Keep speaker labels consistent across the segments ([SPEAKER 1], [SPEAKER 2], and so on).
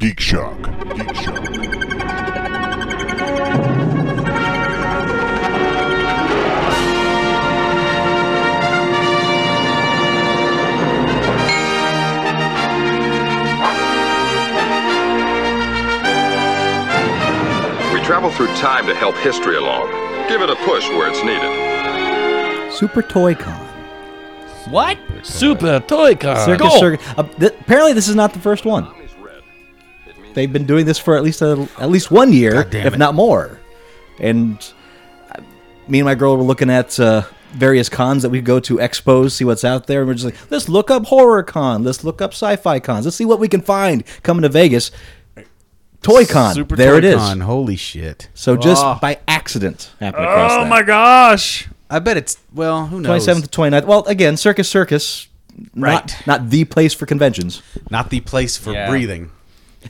[SPEAKER 1] Geek Shock. Geek Shock.
[SPEAKER 2] We travel through time to help history along. Give it a push where it's needed.
[SPEAKER 3] Super Toy Con.
[SPEAKER 4] What?
[SPEAKER 5] Super Toy Con.
[SPEAKER 3] Circus
[SPEAKER 4] Go.
[SPEAKER 3] Circus. Uh, th- apparently, this is not the first one. They've been doing this for at least a, at least one year,
[SPEAKER 4] God damn
[SPEAKER 3] if
[SPEAKER 4] it.
[SPEAKER 3] not more. And uh, me and my girl were looking at uh, various cons that we go to, expos, see what's out there, and we're just like, let's look up horror con, let's look up sci-fi cons, let's see what we can find coming to Vegas. Toy con,
[SPEAKER 4] Super
[SPEAKER 3] there it is.
[SPEAKER 4] Toy-Con, Holy shit.
[SPEAKER 3] So just
[SPEAKER 6] Ah.
[SPEAKER 3] by accident happened across
[SPEAKER 6] Oh
[SPEAKER 5] Oh
[SPEAKER 3] that.
[SPEAKER 4] gosh. I bet it's well, who knows?
[SPEAKER 3] 27th to 29th. Well, again, Circus Circus,
[SPEAKER 4] Right.
[SPEAKER 3] not, not the place for conventions.
[SPEAKER 4] Not the place for
[SPEAKER 7] Yeah.
[SPEAKER 4] breathing.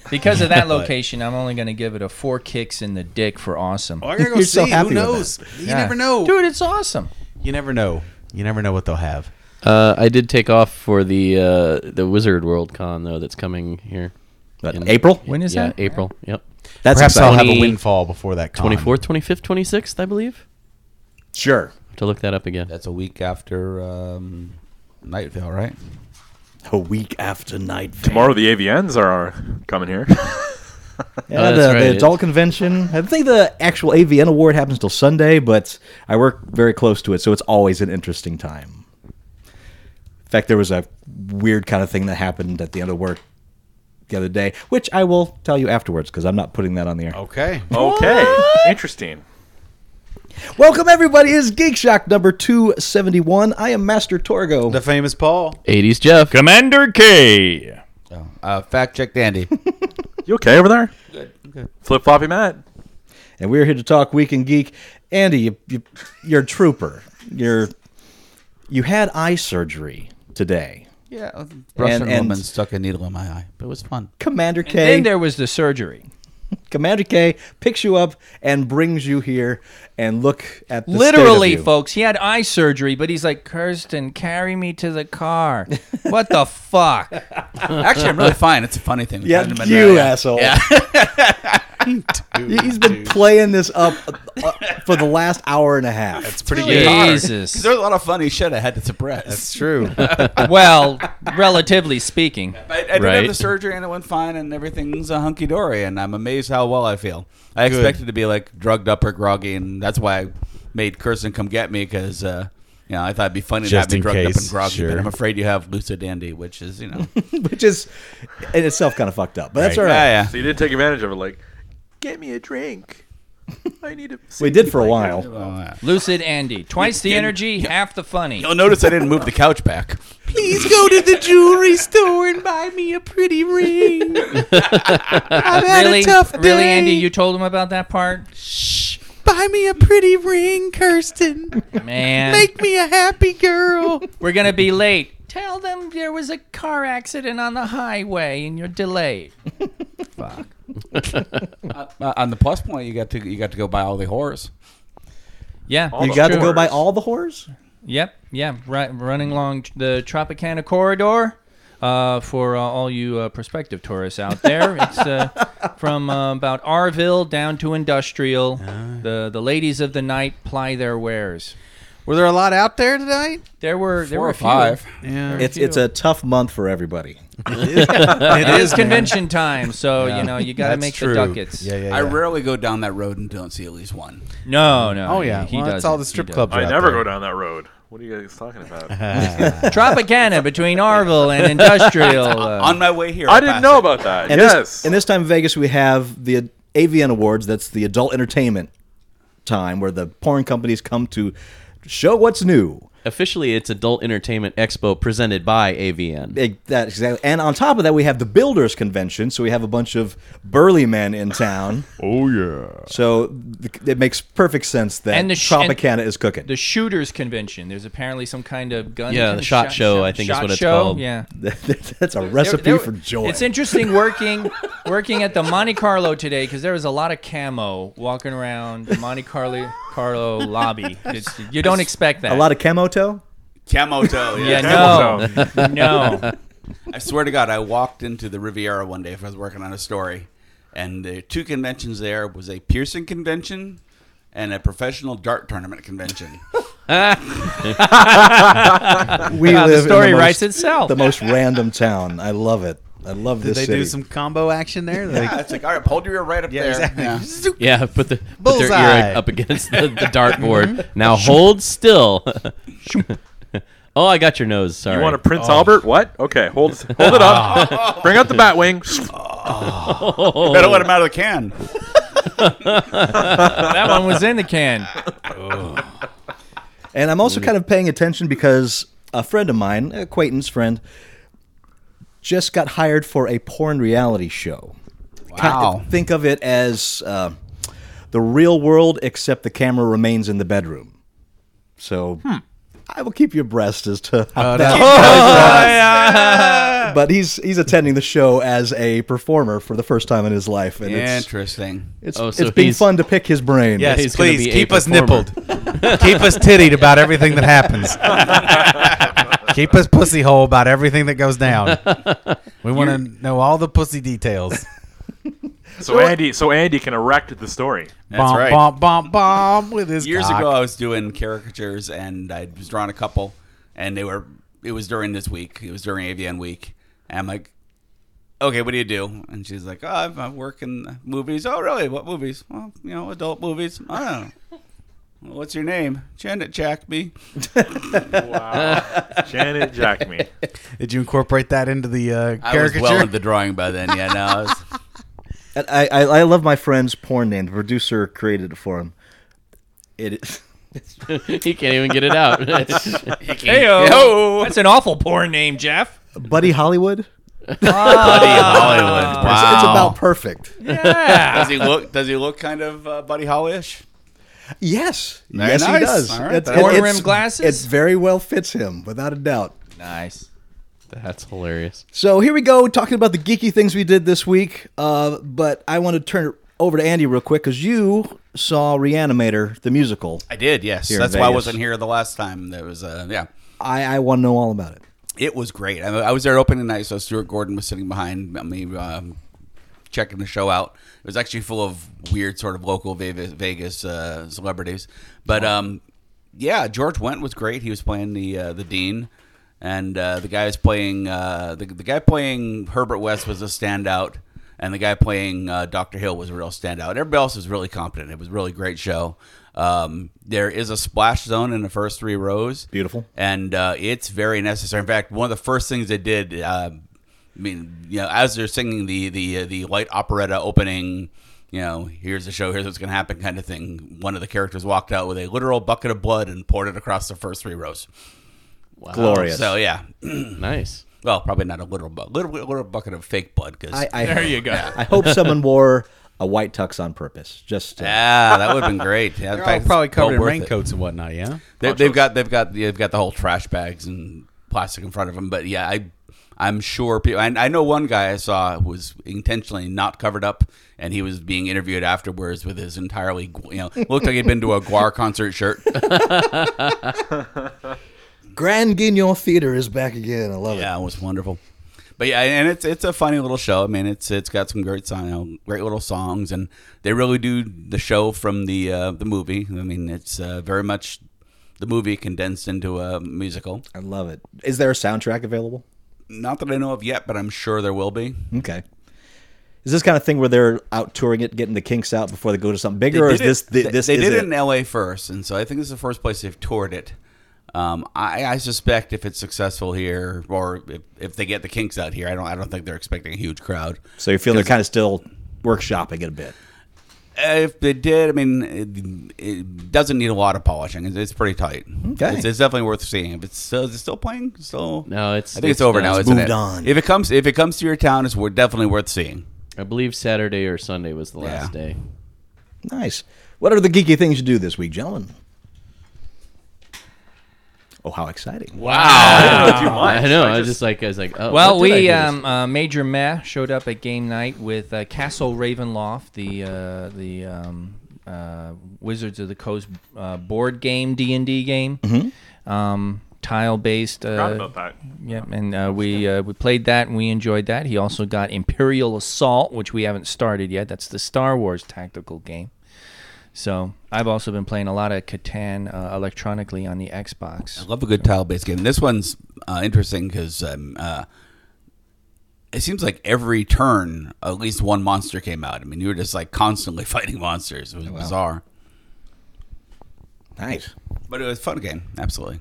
[SPEAKER 7] Because of that location, I'm only going to give it a four kicks in the dick for awesome.
[SPEAKER 4] Oh, I gotta go
[SPEAKER 3] You're
[SPEAKER 4] see.
[SPEAKER 3] so happy
[SPEAKER 4] who
[SPEAKER 3] with
[SPEAKER 4] knows? You
[SPEAKER 7] Yeah.
[SPEAKER 4] never know.
[SPEAKER 7] Dude, it's awesome.
[SPEAKER 4] You never know. You never know what they'll have.
[SPEAKER 5] Uh, I did take off for the uh, the Wizard World Con though. That's coming here.
[SPEAKER 3] But April?
[SPEAKER 7] When is
[SPEAKER 5] yeah,
[SPEAKER 7] that?
[SPEAKER 5] April. Yep.
[SPEAKER 3] That's
[SPEAKER 4] Perhaps I'll
[SPEAKER 3] exciting.
[SPEAKER 4] have a
[SPEAKER 5] 20
[SPEAKER 4] windfall before that con.
[SPEAKER 5] Twenty fourth, twenty fifth, twenty sixth, I believe.
[SPEAKER 3] Sure.
[SPEAKER 5] Have to look that up again.
[SPEAKER 6] That's a week after um, Night Vale, right?
[SPEAKER 3] A week after night.
[SPEAKER 8] Tomorrow the AVNs are coming here.
[SPEAKER 3] Yeah,
[SPEAKER 5] Oh,
[SPEAKER 3] the,
[SPEAKER 5] that's right.
[SPEAKER 3] the adult convention. I think the actual AVN award happens till Sunday, but I work very close to it, so it's always an interesting time. In fact, there was a weird kind of thing that happened at the end of work the other day, which I will tell you afterwards because I'm not putting that on the air.
[SPEAKER 4] Okay.
[SPEAKER 8] okay, interesting.
[SPEAKER 3] Welcome, everybody. It's Geek Shock number 271. I am Master Torgo.
[SPEAKER 4] The famous Paul.
[SPEAKER 5] Eighties Jeff.
[SPEAKER 8] Commander K.
[SPEAKER 6] Oh. Uh, fact checked Andy.
[SPEAKER 8] You okay over there? Good. Flip floppy Matt.
[SPEAKER 3] and we're here to talk weekend geek. Andy, you, you, you're a trooper. You're you had eye surgery today.
[SPEAKER 6] yeah, a Russian
[SPEAKER 3] And- and-
[SPEAKER 6] woman stuck a needle in my eye. But it was fun.
[SPEAKER 3] Commander
[SPEAKER 7] And then
[SPEAKER 3] K,
[SPEAKER 7] there was the surgery.
[SPEAKER 3] Commander K picks you up and brings you here and look at the state of
[SPEAKER 7] Literally,
[SPEAKER 3] you.
[SPEAKER 7] folks, he had eye surgery, but he's like, Kirsten, carry me to the car. What the fuck?
[SPEAKER 6] Actually, I'm really fine. It's a funny thing. I
[SPEAKER 3] Yeah,
[SPEAKER 6] hadn't been there
[SPEAKER 3] you
[SPEAKER 6] yet.
[SPEAKER 3] asshole. He's been playing this up uh, for the last hour and a half.
[SPEAKER 4] It's pretty good.
[SPEAKER 7] Jesus.
[SPEAKER 6] There's a lot of funny shit I had to suppress.
[SPEAKER 4] That's true.
[SPEAKER 7] well, relatively speaking.
[SPEAKER 6] I, I did have
[SPEAKER 5] Right.
[SPEAKER 6] the surgery and it went fine and everything's a hunky dory and I'm amazed how well I feel. I expected to be like drugged up or groggy and that's why I made Kirsten come get me because uh, you know I thought it'd be funny
[SPEAKER 4] Just
[SPEAKER 6] to have me
[SPEAKER 4] in
[SPEAKER 6] drugged up
[SPEAKER 4] case,
[SPEAKER 6] and groggy,
[SPEAKER 4] sure.
[SPEAKER 6] but I'm afraid you have lucid dandy, which is you know
[SPEAKER 3] Which is in itself kind of fucked up, but that's
[SPEAKER 4] Right.
[SPEAKER 3] all right.
[SPEAKER 6] yeah
[SPEAKER 8] So you did take advantage of it, like, get me a drink. I need a.
[SPEAKER 3] We did for a while.
[SPEAKER 6] yeah.
[SPEAKER 7] Lucid Andy. Twice the energy, half the funny.
[SPEAKER 6] You'll notice I didn't move the couch back.
[SPEAKER 4] Please go to the jewelry store and buy me a pretty ring. I've
[SPEAKER 7] Really? Really, Andy, you told him about that part?
[SPEAKER 4] Shh. Buy me a pretty ring, Kirsten.
[SPEAKER 7] Man.
[SPEAKER 4] me a happy girl.
[SPEAKER 7] We're gonna be late. Tell them there was a car accident on the highway and you're delayed.
[SPEAKER 6] Uh, on the plus point, you got to you got to go buy all the horrors.
[SPEAKER 7] Yeah,
[SPEAKER 8] All
[SPEAKER 3] You
[SPEAKER 8] the
[SPEAKER 3] got to go
[SPEAKER 8] horrors.
[SPEAKER 3] by all the horrors.
[SPEAKER 7] Yep, yeah. Right, running along the Tropicana corridor. Uh, for uh, all you uh, prospective tourists out there, it's uh, from uh, about Arville down to Industrial.
[SPEAKER 6] Ah.
[SPEAKER 7] the the ladies of the night ply their wares.
[SPEAKER 4] Were there a lot out there tonight?
[SPEAKER 7] There were there
[SPEAKER 6] Four
[SPEAKER 7] were
[SPEAKER 6] or
[SPEAKER 7] a few.
[SPEAKER 6] five.
[SPEAKER 4] Yeah.
[SPEAKER 3] It's it's a tough month for everybody.
[SPEAKER 7] It is convention time, so you know you got to
[SPEAKER 4] That's
[SPEAKER 7] make
[SPEAKER 4] true.
[SPEAKER 7] the ducats.
[SPEAKER 4] Yeah, yeah,
[SPEAKER 6] I
[SPEAKER 4] yeah.
[SPEAKER 6] rarely go down that road and don't see at least one.
[SPEAKER 7] No, no.
[SPEAKER 4] Oh yeah,
[SPEAKER 7] he
[SPEAKER 4] well,
[SPEAKER 7] does.
[SPEAKER 4] that's all the strip clubs.
[SPEAKER 8] I
[SPEAKER 4] are out
[SPEAKER 8] never go
[SPEAKER 4] there.
[SPEAKER 8] down that road. What are you guys talking about?
[SPEAKER 7] Tropicana between Arville and Industrial. uh,
[SPEAKER 6] on my way here,
[SPEAKER 8] I
[SPEAKER 6] passed
[SPEAKER 8] didn't know
[SPEAKER 6] it.
[SPEAKER 8] about that.
[SPEAKER 3] And
[SPEAKER 8] yes.
[SPEAKER 3] This, and this time in Vegas, we have the AVN Awards. That's the adult entertainment time where the porn companies come to show what's new.
[SPEAKER 5] Officially, it's Adult Entertainment Expo presented by AVN.
[SPEAKER 3] Big- that- exactly. And on top of that, we have the Builders Convention. So we have a bunch of burly men in town.
[SPEAKER 8] oh yeah.
[SPEAKER 3] so th- it makes perfect sense that
[SPEAKER 7] And the sh-
[SPEAKER 3] Tropicana is cooking.
[SPEAKER 7] the shooters convention. There's apparently some kind of gun.
[SPEAKER 5] Yeah,
[SPEAKER 7] con-
[SPEAKER 5] the shot show, I think is
[SPEAKER 7] shot
[SPEAKER 5] what it's
[SPEAKER 7] show,
[SPEAKER 5] called.
[SPEAKER 7] Yeah,
[SPEAKER 3] that's a recipe
[SPEAKER 7] There- there-
[SPEAKER 3] for joy.
[SPEAKER 7] It's interesting working working at the Monte Carlo today because there was a lot of camo walking around the Monte Carlo Carlo lobby. It's- you don't expect that.
[SPEAKER 3] a lot of Kemoto.
[SPEAKER 6] Camoto.
[SPEAKER 7] yeah,
[SPEAKER 8] Camo
[SPEAKER 7] no, no.
[SPEAKER 6] I swear to God, I walked into the Riviera one day if I was working on a story, and the two conventions there was a piercing convention and a professional dart tournament convention.
[SPEAKER 3] We
[SPEAKER 7] Uh, the
[SPEAKER 3] live
[SPEAKER 7] story
[SPEAKER 3] in the most,
[SPEAKER 7] writes itself.
[SPEAKER 3] The most random town. I love it. I love
[SPEAKER 4] Did
[SPEAKER 3] this
[SPEAKER 4] they
[SPEAKER 3] city.
[SPEAKER 4] do some combo action there? Like,
[SPEAKER 6] yeah, it's like all right, hold your right up
[SPEAKER 4] yeah,
[SPEAKER 6] there.
[SPEAKER 4] exactly.
[SPEAKER 6] Yeah.
[SPEAKER 4] Zoop.
[SPEAKER 5] Yeah, put the put their
[SPEAKER 4] Bullseye. Mm-hmm.
[SPEAKER 5] ear up against the, the dartboard. now hold still. oh, I got your nose. Sorry.
[SPEAKER 8] You want a Prince
[SPEAKER 4] Oh.
[SPEAKER 8] Albert? What? Okay, hold hold it up. Bring out the bat wing.
[SPEAKER 6] Better let him out of the can.
[SPEAKER 7] that one was in the can.
[SPEAKER 3] And I'm also kind of paying attention because a friend of mine, an acquaintance friend, just got hired for a porn reality show.
[SPEAKER 6] Wow.
[SPEAKER 3] Think of it as uh, the real world, except the camera remains in the bedroom. So
[SPEAKER 5] Hmm.
[SPEAKER 3] I will keep you abreast as to how
[SPEAKER 5] Oh,
[SPEAKER 3] that. But he's he's attending the show as a performer for the first time in his life, and it's
[SPEAKER 6] Interesting.
[SPEAKER 3] it's,
[SPEAKER 5] Oh, so
[SPEAKER 3] it's been
[SPEAKER 5] he's-
[SPEAKER 3] fun to pick his brain.
[SPEAKER 4] Yes,
[SPEAKER 5] he's gonna
[SPEAKER 4] please
[SPEAKER 5] be a
[SPEAKER 4] keep us
[SPEAKER 5] performer.
[SPEAKER 4] nippled. keep us tittied about everything that happens. keep us pussy hole about everything that goes down. We want to know all the pussy details.
[SPEAKER 8] So Andy, so Andy can erect the story.
[SPEAKER 6] That's
[SPEAKER 4] bomb,
[SPEAKER 6] right.
[SPEAKER 4] bomb, bomb, bomb with his
[SPEAKER 6] Years
[SPEAKER 4] cock.
[SPEAKER 6] ago, I was doing caricatures, and I was drawing a couple, and they were. It was during this week. It was during AVN week, and I'm like, "Okay, what do you do?" And she's like, "Oh, I'm, I'm working movies." Oh, really? What movies? Well, you know, adult movies. I don't know. "Well, What's your name? Janet Jackby.
[SPEAKER 8] Janet Jack me.
[SPEAKER 4] Did you incorporate that into the uh,
[SPEAKER 6] I was
[SPEAKER 4] caricature?
[SPEAKER 6] well into the drawing by then. Yeah, no, I was,
[SPEAKER 3] And I, I I love my friend's porn name. The producer created it for him. It is.
[SPEAKER 5] he can't even get it out.
[SPEAKER 7] Heyo. That's an awful porn name, Jeff.
[SPEAKER 3] Buddy Hollywood.
[SPEAKER 6] Buddy Hollywood.
[SPEAKER 5] Ah.
[SPEAKER 6] Wow.
[SPEAKER 3] Ah. It's about perfect.
[SPEAKER 6] does he look? Does he look kind of uh, Buddy Holly-ish?
[SPEAKER 3] Yes,
[SPEAKER 6] Very
[SPEAKER 3] yes,
[SPEAKER 6] nice.
[SPEAKER 3] he does.
[SPEAKER 6] All right,
[SPEAKER 3] It's-
[SPEAKER 6] that
[SPEAKER 3] it-
[SPEAKER 7] works.
[SPEAKER 3] it's-
[SPEAKER 7] Horn-rimmed glasses?
[SPEAKER 3] It very well fits him, without a doubt.
[SPEAKER 7] Nice.
[SPEAKER 5] That's hilarious.
[SPEAKER 3] So here we go, talking about the geeky things we did this week. Uh, but I want to turn it over to Andy real quick because you saw Reanimator the musical.
[SPEAKER 6] I did. Yes,
[SPEAKER 3] Here in
[SPEAKER 6] that's why I
[SPEAKER 3] Vegas.
[SPEAKER 6] wasn't here the last time. There was uh, yeah.
[SPEAKER 3] I, I want to know all about it.
[SPEAKER 6] It was great. I, I was there opening night, so Stuart Gordon was sitting behind me, um, checking the show out. It was actually full of weird, sort of local Vegas, Vegas uh, celebrities. But um, yeah, George Went was great. He was playing the uh, the dean, and uh, the guy is playing uh, the the guy playing Herbert West was a standout. And the guy playing uh, Dr. Hill was a real standout. Everybody else was really competent. It was a really great show. Um, there is a splash zone in the first three rows
[SPEAKER 3] Beautiful.
[SPEAKER 6] and uh, it's very necessary. In fact, one of the first things they did, uh, I mean, you know, as they're singing the the uh, the light operetta opening, you know, here's the show, here's what's going to happen, kind of thing. One of the characters walked out with a literal bucket of blood and poured it across the first three rows.
[SPEAKER 5] Wow.
[SPEAKER 3] Glorious.
[SPEAKER 6] So yeah,
[SPEAKER 5] Nice.
[SPEAKER 6] well, probably not a literal, bu- little little bucket of fake blood because.
[SPEAKER 3] I, I,
[SPEAKER 7] There you go.
[SPEAKER 3] I hope someone wore a white tux on purpose. Just to,
[SPEAKER 6] yeah, that would have been great. Yeah, in
[SPEAKER 4] They're all
[SPEAKER 6] fact, it's
[SPEAKER 4] probably
[SPEAKER 6] well
[SPEAKER 4] covered in
[SPEAKER 6] worth it.
[SPEAKER 4] raincoats and whatnot. Yeah.
[SPEAKER 6] They, they've got they've got they've got the whole trash bags and plastic in front of them. But yeah, I I'm sure people. I, I know one guy I saw was intentionally not covered up, and he was being interviewed afterwards with his entirely you know looked like he'd been to a Guar concert shirt.
[SPEAKER 3] Grand Guignol Theater is back again. I love it.
[SPEAKER 6] Yeah, it was wonderful. But yeah, and it's it's a funny little show. I mean, it's it's got some great song, you know, great little songs, and they really do the show from the uh, the movie. I mean, it's uh, very much the movie condensed into a musical.
[SPEAKER 3] I love it. Is there a soundtrack available?
[SPEAKER 6] Not that I know of yet, but I'm sure there will be.
[SPEAKER 3] Okay. Is this kind of thing where they're out touring it, getting the kinks out before they go to something bigger,
[SPEAKER 6] They
[SPEAKER 3] or is
[SPEAKER 6] did
[SPEAKER 3] this
[SPEAKER 6] it-
[SPEAKER 3] the,
[SPEAKER 6] they-
[SPEAKER 3] this
[SPEAKER 6] they
[SPEAKER 3] is
[SPEAKER 6] did it
[SPEAKER 3] it?
[SPEAKER 6] in L.A. first, and so I think this is the first place they've toured it. Um, I, I suspect if it's successful here, or if, if they get the kinks out here, I don't I don't think they're expecting a huge crowd.
[SPEAKER 3] So you feel they're kind of still workshopping it a bit.
[SPEAKER 6] If they did, I mean, it, it doesn't need a lot of polishing. It's, it's pretty tight.
[SPEAKER 3] Okay.
[SPEAKER 6] it's, it's definitely worth seeing. If it's still, is it still playing, still
[SPEAKER 5] No, it's-
[SPEAKER 6] I think
[SPEAKER 5] it's
[SPEAKER 6] it's, over
[SPEAKER 5] done.
[SPEAKER 6] now.
[SPEAKER 5] It's
[SPEAKER 6] isn't
[SPEAKER 3] moved
[SPEAKER 6] it?
[SPEAKER 3] on.
[SPEAKER 6] If it comes, if it comes to your town, it's wor- definitely worth seeing.
[SPEAKER 5] I believe Saturday or Sunday was the last
[SPEAKER 6] Yeah.
[SPEAKER 5] day.
[SPEAKER 3] Nice. What are the geeky things you do this week, gentlemen? Oh, how exciting!
[SPEAKER 5] Ah, I know. I, was just like I was like, oh,
[SPEAKER 7] Well,
[SPEAKER 5] what did I do
[SPEAKER 7] we
[SPEAKER 5] this-
[SPEAKER 7] um, uh, Major Meh showed up at game night with uh, Castle Ravenloft, the uh, the um,
[SPEAKER 6] Mm-hmm.
[SPEAKER 7] uh, Wizards of the Coast uh, board game D and D game. Um, tile based. Uh,
[SPEAKER 9] Forgot about that.
[SPEAKER 7] Yeah, and uh, we uh, we played that and we enjoyed that. He also got Imperial Assault, which we haven't started yet. That's the Star Wars tactical game. So I've also been playing a lot of Catan uh, electronically on the Xbox.
[SPEAKER 6] I love a good tile-based game. This one's uh, interesting because um, uh, it seems like every turn, at least one monster came out. I mean, you were just like constantly fighting monsters. It was bizarre,
[SPEAKER 3] Oh, Nice.
[SPEAKER 6] but it was a fun game. Absolutely.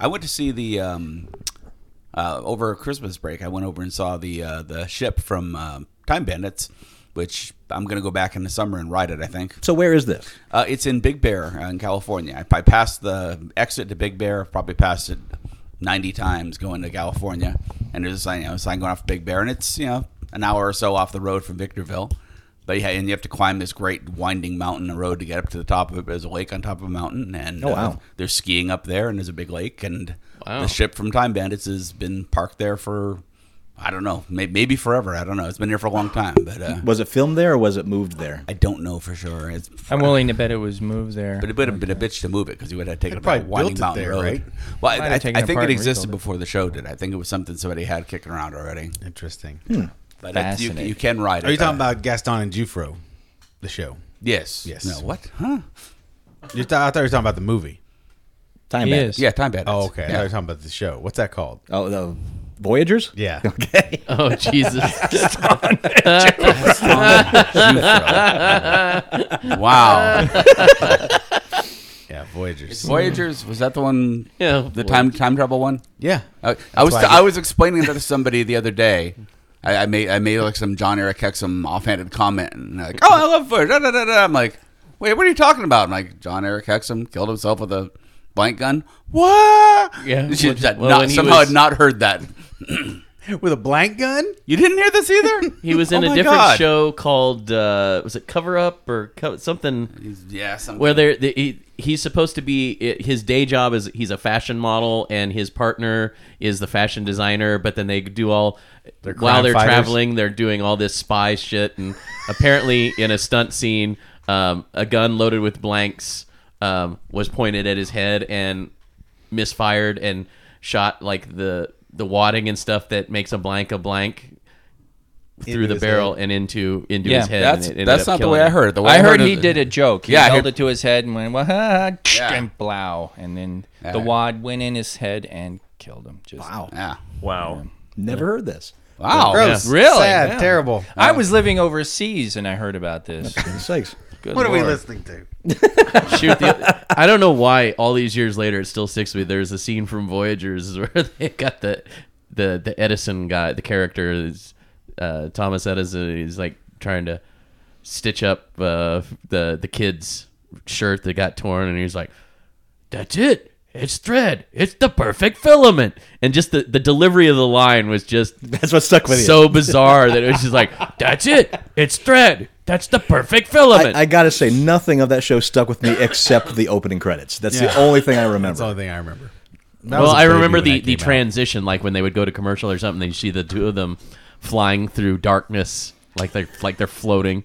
[SPEAKER 6] I went to see the um, uh, over Christmas break. I went over and saw the uh, the ship from uh, Time Bandits, which I'm gonna go back in the summer and ride it. I think.
[SPEAKER 3] So where is this?
[SPEAKER 6] Uh, it's in Big Bear uh, in California. I, I passed the exit to Big Bear. I've probably passed it 90 times going to California. And there's a sign, you know, a sign going off Big Bear. And it's, you know, an hour or so off the road from Victorville. But yeah, and you have to climb this great winding mountain road to get up to the top of it. There's a lake on top of a mountain. And uh,
[SPEAKER 3] Oh, wow.
[SPEAKER 6] there's skiing up there, and there's a big lake. And
[SPEAKER 5] Wow.
[SPEAKER 6] the ship from Time Bandits has been parked there for, I don't know, may- maybe forever. I don't know. It's been here for a long time. But uh,
[SPEAKER 3] Was it filmed there or was it moved there?
[SPEAKER 6] I don't know for sure. It's
[SPEAKER 7] I'm willing to bet it was moved there.
[SPEAKER 6] but it would have been a bitch to move it because he would have taken
[SPEAKER 4] They
[SPEAKER 6] it by a
[SPEAKER 4] probably
[SPEAKER 6] winding
[SPEAKER 4] built it
[SPEAKER 6] mountain
[SPEAKER 4] there,
[SPEAKER 6] road.
[SPEAKER 4] right?
[SPEAKER 6] Well, I,
[SPEAKER 7] Might have
[SPEAKER 6] I, I
[SPEAKER 7] taken it
[SPEAKER 6] think
[SPEAKER 7] apart
[SPEAKER 6] it
[SPEAKER 7] and
[SPEAKER 6] existed
[SPEAKER 7] rebuilt it.
[SPEAKER 6] before the show did. I think it was something somebody had kicking around already.
[SPEAKER 4] Interesting.
[SPEAKER 6] But it's, you,
[SPEAKER 7] Fascinating.
[SPEAKER 6] you can ride it.
[SPEAKER 4] Are you talking
[SPEAKER 6] Uh,
[SPEAKER 4] about Gaston and Jufro, the show?
[SPEAKER 6] Yes.
[SPEAKER 4] Yes.
[SPEAKER 6] No. What? Huh?
[SPEAKER 4] You're th- I thought you were talking about the movie.
[SPEAKER 3] Time
[SPEAKER 7] He
[SPEAKER 3] Bandits.
[SPEAKER 7] is.
[SPEAKER 6] Yeah. Time bandits.
[SPEAKER 4] Oh, okay. I thought you
[SPEAKER 6] Yeah.
[SPEAKER 4] were talking about the show. What's that called?
[SPEAKER 3] Oh, the Voyagers.
[SPEAKER 4] Yeah.
[SPEAKER 3] Okay.
[SPEAKER 5] Oh Jesus!
[SPEAKER 6] wow.
[SPEAKER 4] Yeah, Voyagers.
[SPEAKER 6] Voyagers was that the one?
[SPEAKER 5] Yeah,
[SPEAKER 6] The time time travel one.
[SPEAKER 4] yeah.
[SPEAKER 6] I, I was
[SPEAKER 4] why
[SPEAKER 6] I
[SPEAKER 4] I get-
[SPEAKER 6] was explaining that to somebody the other day. I, I made I made like some John Eric Hexum offhanded comment and they're like, oh, I love Voyager. Da, da, da, da. I'm like, wait, what are you talking about? I'm like, John Eric Hexum killed himself with a blank gun. What?
[SPEAKER 5] Yeah.
[SPEAKER 6] She-
[SPEAKER 5] Well,
[SPEAKER 6] that-
[SPEAKER 5] well,
[SPEAKER 6] not-
[SPEAKER 5] when he
[SPEAKER 6] somehow
[SPEAKER 5] was-
[SPEAKER 6] had not heard that.
[SPEAKER 4] With a blank gun?
[SPEAKER 6] You didn't hear this either.
[SPEAKER 5] He was in
[SPEAKER 6] Oh
[SPEAKER 5] a
[SPEAKER 6] my
[SPEAKER 5] different
[SPEAKER 6] God.
[SPEAKER 5] show called uh, was it Cover Up or co- something
[SPEAKER 6] Yeah. Some,
[SPEAKER 5] where they're, they he, he's supposed to be i- his day job is he's a fashion model and his partner is the fashion designer, but then they do all while
[SPEAKER 4] crime
[SPEAKER 5] they're
[SPEAKER 4] fighters.
[SPEAKER 5] traveling they're doing all this spy shit and apparently in a stunt scene um, a gun loaded with blanks um, was pointed at his head and misfired and shot like the the wadding and stuff that makes a blank a blank through the
[SPEAKER 4] his
[SPEAKER 5] barrel and into into
[SPEAKER 7] Yeah,
[SPEAKER 5] his head.
[SPEAKER 6] that's
[SPEAKER 5] and it ended
[SPEAKER 6] that's
[SPEAKER 5] up
[SPEAKER 6] not the
[SPEAKER 5] killing
[SPEAKER 6] way I
[SPEAKER 5] him.
[SPEAKER 6] heard it. The way
[SPEAKER 7] I heard
[SPEAKER 6] it
[SPEAKER 7] he
[SPEAKER 6] was-
[SPEAKER 7] did a joke. He
[SPEAKER 6] Yeah, I
[SPEAKER 7] held
[SPEAKER 6] heard-
[SPEAKER 7] it to his head and went, "Wah-ha-ha,"
[SPEAKER 6] Yeah.
[SPEAKER 7] and blow. And then
[SPEAKER 6] Yeah.
[SPEAKER 7] the wad went in his head and killed him. Just
[SPEAKER 3] Wow.
[SPEAKER 6] Yeah.
[SPEAKER 9] Wow.
[SPEAKER 3] Never heard this.
[SPEAKER 6] Wow.
[SPEAKER 4] Gross.
[SPEAKER 5] Yeah.
[SPEAKER 7] Really?
[SPEAKER 4] Sad.
[SPEAKER 7] Yeah.
[SPEAKER 4] Terrible.
[SPEAKER 7] I was living overseas and I heard about this.
[SPEAKER 3] Goodness sakes.
[SPEAKER 7] Good
[SPEAKER 4] What are we
[SPEAKER 7] Lord.
[SPEAKER 4] listening to?
[SPEAKER 5] Shoot, the, I don't know why all these years later it still sticks with me. There's a scene from Voyagers where they got the the the Edison guy, the character is uh, Thomas Edison. He's like trying to stitch up uh, the the kid's shirt that got torn, and he's like, "That's it." It's thread. It's the perfect filament. And just the, the delivery of the line was just
[SPEAKER 3] That's what stuck with you.
[SPEAKER 5] so bizarre that it was just like, that's it. It's thread. That's the perfect filament.
[SPEAKER 3] I, I gotta say, nothing of that show stuck with me except the opening credits. That's the only thing I
[SPEAKER 4] That's the
[SPEAKER 3] remember.
[SPEAKER 4] only thing I remember.
[SPEAKER 5] well, I remember the, the
[SPEAKER 4] trans.
[SPEAKER 5] transition, like when they would go to commercial or something, you see the two of them flying through darkness, like they're like they're floating.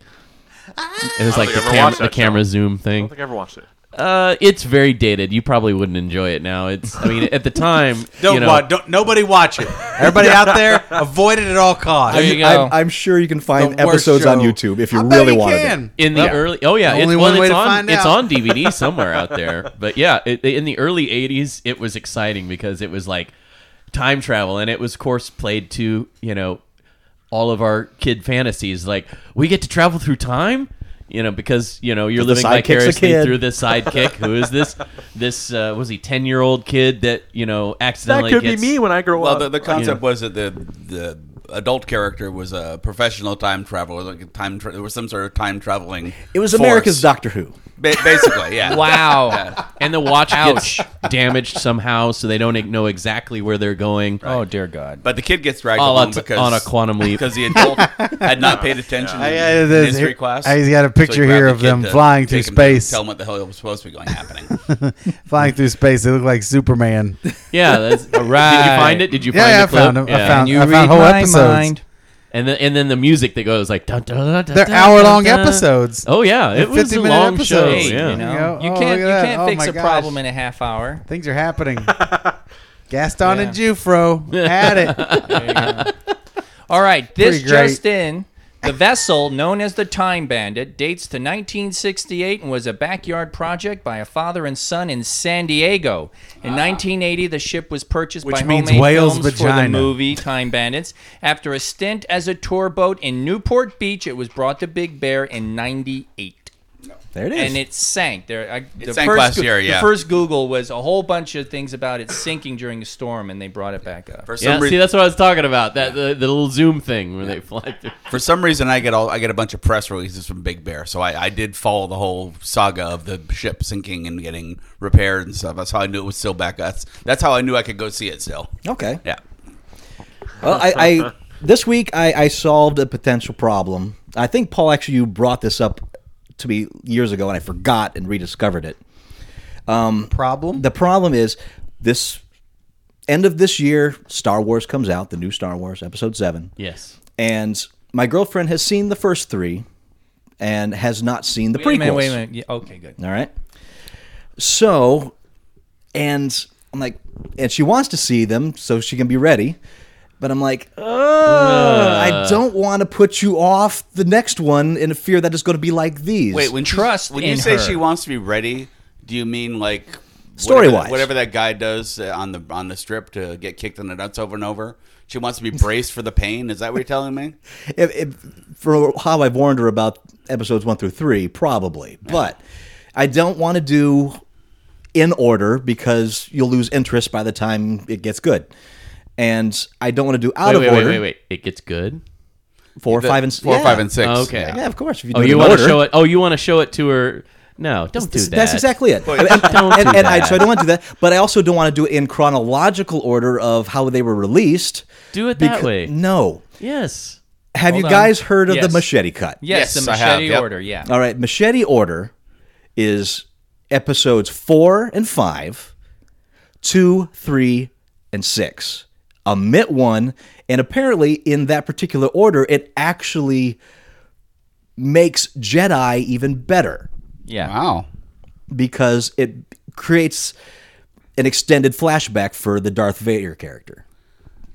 [SPEAKER 5] It was like the,
[SPEAKER 9] think Ah! I ever
[SPEAKER 5] cam-
[SPEAKER 9] watched
[SPEAKER 5] the
[SPEAKER 9] that
[SPEAKER 5] camera zoom thing.
[SPEAKER 9] I don't think I ever watched it.
[SPEAKER 5] Uh, it's very dated. You probably wouldn't enjoy it now. It's I mean at the time,
[SPEAKER 4] Don't,
[SPEAKER 5] you know,
[SPEAKER 4] wa- don't nobody watch it. Everybody out there, avoid it at all costs.
[SPEAKER 7] There you go.
[SPEAKER 3] I'm, I'm sure you can find
[SPEAKER 4] The worst
[SPEAKER 3] episodes on
[SPEAKER 4] show.
[SPEAKER 3] YouTube if you
[SPEAKER 4] I bet
[SPEAKER 3] really
[SPEAKER 4] you
[SPEAKER 3] wanted
[SPEAKER 4] can.
[SPEAKER 5] in the early oh yeah
[SPEAKER 4] The
[SPEAKER 5] it's,
[SPEAKER 4] only
[SPEAKER 5] well,
[SPEAKER 4] one way
[SPEAKER 5] it's
[SPEAKER 4] to
[SPEAKER 5] on
[SPEAKER 4] find
[SPEAKER 5] it's
[SPEAKER 4] out.
[SPEAKER 5] on dvd somewhere out there but yeah it, in the early 80s it was exciting because it was like time travel and it was of course played to you know all of our kid fantasies like we get to travel through time you know because you know you're
[SPEAKER 3] The
[SPEAKER 5] living
[SPEAKER 3] sidekick's a
[SPEAKER 5] vicariously
[SPEAKER 3] kid.
[SPEAKER 5] through this sidekick who is this this uh, was he 10 year old kid that you know
[SPEAKER 9] That
[SPEAKER 5] accidentally
[SPEAKER 9] could
[SPEAKER 5] gets,
[SPEAKER 9] be me when I grow
[SPEAKER 6] Well,
[SPEAKER 9] up.
[SPEAKER 6] the, the concept was that the the adult character was a professional time traveler. Like a time, tra- there was some sort of time traveling.
[SPEAKER 3] It was
[SPEAKER 6] force.
[SPEAKER 3] America's Doctor Who.
[SPEAKER 6] Ba- basically. Yeah.
[SPEAKER 7] Wow.
[SPEAKER 5] and the watch gets damaged somehow so they don't know exactly where they're going
[SPEAKER 7] Oh dear God.
[SPEAKER 6] But the kid gets dragged
[SPEAKER 5] All
[SPEAKER 6] along
[SPEAKER 5] on-
[SPEAKER 6] because
[SPEAKER 5] Oh, on a quantum leap.
[SPEAKER 6] because the adult had not paid attention
[SPEAKER 4] I- I-
[SPEAKER 6] in
[SPEAKER 4] there's-
[SPEAKER 6] history class.
[SPEAKER 4] I- he's got a
[SPEAKER 6] he
[SPEAKER 4] picture
[SPEAKER 6] grabbed
[SPEAKER 4] here
[SPEAKER 6] the
[SPEAKER 4] of
[SPEAKER 6] kid
[SPEAKER 4] them
[SPEAKER 6] to
[SPEAKER 4] flying
[SPEAKER 6] take
[SPEAKER 4] through
[SPEAKER 6] him to
[SPEAKER 4] space.
[SPEAKER 6] Tell him what the hell was supposed to be going happening.
[SPEAKER 4] Flying through space, they look like Superman.
[SPEAKER 5] Yeah, that's right. Did you
[SPEAKER 7] Right.
[SPEAKER 5] find it? Did you
[SPEAKER 4] Yeah,
[SPEAKER 5] find
[SPEAKER 4] yeah,
[SPEAKER 5] the
[SPEAKER 4] I
[SPEAKER 5] clip?
[SPEAKER 4] found him. I
[SPEAKER 5] Yeah.
[SPEAKER 4] found-
[SPEAKER 7] Can you
[SPEAKER 4] I
[SPEAKER 7] read
[SPEAKER 4] whole
[SPEAKER 7] my
[SPEAKER 4] episodes.
[SPEAKER 7] mind?
[SPEAKER 5] and then and then the music that goes like dun, dun, dun, dun,
[SPEAKER 4] They're
[SPEAKER 5] dun,
[SPEAKER 4] hour-long
[SPEAKER 5] dun, dun.
[SPEAKER 4] episodes.
[SPEAKER 5] Oh yeah, it was a
[SPEAKER 4] 50-minute
[SPEAKER 5] long show.
[SPEAKER 4] episodes,
[SPEAKER 5] yeah.
[SPEAKER 7] You, know?
[SPEAKER 4] Yeah.
[SPEAKER 7] you
[SPEAKER 4] Oh,
[SPEAKER 7] can't you
[SPEAKER 4] look at that.
[SPEAKER 7] can't
[SPEAKER 4] Oh,
[SPEAKER 7] fix
[SPEAKER 4] my
[SPEAKER 7] a
[SPEAKER 4] gosh.
[SPEAKER 7] problem in a half hour.
[SPEAKER 4] Things are happening. Gaston
[SPEAKER 7] Yeah.
[SPEAKER 4] and Jufro had it.
[SPEAKER 7] All right, this
[SPEAKER 4] Pretty great.
[SPEAKER 7] just in. The vessel, known as the Time Bandit, dates to 1968 and was a backyard project by a father and son in San Diego. In 1980, the ship was purchased
[SPEAKER 4] Ah. Which
[SPEAKER 7] by
[SPEAKER 4] means
[SPEAKER 7] Homemade
[SPEAKER 4] whale's
[SPEAKER 7] Films for the
[SPEAKER 4] vagina.
[SPEAKER 7] movie Time Bandits. After a stint as a tour boat in Newport Beach, it was brought to Big Bear in 98
[SPEAKER 3] There it is.
[SPEAKER 7] and it sank. There, I, the
[SPEAKER 6] sank
[SPEAKER 7] first
[SPEAKER 6] last
[SPEAKER 7] Goo-
[SPEAKER 6] year,
[SPEAKER 7] The
[SPEAKER 6] yeah.
[SPEAKER 7] first Google was a whole bunch of things about it sinking during a storm, and they brought it back up.
[SPEAKER 6] For some
[SPEAKER 5] Yeah,
[SPEAKER 6] reason.
[SPEAKER 5] see, that's what I was talking about. That the, the little Zoom thing where they fly through.
[SPEAKER 6] For some reason, I get all I get a bunch of press releases from Big Bear, so I, I did follow the whole saga of the ship sinking and getting repaired and stuff. That's how I knew it was still back. That's that's how I knew I could go see it still.
[SPEAKER 3] okay.
[SPEAKER 6] Yeah,
[SPEAKER 3] Well, I, I this week I, I solved a potential problem. I think Paul actually you brought this up to me years ago, and I forgot and rediscovered it. Um,
[SPEAKER 4] Problem?
[SPEAKER 3] The problem is this end of this year, Star Wars comes out, the new Star Wars Episode Seven.
[SPEAKER 5] Yes.
[SPEAKER 3] and my girlfriend has seen the first three and has not seen the
[SPEAKER 7] Wait a
[SPEAKER 3] prequels.
[SPEAKER 7] minute, wait a minute. Yeah, okay, good.
[SPEAKER 3] All right. So, and I'm like, and she wants to see them so she can be ready. But I'm like, "Ugh, I don't want to put you off the next one in fear that it's going to be like these.
[SPEAKER 6] Wait, when she-
[SPEAKER 7] Trust
[SPEAKER 6] when
[SPEAKER 7] in
[SPEAKER 6] you say
[SPEAKER 7] her.
[SPEAKER 6] she wants to be ready, do you mean like whatever that-
[SPEAKER 3] Story-wise.
[SPEAKER 6] whatever that guy does uh, on the on the strip to get kicked in the nuts over and over? She wants to be braced for the pain. Is that what you're telling me?
[SPEAKER 3] if, if, for how I've warned her about episodes one through three, probably. But I don't want to do in order because you'll lose interest by the time it gets good. And I don't want to do out
[SPEAKER 5] Wait,
[SPEAKER 3] of
[SPEAKER 5] wait, wait,
[SPEAKER 3] order.
[SPEAKER 5] wait, wait. It gets good.
[SPEAKER 3] Four, five, and s-
[SPEAKER 6] four,
[SPEAKER 3] yeah.
[SPEAKER 6] five, and six.
[SPEAKER 5] Oh, okay.
[SPEAKER 3] Yeah, of course. If you
[SPEAKER 5] Oh,
[SPEAKER 3] do it
[SPEAKER 5] you
[SPEAKER 3] in
[SPEAKER 5] want
[SPEAKER 3] order.
[SPEAKER 5] to show it? Oh, you want to show it to her? No, don't do
[SPEAKER 3] This-
[SPEAKER 5] that.
[SPEAKER 3] That's exactly it. And, and,
[SPEAKER 5] Don't
[SPEAKER 3] and-
[SPEAKER 5] do
[SPEAKER 3] and I,
[SPEAKER 5] that.
[SPEAKER 3] so I don't want to do that, but I also don't want to do it in chronological order of how they were released.
[SPEAKER 5] Do it that
[SPEAKER 3] Becau-
[SPEAKER 5] way.
[SPEAKER 3] No.
[SPEAKER 5] Yes.
[SPEAKER 3] Have you
[SPEAKER 7] on.
[SPEAKER 3] guys heard of
[SPEAKER 7] Yes.
[SPEAKER 3] the machete cut?
[SPEAKER 7] Yes,
[SPEAKER 6] Yes,
[SPEAKER 7] the
[SPEAKER 6] I have,
[SPEAKER 7] machete
[SPEAKER 6] yep.
[SPEAKER 7] order. Yeah.
[SPEAKER 3] All right. Machete order is episodes four and five, two, three, and six. Omit one, and apparently in that particular order, it actually makes Jedi even better.
[SPEAKER 7] Yeah.
[SPEAKER 6] Wow.
[SPEAKER 3] because it creates an extended flashback for the Darth Vader character.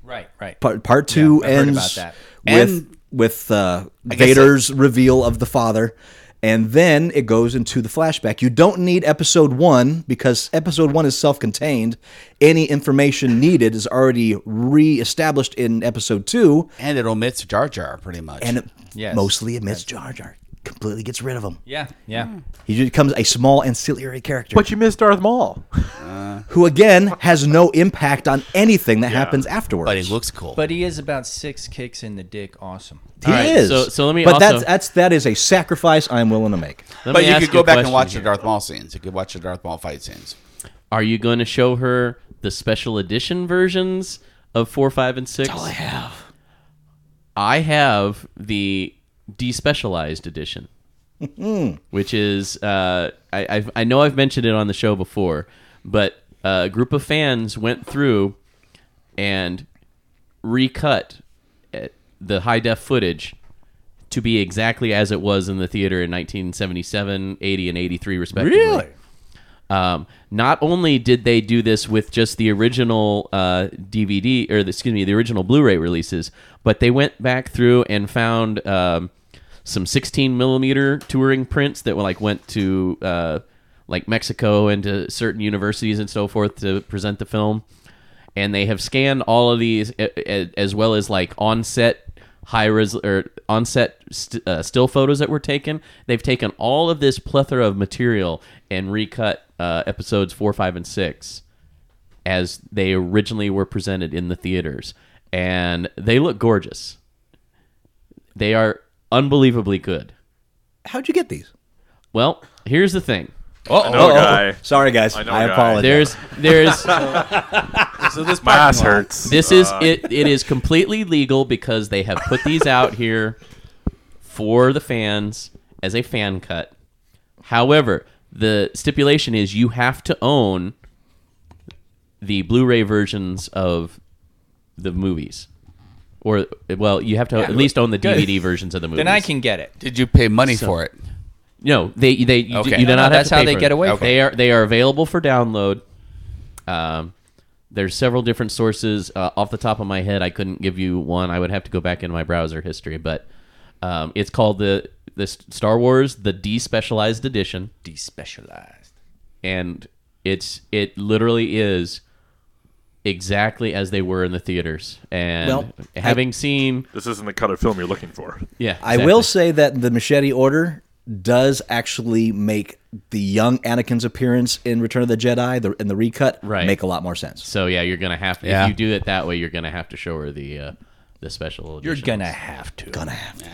[SPEAKER 7] Right. Right.
[SPEAKER 3] Part, part two
[SPEAKER 7] I've heard
[SPEAKER 3] ends
[SPEAKER 7] about that.
[SPEAKER 3] with
[SPEAKER 6] And-
[SPEAKER 3] with uh,
[SPEAKER 6] guess
[SPEAKER 3] Vader's reveal of the father, and then it goes into the flashback. You don't need episode one because episode one is self-contained. Any information needed is already re-established in episode two,
[SPEAKER 6] And it omits Jar Jar pretty much.
[SPEAKER 3] and it
[SPEAKER 7] Yes.
[SPEAKER 3] mostly omits Jar Jar. Completely gets rid of him.
[SPEAKER 7] Yeah. Yeah.
[SPEAKER 3] He just becomes a small ancillary character.
[SPEAKER 8] But you missed Darth Maul.
[SPEAKER 3] who again has no impact on anything that happens afterwards.
[SPEAKER 6] but he looks cool.
[SPEAKER 7] But he is about six kicks in the dick. Awesome.
[SPEAKER 3] he
[SPEAKER 5] right,
[SPEAKER 3] is.
[SPEAKER 5] so- so let me
[SPEAKER 3] But
[SPEAKER 5] also-
[SPEAKER 3] that's that's that is a sacrifice I'm willing to make.
[SPEAKER 5] Let
[SPEAKER 6] but
[SPEAKER 5] me
[SPEAKER 6] you
[SPEAKER 5] ask
[SPEAKER 6] could go
[SPEAKER 5] a
[SPEAKER 6] back and
[SPEAKER 5] question
[SPEAKER 6] watch
[SPEAKER 5] here.
[SPEAKER 6] the Darth Maul scenes. You could watch the Darth Maul fight scenes.
[SPEAKER 5] Are you going to show her the special edition versions of four, five, and six? I have. I have the despecialized edition, which is uh, I I've, I know I've mentioned it on the show before, but uh, a group of fans went through and recut uh, the high def footage to be exactly as it was in the theater in 1977, 80, and 83, respectively. Really? Um, not only did they do this with just the original uh, DVD or the, excuse me, the original Blu-ray releases, but they went back through and found um, some 16 millimeter touring prints that were like went to uh, like Mexico and to certain universities and so forth to present the film and they have scanned all of these a- a- as well as like on-set high res or on-set st- uh, still photos that were taken they've taken all of this plethora of material and recut uh, episodes four five and six as they originally were presented in the theaters and they look gorgeous they are unbelievably good
[SPEAKER 3] How'd you get these?
[SPEAKER 5] well here's the thing
[SPEAKER 1] I know a guy.
[SPEAKER 3] Sorry guys, I,
[SPEAKER 1] know a guy.
[SPEAKER 3] apologize.
[SPEAKER 5] there's there's
[SPEAKER 8] So this my ass hurts.
[SPEAKER 5] This is it. It is completely legal because they have put these out here for the fans as a fan cut. However, the stipulation is you have to own the Blu-ray versions of the movies. or well, you have to at least own the DVD versions of the movies.
[SPEAKER 7] Then I can get it.
[SPEAKER 6] Did you pay money for it?
[SPEAKER 5] No, they they you,
[SPEAKER 6] Okay.
[SPEAKER 5] do, you do
[SPEAKER 6] No,
[SPEAKER 5] not have
[SPEAKER 7] that's
[SPEAKER 5] to
[SPEAKER 7] how
[SPEAKER 5] pay
[SPEAKER 7] they
[SPEAKER 5] for
[SPEAKER 7] get
[SPEAKER 5] them.
[SPEAKER 7] away from
[SPEAKER 5] They are they are available for download. Um, there's several different sources. Uh, off the top of my head, I couldn't give you one. I would have to go back into my browser history, but um, it's called the the S- Star Wars the Despecialized Edition,
[SPEAKER 7] Despecialized.
[SPEAKER 5] and it's it literally is exactly as they were in the theaters. And
[SPEAKER 3] Well, I-
[SPEAKER 5] having seen,
[SPEAKER 1] This isn't the kind of film you're looking for.
[SPEAKER 5] yeah,
[SPEAKER 3] I
[SPEAKER 5] exactly.
[SPEAKER 3] will say that the machete order does actually make the young Anakin's appearance in Return of the Jedi the, in the recut
[SPEAKER 5] Right.
[SPEAKER 3] make a lot more sense.
[SPEAKER 5] So yeah, you're gonna have to.
[SPEAKER 6] Yeah.
[SPEAKER 5] If you do it that way, you're gonna have to show her the uh, the special.
[SPEAKER 7] You're
[SPEAKER 5] editions.
[SPEAKER 7] gonna have to.
[SPEAKER 3] Gonna have to.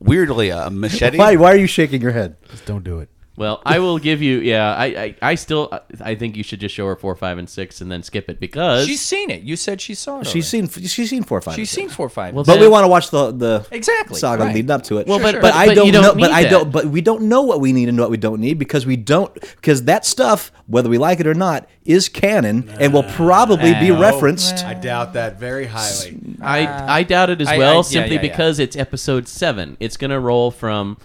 [SPEAKER 6] Weirdly, a machete.
[SPEAKER 3] Why? Why are you shaking your head?
[SPEAKER 4] Just don't do it.
[SPEAKER 5] Well, I will give you. Yeah, I, I, I still, I think you should just show her four, five, and six, and then skip it because
[SPEAKER 7] She's seen it. You said she saw it. already.
[SPEAKER 3] She's seen. She's seen four or five.
[SPEAKER 7] She's
[SPEAKER 3] of them.
[SPEAKER 7] seen four, five.
[SPEAKER 5] Well,
[SPEAKER 3] But we
[SPEAKER 5] then-
[SPEAKER 3] want to watch the the
[SPEAKER 7] Exactly,
[SPEAKER 3] saga
[SPEAKER 7] right.
[SPEAKER 3] leading up to it.
[SPEAKER 5] Well, Sure, but- sure. but-
[SPEAKER 3] I
[SPEAKER 5] but
[SPEAKER 3] don't
[SPEAKER 5] you don't
[SPEAKER 3] know.
[SPEAKER 5] need
[SPEAKER 3] But I
[SPEAKER 5] that.
[SPEAKER 3] don't. But we don't know what we need and what we don't need because we don't because that stuff, whether we like it or not, is canon and will probably be
[SPEAKER 5] No.
[SPEAKER 3] referenced.
[SPEAKER 4] I doubt that very highly.
[SPEAKER 5] I, I doubt it as
[SPEAKER 7] I-
[SPEAKER 5] well,
[SPEAKER 7] I- yeah,
[SPEAKER 5] simply
[SPEAKER 7] yeah, yeah.
[SPEAKER 5] because it's episode seven. It's gonna roll from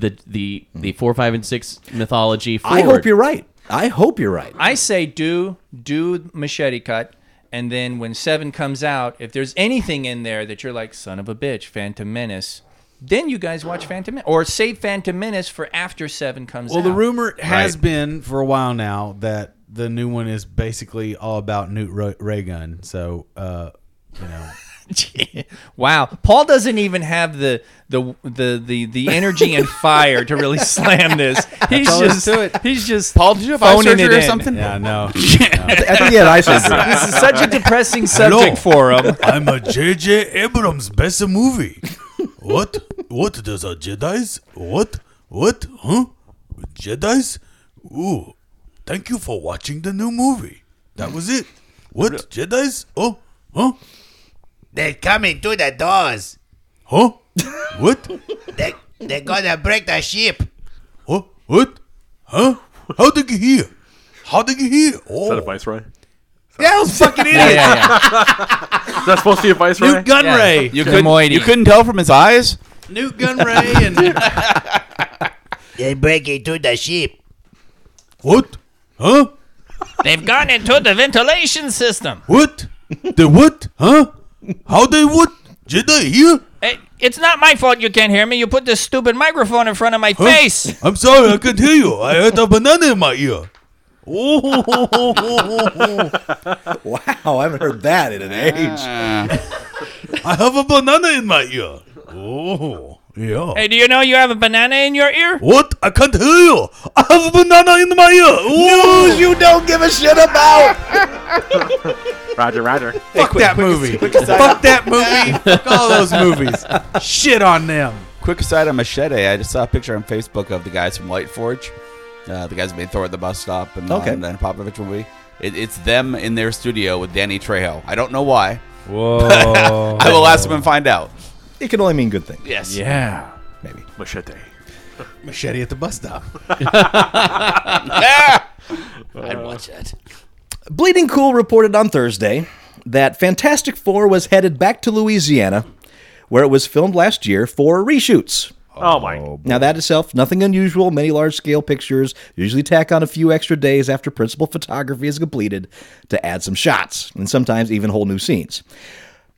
[SPEAKER 5] the the the four, five, and six mythology. Forward.
[SPEAKER 3] I hope you're right. I hope you're right.
[SPEAKER 7] I say do do machete cut, and then when seven comes out, if there's anything in there that you're like son of a bitch, Phantom Menace, then you guys watch Phantom Menace or save Phantom Menace for after seven comes
[SPEAKER 4] Well,
[SPEAKER 7] out.
[SPEAKER 4] the rumor has
[SPEAKER 5] Right.
[SPEAKER 4] been for a while now that the new one is basically all about Newt Ra- Raygun. So, uh, you know,
[SPEAKER 7] wow, Paul doesn't even have the the the the, the energy and fire to really slam this. He's
[SPEAKER 4] all there is
[SPEAKER 7] just
[SPEAKER 4] to it.
[SPEAKER 7] he's just
[SPEAKER 6] Paul, did you have eye
[SPEAKER 7] phoning it
[SPEAKER 6] surgery or
[SPEAKER 7] in.
[SPEAKER 6] something?
[SPEAKER 4] yeah, no,
[SPEAKER 3] I think he had eye surgery.
[SPEAKER 7] This is such a depressing subject for him.
[SPEAKER 4] I'm a JJ Abrams best movie. What? What does a Jedi's? What? What? Huh? Jedi's? Ooh. Thank you for watching the new movie. That was it. What Jedi's? Oh, huh?
[SPEAKER 9] They're coming to the doors.
[SPEAKER 4] Huh? What?
[SPEAKER 9] They, they're gonna break the ship.
[SPEAKER 4] What? What? Huh? How did you hear? How did you hear?
[SPEAKER 1] Is that a
[SPEAKER 4] Oh,
[SPEAKER 1] viceroy?
[SPEAKER 4] that was fucking idiot.
[SPEAKER 1] Is that supposed to be a viceroy?
[SPEAKER 4] Newt Gunray.
[SPEAKER 6] You
[SPEAKER 7] couldn't- Moiety. you
[SPEAKER 6] couldn't tell from his eyes.
[SPEAKER 4] Newt Gunray and
[SPEAKER 9] They break into the ship.
[SPEAKER 4] what? Huh?
[SPEAKER 7] They've gone into the ventilation system.
[SPEAKER 4] What? The what? Huh? How they what? Jedi here?
[SPEAKER 7] Hey, it's not my fault you can't hear me. You put this stupid microphone in front of my face.
[SPEAKER 4] I'm sorry, I can't hear you. I had a banana in my ear. Oh, ho, ho, ho, ho, ho, ho.
[SPEAKER 3] Wow, I haven't heard that in an age.
[SPEAKER 4] I have a banana in my ear. Oh, yeah.
[SPEAKER 7] Hey, do you know you have a banana in your ear?
[SPEAKER 4] What? I can't hear you. I have a banana in my ear. Oh, you don't give a shit about.
[SPEAKER 1] Roger, Roger.
[SPEAKER 4] Fuck that movie. Fuck that movie. Fuck all those movies. Shit on them.
[SPEAKER 6] Quick aside on machete. I just saw a picture on Facebook of the guys from Light Forge. Uh, the guys who made Thor at the bus stop and
[SPEAKER 3] Okay.
[SPEAKER 6] and, and Popovich movie. It, it's them in their studio with Danny Trejo. I don't know why.
[SPEAKER 4] Whoa.
[SPEAKER 6] I will ask them and find out.
[SPEAKER 3] It can only mean good things.
[SPEAKER 6] Yes.
[SPEAKER 7] Yeah.
[SPEAKER 3] Maybe.
[SPEAKER 1] Machete.
[SPEAKER 4] Machete at the bus stop.
[SPEAKER 6] I'd watch that.
[SPEAKER 3] Bleeding Cool reported on Thursday that Fantastic Four was headed back to Louisiana, where it was filmed last year for reshoots.
[SPEAKER 1] Oh, my.
[SPEAKER 3] Now, that itself, nothing unusual. Many large scale pictures usually tack on a few extra days after principal photography is completed to add some shots, and sometimes even whole new scenes.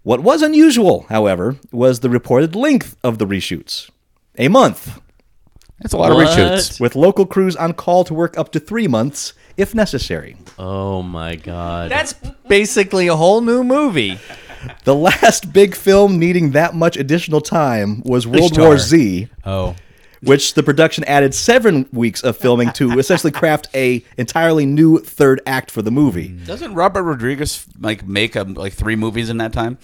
[SPEAKER 3] What was unusual, however, was the reported length of the reshoots a month,
[SPEAKER 6] That's a lot
[SPEAKER 5] What?
[SPEAKER 6] of reshoots.
[SPEAKER 3] with local crews on call to work up to three months if necessary.
[SPEAKER 5] Oh my god!
[SPEAKER 7] That's basically a whole new movie.
[SPEAKER 3] The last big film needing that much additional time was World
[SPEAKER 4] Ishtar.
[SPEAKER 3] War Z,
[SPEAKER 4] Oh.
[SPEAKER 3] which the production added seven weeks of filming to essentially craft a entirely new third act for the movie.
[SPEAKER 6] Doesn't Robert Rodriguez like make um, like three movies in that time?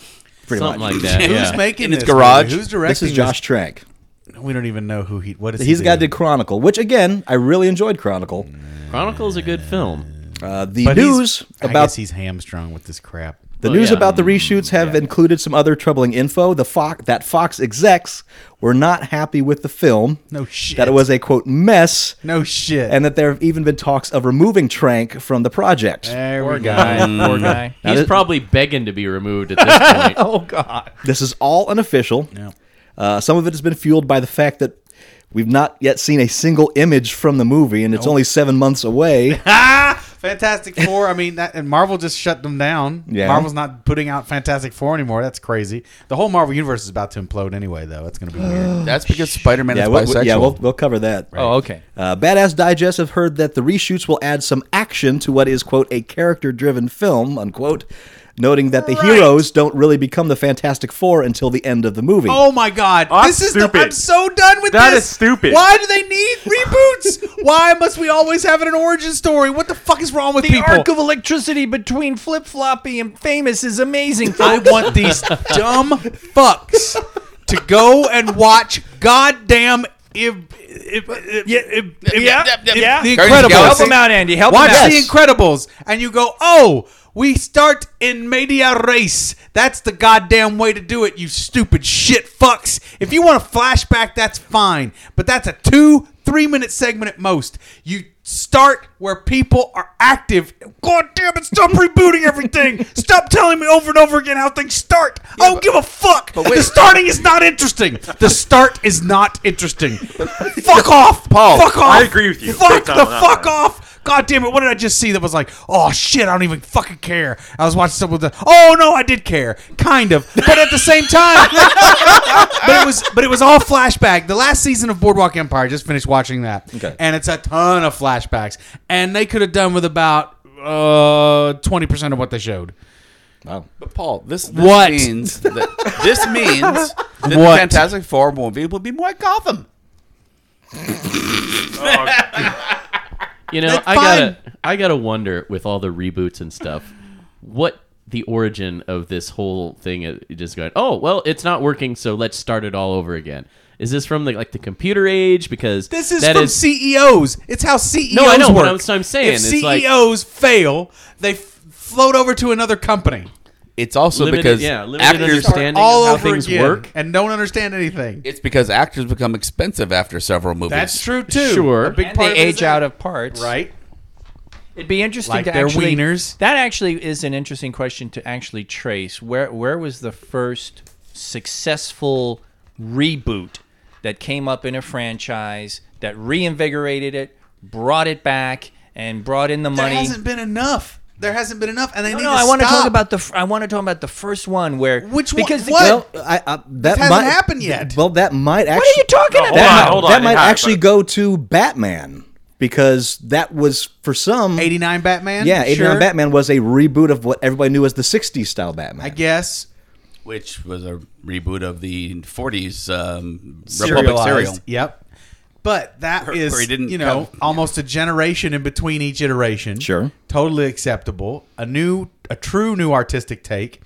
[SPEAKER 3] Pretty
[SPEAKER 5] something
[SPEAKER 3] much.
[SPEAKER 5] like that.
[SPEAKER 4] Who's
[SPEAKER 5] yeah.
[SPEAKER 4] making
[SPEAKER 6] In his
[SPEAKER 4] this
[SPEAKER 6] garage.
[SPEAKER 4] movie? Who's directing
[SPEAKER 3] This is Josh Trank.
[SPEAKER 4] this? We don't even know who he. What is
[SPEAKER 3] He's
[SPEAKER 4] he
[SPEAKER 3] the guy that
[SPEAKER 4] doing?
[SPEAKER 3] did Chronicle, which again I really enjoyed. Chronicle.
[SPEAKER 5] Chronicle's a good film.
[SPEAKER 3] Uh, the
[SPEAKER 4] But he's-
[SPEAKER 3] news
[SPEAKER 4] I guess
[SPEAKER 3] about
[SPEAKER 4] he's hamstrung with this crap.
[SPEAKER 3] The news
[SPEAKER 5] yeah.
[SPEAKER 3] about the reshoots have included some other troubling info. The Fox that Fox execs were not happy with the film.
[SPEAKER 6] No shit.
[SPEAKER 3] That it was a quote mess.
[SPEAKER 6] No shit.
[SPEAKER 3] And that there have even been talks of removing Trank from the project.
[SPEAKER 6] there
[SPEAKER 7] Poor guy. Poor guy.
[SPEAKER 5] Mm. He's probably begging to be removed at this point.
[SPEAKER 7] Oh God.
[SPEAKER 3] This is all unofficial. Uh, some of it has been fueled by the fact that we've not yet seen a single image from the movie, and it's only seven months away.
[SPEAKER 10] Fantastic Four. I mean, that, and Marvel just shut them down.
[SPEAKER 3] Yeah.
[SPEAKER 10] Marvel's not putting out Fantastic Four anymore. That's crazy. The whole Marvel universe is about to implode anyway, though. It's going to be weird.
[SPEAKER 6] That's because Spider Man
[SPEAKER 3] yeah,
[SPEAKER 6] is
[SPEAKER 3] we'll,
[SPEAKER 6] bisexual.
[SPEAKER 3] yeah, we'll, we'll cover that.
[SPEAKER 7] Oh, okay.
[SPEAKER 3] Uh, Badass Digest have heard that the reshoots will add some action to what is, quote, a character driven film, unquote, noting that the heroes don't really become the Fantastic Four until the end of the movie.
[SPEAKER 10] Oh my God!
[SPEAKER 1] Oh,
[SPEAKER 10] this is the,
[SPEAKER 1] stupid.
[SPEAKER 10] I'm so done with
[SPEAKER 1] That
[SPEAKER 10] this.
[SPEAKER 1] is stupid.
[SPEAKER 10] Why do they need reboots? Why must we always have an origin story? What the fuck is wrong with
[SPEAKER 7] The
[SPEAKER 10] people?
[SPEAKER 7] arc of electricity between Flip Floppy and Famous is amazing.
[SPEAKER 10] I want these dumb fucks to go and watch goddamn if, if, if, yeah, if,
[SPEAKER 6] yeah, yeah, yeah.
[SPEAKER 10] the
[SPEAKER 6] Guardians of the
[SPEAKER 10] Incredibles.
[SPEAKER 6] Galaxy.
[SPEAKER 7] Help him out, Andy. Help
[SPEAKER 10] Watch
[SPEAKER 7] him out.
[SPEAKER 10] the Incredibles, and you go, oh, we start in media race. That's the goddamn way to do it, you stupid shit fucks. If you want a flashback, that's fine, but that's a two, three minute segment at most. You start where people are active. God damn it, stop rebooting everything. Stop telling me over and over again how things start. I don't give a fuck. The starting is not interesting. The start is not interesting. fuck off,
[SPEAKER 1] Paul,
[SPEAKER 10] Fuck off.
[SPEAKER 1] I agree with you.
[SPEAKER 10] Fuck
[SPEAKER 1] Big
[SPEAKER 10] the
[SPEAKER 1] time on that
[SPEAKER 10] fuck
[SPEAKER 1] one.
[SPEAKER 10] off. God damn it! What did I just see that was like, oh shit, I don't even fucking care. I was watching something with the, oh no, I did care, kind of, but at the same time, but it was, but it was all flashback. The last season of Boardwalk Empire just finished watching that,
[SPEAKER 3] Okay.
[SPEAKER 10] and it's a ton of flashbacks, and they could have done with about uh, twenty percent of what they showed.
[SPEAKER 6] But Paul, this, this
[SPEAKER 10] What?
[SPEAKER 6] means that this means that the
[SPEAKER 10] What?
[SPEAKER 6] Fantastic Four movie will be more Gotham.
[SPEAKER 5] You know,
[SPEAKER 10] That's
[SPEAKER 5] I
[SPEAKER 10] fine.
[SPEAKER 5] gotta, I gotta wonder with all the reboots and stuff, what the origin of this whole thing is just going. Oh well, it's not working, so let's start it all over again. Is this from the like the computer age? Because
[SPEAKER 10] This is
[SPEAKER 5] that
[SPEAKER 10] from E CEOs. It's how CEOs
[SPEAKER 5] No, I know, but
[SPEAKER 10] work.
[SPEAKER 5] I'm- so I'm saying,
[SPEAKER 10] if
[SPEAKER 5] it's like-
[SPEAKER 10] CEOs fail, they f- float over to another company.
[SPEAKER 6] It's also
[SPEAKER 5] Limited-
[SPEAKER 6] because
[SPEAKER 5] yeah, limited
[SPEAKER 6] actors
[SPEAKER 5] understanding. Ending
[SPEAKER 10] all
[SPEAKER 5] of how
[SPEAKER 10] over
[SPEAKER 5] things
[SPEAKER 10] again
[SPEAKER 5] work.
[SPEAKER 10] and don't understand anything.
[SPEAKER 6] It's because actors become expensive after several movies.
[SPEAKER 10] That's true too.
[SPEAKER 5] Sure.
[SPEAKER 10] a big
[SPEAKER 7] And
[SPEAKER 10] part
[SPEAKER 7] they
[SPEAKER 10] of it is
[SPEAKER 7] age
[SPEAKER 10] that-
[SPEAKER 7] out of parts.
[SPEAKER 10] right.
[SPEAKER 7] It'd be interesting
[SPEAKER 10] Like
[SPEAKER 7] to
[SPEAKER 10] their
[SPEAKER 7] actually.
[SPEAKER 10] wieners.
[SPEAKER 7] That actually is an interesting question to actually trace. Where where was the first successful reboot that came up in a franchise that reinvigorated it, brought it back, and brought in the
[SPEAKER 10] There
[SPEAKER 7] money?
[SPEAKER 10] hasn't been enough. There hasn't been enough, and they
[SPEAKER 7] no,
[SPEAKER 10] need
[SPEAKER 7] no,
[SPEAKER 10] to
[SPEAKER 7] I want to
[SPEAKER 10] stop.
[SPEAKER 7] talk about the. fir- I want to talk about the first one where
[SPEAKER 10] Which one-
[SPEAKER 7] because the-
[SPEAKER 10] what?
[SPEAKER 3] Well, I, I, that
[SPEAKER 10] hasn't
[SPEAKER 3] might,
[SPEAKER 10] happened yet.
[SPEAKER 3] Well, that might actually.
[SPEAKER 7] What are you talking
[SPEAKER 1] No, hold
[SPEAKER 7] about?
[SPEAKER 3] That,
[SPEAKER 1] on,
[SPEAKER 3] might,
[SPEAKER 1] hold on,
[SPEAKER 3] that might
[SPEAKER 1] it has,
[SPEAKER 3] actually
[SPEAKER 1] but-
[SPEAKER 3] go to Batman because that was for some.
[SPEAKER 10] eighty-nine Batman.
[SPEAKER 3] yeah, 89
[SPEAKER 10] Sure.
[SPEAKER 3] Batman was a reboot of what everybody knew as the 60s style Batman.
[SPEAKER 10] I guess
[SPEAKER 6] which was a reboot of the 40s um, Republic
[SPEAKER 10] Serialized.
[SPEAKER 6] serial.
[SPEAKER 10] Yep. But that
[SPEAKER 6] Or-
[SPEAKER 10] is,
[SPEAKER 6] or he didn't
[SPEAKER 10] you know,
[SPEAKER 6] come-
[SPEAKER 10] almost a generation in between each iteration.
[SPEAKER 3] Sure.
[SPEAKER 10] totally acceptable. A new, a true new artistic take,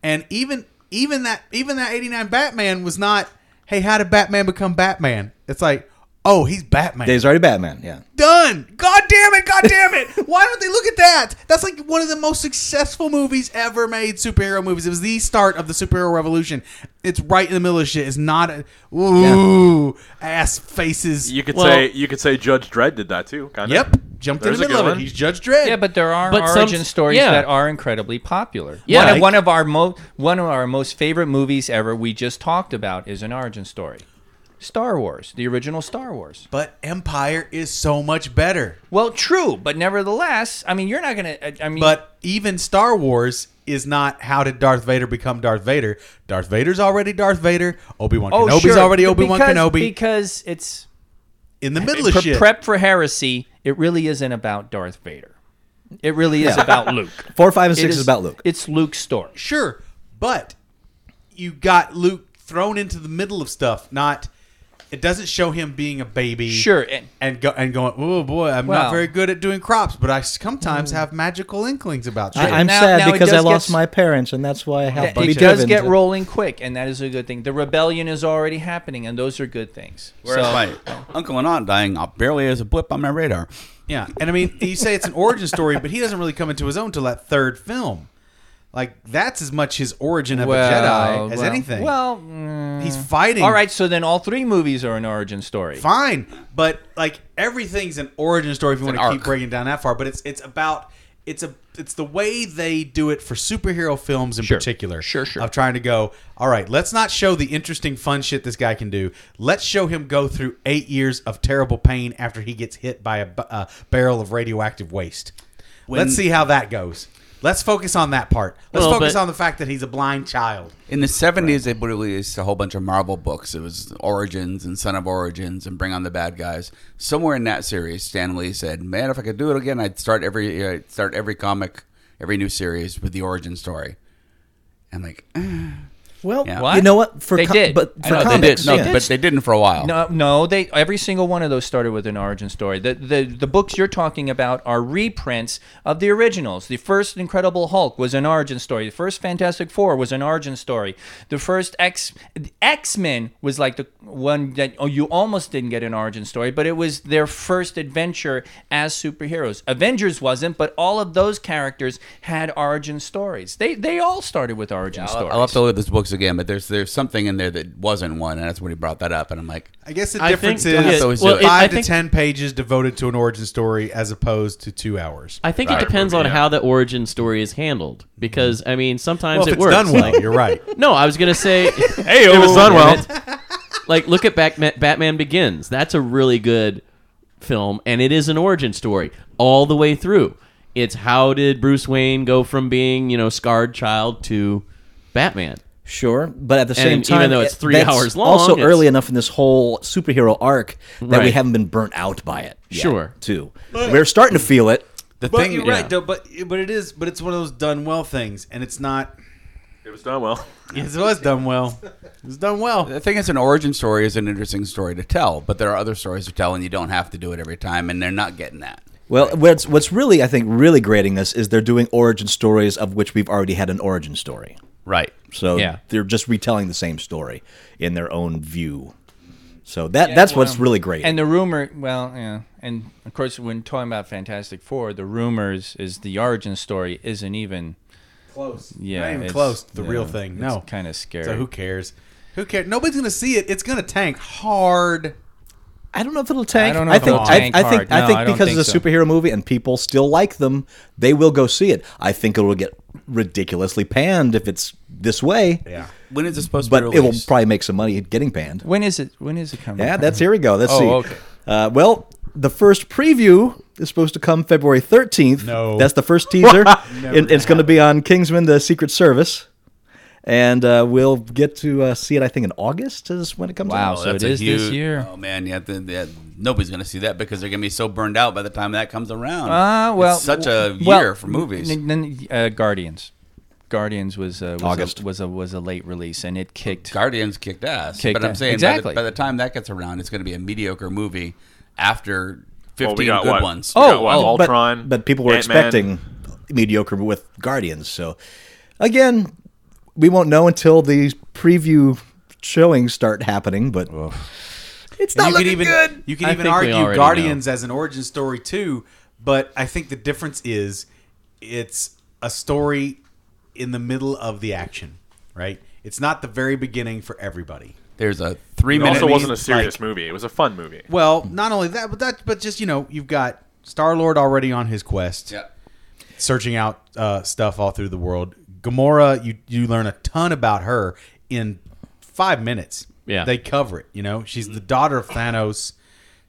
[SPEAKER 10] and even even that even that '89 Batman was not. Hey, how did Batman become Batman? It's like, oh, he's Batman.
[SPEAKER 3] There's already Batman, yeah.
[SPEAKER 10] done. God damn it, god damn it. Why don't they look at that? That's like one of the most successful movies ever made, superhero movies. It was the start of the superhero revolution. It's right in the middle of shit. It's not a, ooh ass faces.
[SPEAKER 1] You could
[SPEAKER 5] Well-
[SPEAKER 1] say you could say Judge Dredd did that too. Kind of.
[SPEAKER 10] yep. Jumped in
[SPEAKER 1] There's
[SPEAKER 10] the
[SPEAKER 1] a
[SPEAKER 10] middle
[SPEAKER 1] good
[SPEAKER 10] of it.
[SPEAKER 1] one.
[SPEAKER 10] He's Judge Dredd.
[SPEAKER 7] Yeah, but there are
[SPEAKER 5] But some-
[SPEAKER 7] origin stories
[SPEAKER 5] yeah.
[SPEAKER 7] that are incredibly popular.
[SPEAKER 5] Yeah.
[SPEAKER 7] one, of,
[SPEAKER 5] Like-
[SPEAKER 7] one of our mo- one of our most favorite movies ever. We just talked about is an origin story. Star Wars, the original Star Wars.
[SPEAKER 10] But Empire is so much better.
[SPEAKER 7] Well, true, but nevertheless, I mean, you're not gonna. I- I mean,
[SPEAKER 10] But even Star Wars is not how did Darth Vader become Darth Vader. Darth Vader's already Darth Vader. Obi Wan
[SPEAKER 7] oh,
[SPEAKER 10] Kenobi's
[SPEAKER 7] sure,
[SPEAKER 10] already
[SPEAKER 7] but
[SPEAKER 10] Obi Wan
[SPEAKER 7] because-
[SPEAKER 10] Kenobi.
[SPEAKER 7] because it's
[SPEAKER 10] in the middle of
[SPEAKER 7] pre-
[SPEAKER 10] shit.
[SPEAKER 7] prep for heresy. It really isn't about Darth Vader. It really is
[SPEAKER 3] Yeah.
[SPEAKER 7] about Luke.
[SPEAKER 3] Four, five, and
[SPEAKER 7] It
[SPEAKER 3] six is, about Luke.
[SPEAKER 7] It's Luke's story.
[SPEAKER 10] Sure, but you got Luke thrown into the middle of stuff. Not it doesn't show him being a baby.
[SPEAKER 7] Sure, and-
[SPEAKER 10] and go and going. Oh boy, I'm
[SPEAKER 7] Well- Mm.
[SPEAKER 10] not very good at doing crops, but I sometimes have magical inklings about shit.
[SPEAKER 3] I, am
[SPEAKER 7] Now-
[SPEAKER 3] sad
[SPEAKER 7] now it
[SPEAKER 3] because I
[SPEAKER 7] does get
[SPEAKER 3] lost
[SPEAKER 7] s-
[SPEAKER 3] my parents, and that's why I have
[SPEAKER 7] It-
[SPEAKER 3] to be
[SPEAKER 7] it does
[SPEAKER 3] driven
[SPEAKER 7] get
[SPEAKER 3] to-
[SPEAKER 7] rolling quick, and that is a good thing. The rebellion is already happening, and those are good things.
[SPEAKER 6] Whereas
[SPEAKER 7] So-
[SPEAKER 6] my uncle and aunt dying off barely as a blip on my radar.
[SPEAKER 10] yeah, and I mean, you say it's an origin story, but he doesn't really come into his own till that third film. Like that's as much his origin of
[SPEAKER 7] Well,
[SPEAKER 10] a Jedi as
[SPEAKER 7] well,
[SPEAKER 10] anything.
[SPEAKER 7] Well, Mm.
[SPEAKER 10] he's fighting.
[SPEAKER 7] all right. So then all three movies are an origin story.
[SPEAKER 10] fine. But like everything's an origin story if you
[SPEAKER 6] It's
[SPEAKER 10] want
[SPEAKER 6] an
[SPEAKER 10] to keep
[SPEAKER 6] arc.
[SPEAKER 10] breaking down that far. But it's it's about it's a it's the way they do it for superhero films in particular.
[SPEAKER 6] Sure, sure.
[SPEAKER 10] Of trying to go, all right, let's not show the interesting fun shit this guy can do. Let's show him go through eight years of terrible pain after he gets hit by a, bu- a barrel of radioactive waste. let's see how that goes. Let's focus on that part. Let's
[SPEAKER 5] Well,
[SPEAKER 10] focus
[SPEAKER 5] but-
[SPEAKER 10] on the fact that he's a blind child.
[SPEAKER 6] In the seventies, they released a whole bunch of Marvel books. It was Origins and Son of Origins and Bring on the Bad Guys. Somewhere in that series, Stan Lee said, "Man, if I could do it again, I'd start every uh, start every comic, every new series with the origin story." And like, eh,
[SPEAKER 3] Well,
[SPEAKER 6] Yeah.
[SPEAKER 3] you know what? For
[SPEAKER 7] They did.
[SPEAKER 3] but
[SPEAKER 6] I
[SPEAKER 3] for
[SPEAKER 6] know they
[SPEAKER 3] comics,
[SPEAKER 6] did, no,
[SPEAKER 3] yeah.
[SPEAKER 6] but they didn't for a while.
[SPEAKER 7] No, no. They every single one of those started with an origin story. The, the the books you're talking about are reprints of the originals. The first Incredible Hulk was an origin story. The first Fantastic Four was an origin story. The first X X Men was like the one that oh, you almost didn't get an origin story, but it was their first adventure as superheroes. Avengers wasn't, but all of those characters had origin stories. They they all started with origin stories.
[SPEAKER 6] I'll have to look at those books again, but there's there's something in there that wasn't one, and that's when he brought that up. And I'm like,
[SPEAKER 10] I guess the
[SPEAKER 5] I
[SPEAKER 10] difference
[SPEAKER 5] think-
[SPEAKER 10] is
[SPEAKER 5] yeah,
[SPEAKER 6] so is
[SPEAKER 5] well,
[SPEAKER 6] it.
[SPEAKER 5] it- I
[SPEAKER 10] five to
[SPEAKER 5] think-
[SPEAKER 10] ten pages devoted to an origin story as opposed to two hours.
[SPEAKER 5] I think it depends on how the origin story is handled because I mean sometimes
[SPEAKER 10] Mm-hmm. well, if
[SPEAKER 5] it
[SPEAKER 10] it's
[SPEAKER 5] works.
[SPEAKER 10] done well,
[SPEAKER 5] like-
[SPEAKER 10] you're right.
[SPEAKER 5] no, I was gonna say
[SPEAKER 1] Hey, it was done well.
[SPEAKER 5] like look at Batman, Batman Begins. That's a really good film, and it is an origin story all the way through. It's how did Bruce Wayne go from being you know scarred child to Batman?
[SPEAKER 3] Sure, but at the same
[SPEAKER 5] even
[SPEAKER 3] time,
[SPEAKER 5] though it's
[SPEAKER 3] it-
[SPEAKER 5] three
[SPEAKER 3] that's
[SPEAKER 5] hours long,
[SPEAKER 3] also
[SPEAKER 5] it's-
[SPEAKER 3] early enough in this whole superhero arc that we
[SPEAKER 5] Right.
[SPEAKER 3] haven't been burnt out by it. yet,
[SPEAKER 5] Sure.
[SPEAKER 3] too. We're starting to feel it.
[SPEAKER 10] The but you're right, though. But but it is. But it's one of those done well things, and it's not.
[SPEAKER 1] It was done well.
[SPEAKER 10] Yes, it was done well. It was done well.
[SPEAKER 6] I think it's an origin story is an interesting story to tell, but there are other stories to tell, and you don't have to do it every time, and they're not getting that.
[SPEAKER 3] Well, what's what's really I think really grading this is they're doing origin stories of which we've already had an origin story.
[SPEAKER 6] Right.
[SPEAKER 3] So
[SPEAKER 7] Yeah.
[SPEAKER 3] they're just retelling the same story in their own view. So that that's what's
[SPEAKER 7] Well,
[SPEAKER 3] really great.
[SPEAKER 7] And the rumor, well, yeah, and of course, when talking about Fantastic Four, the rumors is the origin story isn't even
[SPEAKER 10] Close.
[SPEAKER 7] yeah,
[SPEAKER 10] not even
[SPEAKER 7] it's-
[SPEAKER 10] close. to The
[SPEAKER 7] yeah,
[SPEAKER 10] real thing. No.
[SPEAKER 7] it's kind of scary.
[SPEAKER 10] So who cares? Who cares? Nobody's gonna see it. It's gonna tank hard.
[SPEAKER 3] I don't know if it'll tank.
[SPEAKER 7] I don't know if
[SPEAKER 3] think
[SPEAKER 7] it'll
[SPEAKER 3] I,
[SPEAKER 7] tank
[SPEAKER 3] I think
[SPEAKER 7] hard.
[SPEAKER 3] I
[SPEAKER 7] No,
[SPEAKER 3] think
[SPEAKER 7] I don't
[SPEAKER 3] because
[SPEAKER 7] think
[SPEAKER 3] it's a
[SPEAKER 7] so.
[SPEAKER 3] superhero movie and people still like them, they will go see it. I think it will get ridiculously panned if it's this way. Yeah.
[SPEAKER 6] When is it supposed
[SPEAKER 3] But
[SPEAKER 6] to be
[SPEAKER 3] it will
[SPEAKER 6] released?
[SPEAKER 3] probably make some money getting panned.
[SPEAKER 7] when is it? When is it coming?
[SPEAKER 3] Yeah, that's here we go. Let's
[SPEAKER 7] Oh,
[SPEAKER 3] see.
[SPEAKER 7] okay.
[SPEAKER 3] Uh, well, the first preview is supposed to come February 13th.
[SPEAKER 10] No.
[SPEAKER 3] That's the first teaser. It- it's going to be on Kingsman: The Secret Service, and uh, we'll get to uh, see it. I think in August is when it comes
[SPEAKER 7] Wow,
[SPEAKER 3] out.
[SPEAKER 7] so it
[SPEAKER 6] a
[SPEAKER 7] is this
[SPEAKER 6] huge-
[SPEAKER 7] year.
[SPEAKER 6] Oh man, yeah, the, the, nobody's gonna see that because they're gonna be so burned out by the time that comes around.
[SPEAKER 7] Ah, well,
[SPEAKER 6] it's such a year
[SPEAKER 7] well,
[SPEAKER 6] for movies.
[SPEAKER 7] n- n- uh, Guardians, Guardians was uh, was
[SPEAKER 3] August.
[SPEAKER 7] a, was a was a late release, and it kicked.
[SPEAKER 6] Guardians kicked ass,
[SPEAKER 7] Kicked
[SPEAKER 6] but I'm
[SPEAKER 7] ass.
[SPEAKER 6] saying
[SPEAKER 7] Exactly.
[SPEAKER 6] by, the, by the time that gets around, it's gonna be a mediocre movie after
[SPEAKER 1] Well, we
[SPEAKER 6] fifteen
[SPEAKER 1] got
[SPEAKER 6] good
[SPEAKER 1] what?
[SPEAKER 6] ones.
[SPEAKER 1] We
[SPEAKER 7] Oh,
[SPEAKER 1] got what?
[SPEAKER 3] but,
[SPEAKER 1] Ultron.
[SPEAKER 3] but people were
[SPEAKER 1] Ant-Man.
[SPEAKER 3] expecting mediocre with Guardians. So again, we won't know until these preview showings start happening. But it's not
[SPEAKER 10] you
[SPEAKER 3] looking
[SPEAKER 10] can even
[SPEAKER 3] good.
[SPEAKER 10] you can
[SPEAKER 5] I
[SPEAKER 10] even
[SPEAKER 5] think we
[SPEAKER 10] argue
[SPEAKER 5] already
[SPEAKER 10] Guardians as an origin story too, but I think the difference is it's a story in the middle of the action, right? It's not the very beginning for everybody.
[SPEAKER 6] There's a three
[SPEAKER 1] It
[SPEAKER 6] minute.
[SPEAKER 1] also wasn't a
[SPEAKER 10] like-
[SPEAKER 1] serious movie. It was a fun movie.
[SPEAKER 10] Well, not only that, but that, but just you know, you've got Star Lord already on his quest,
[SPEAKER 6] Yeah.
[SPEAKER 10] searching out uh, stuff all through the world. Gamora, you you learn a ton about her in five minutes.
[SPEAKER 5] Yeah.
[SPEAKER 10] they cover it. You know, she's the daughter of Thanos.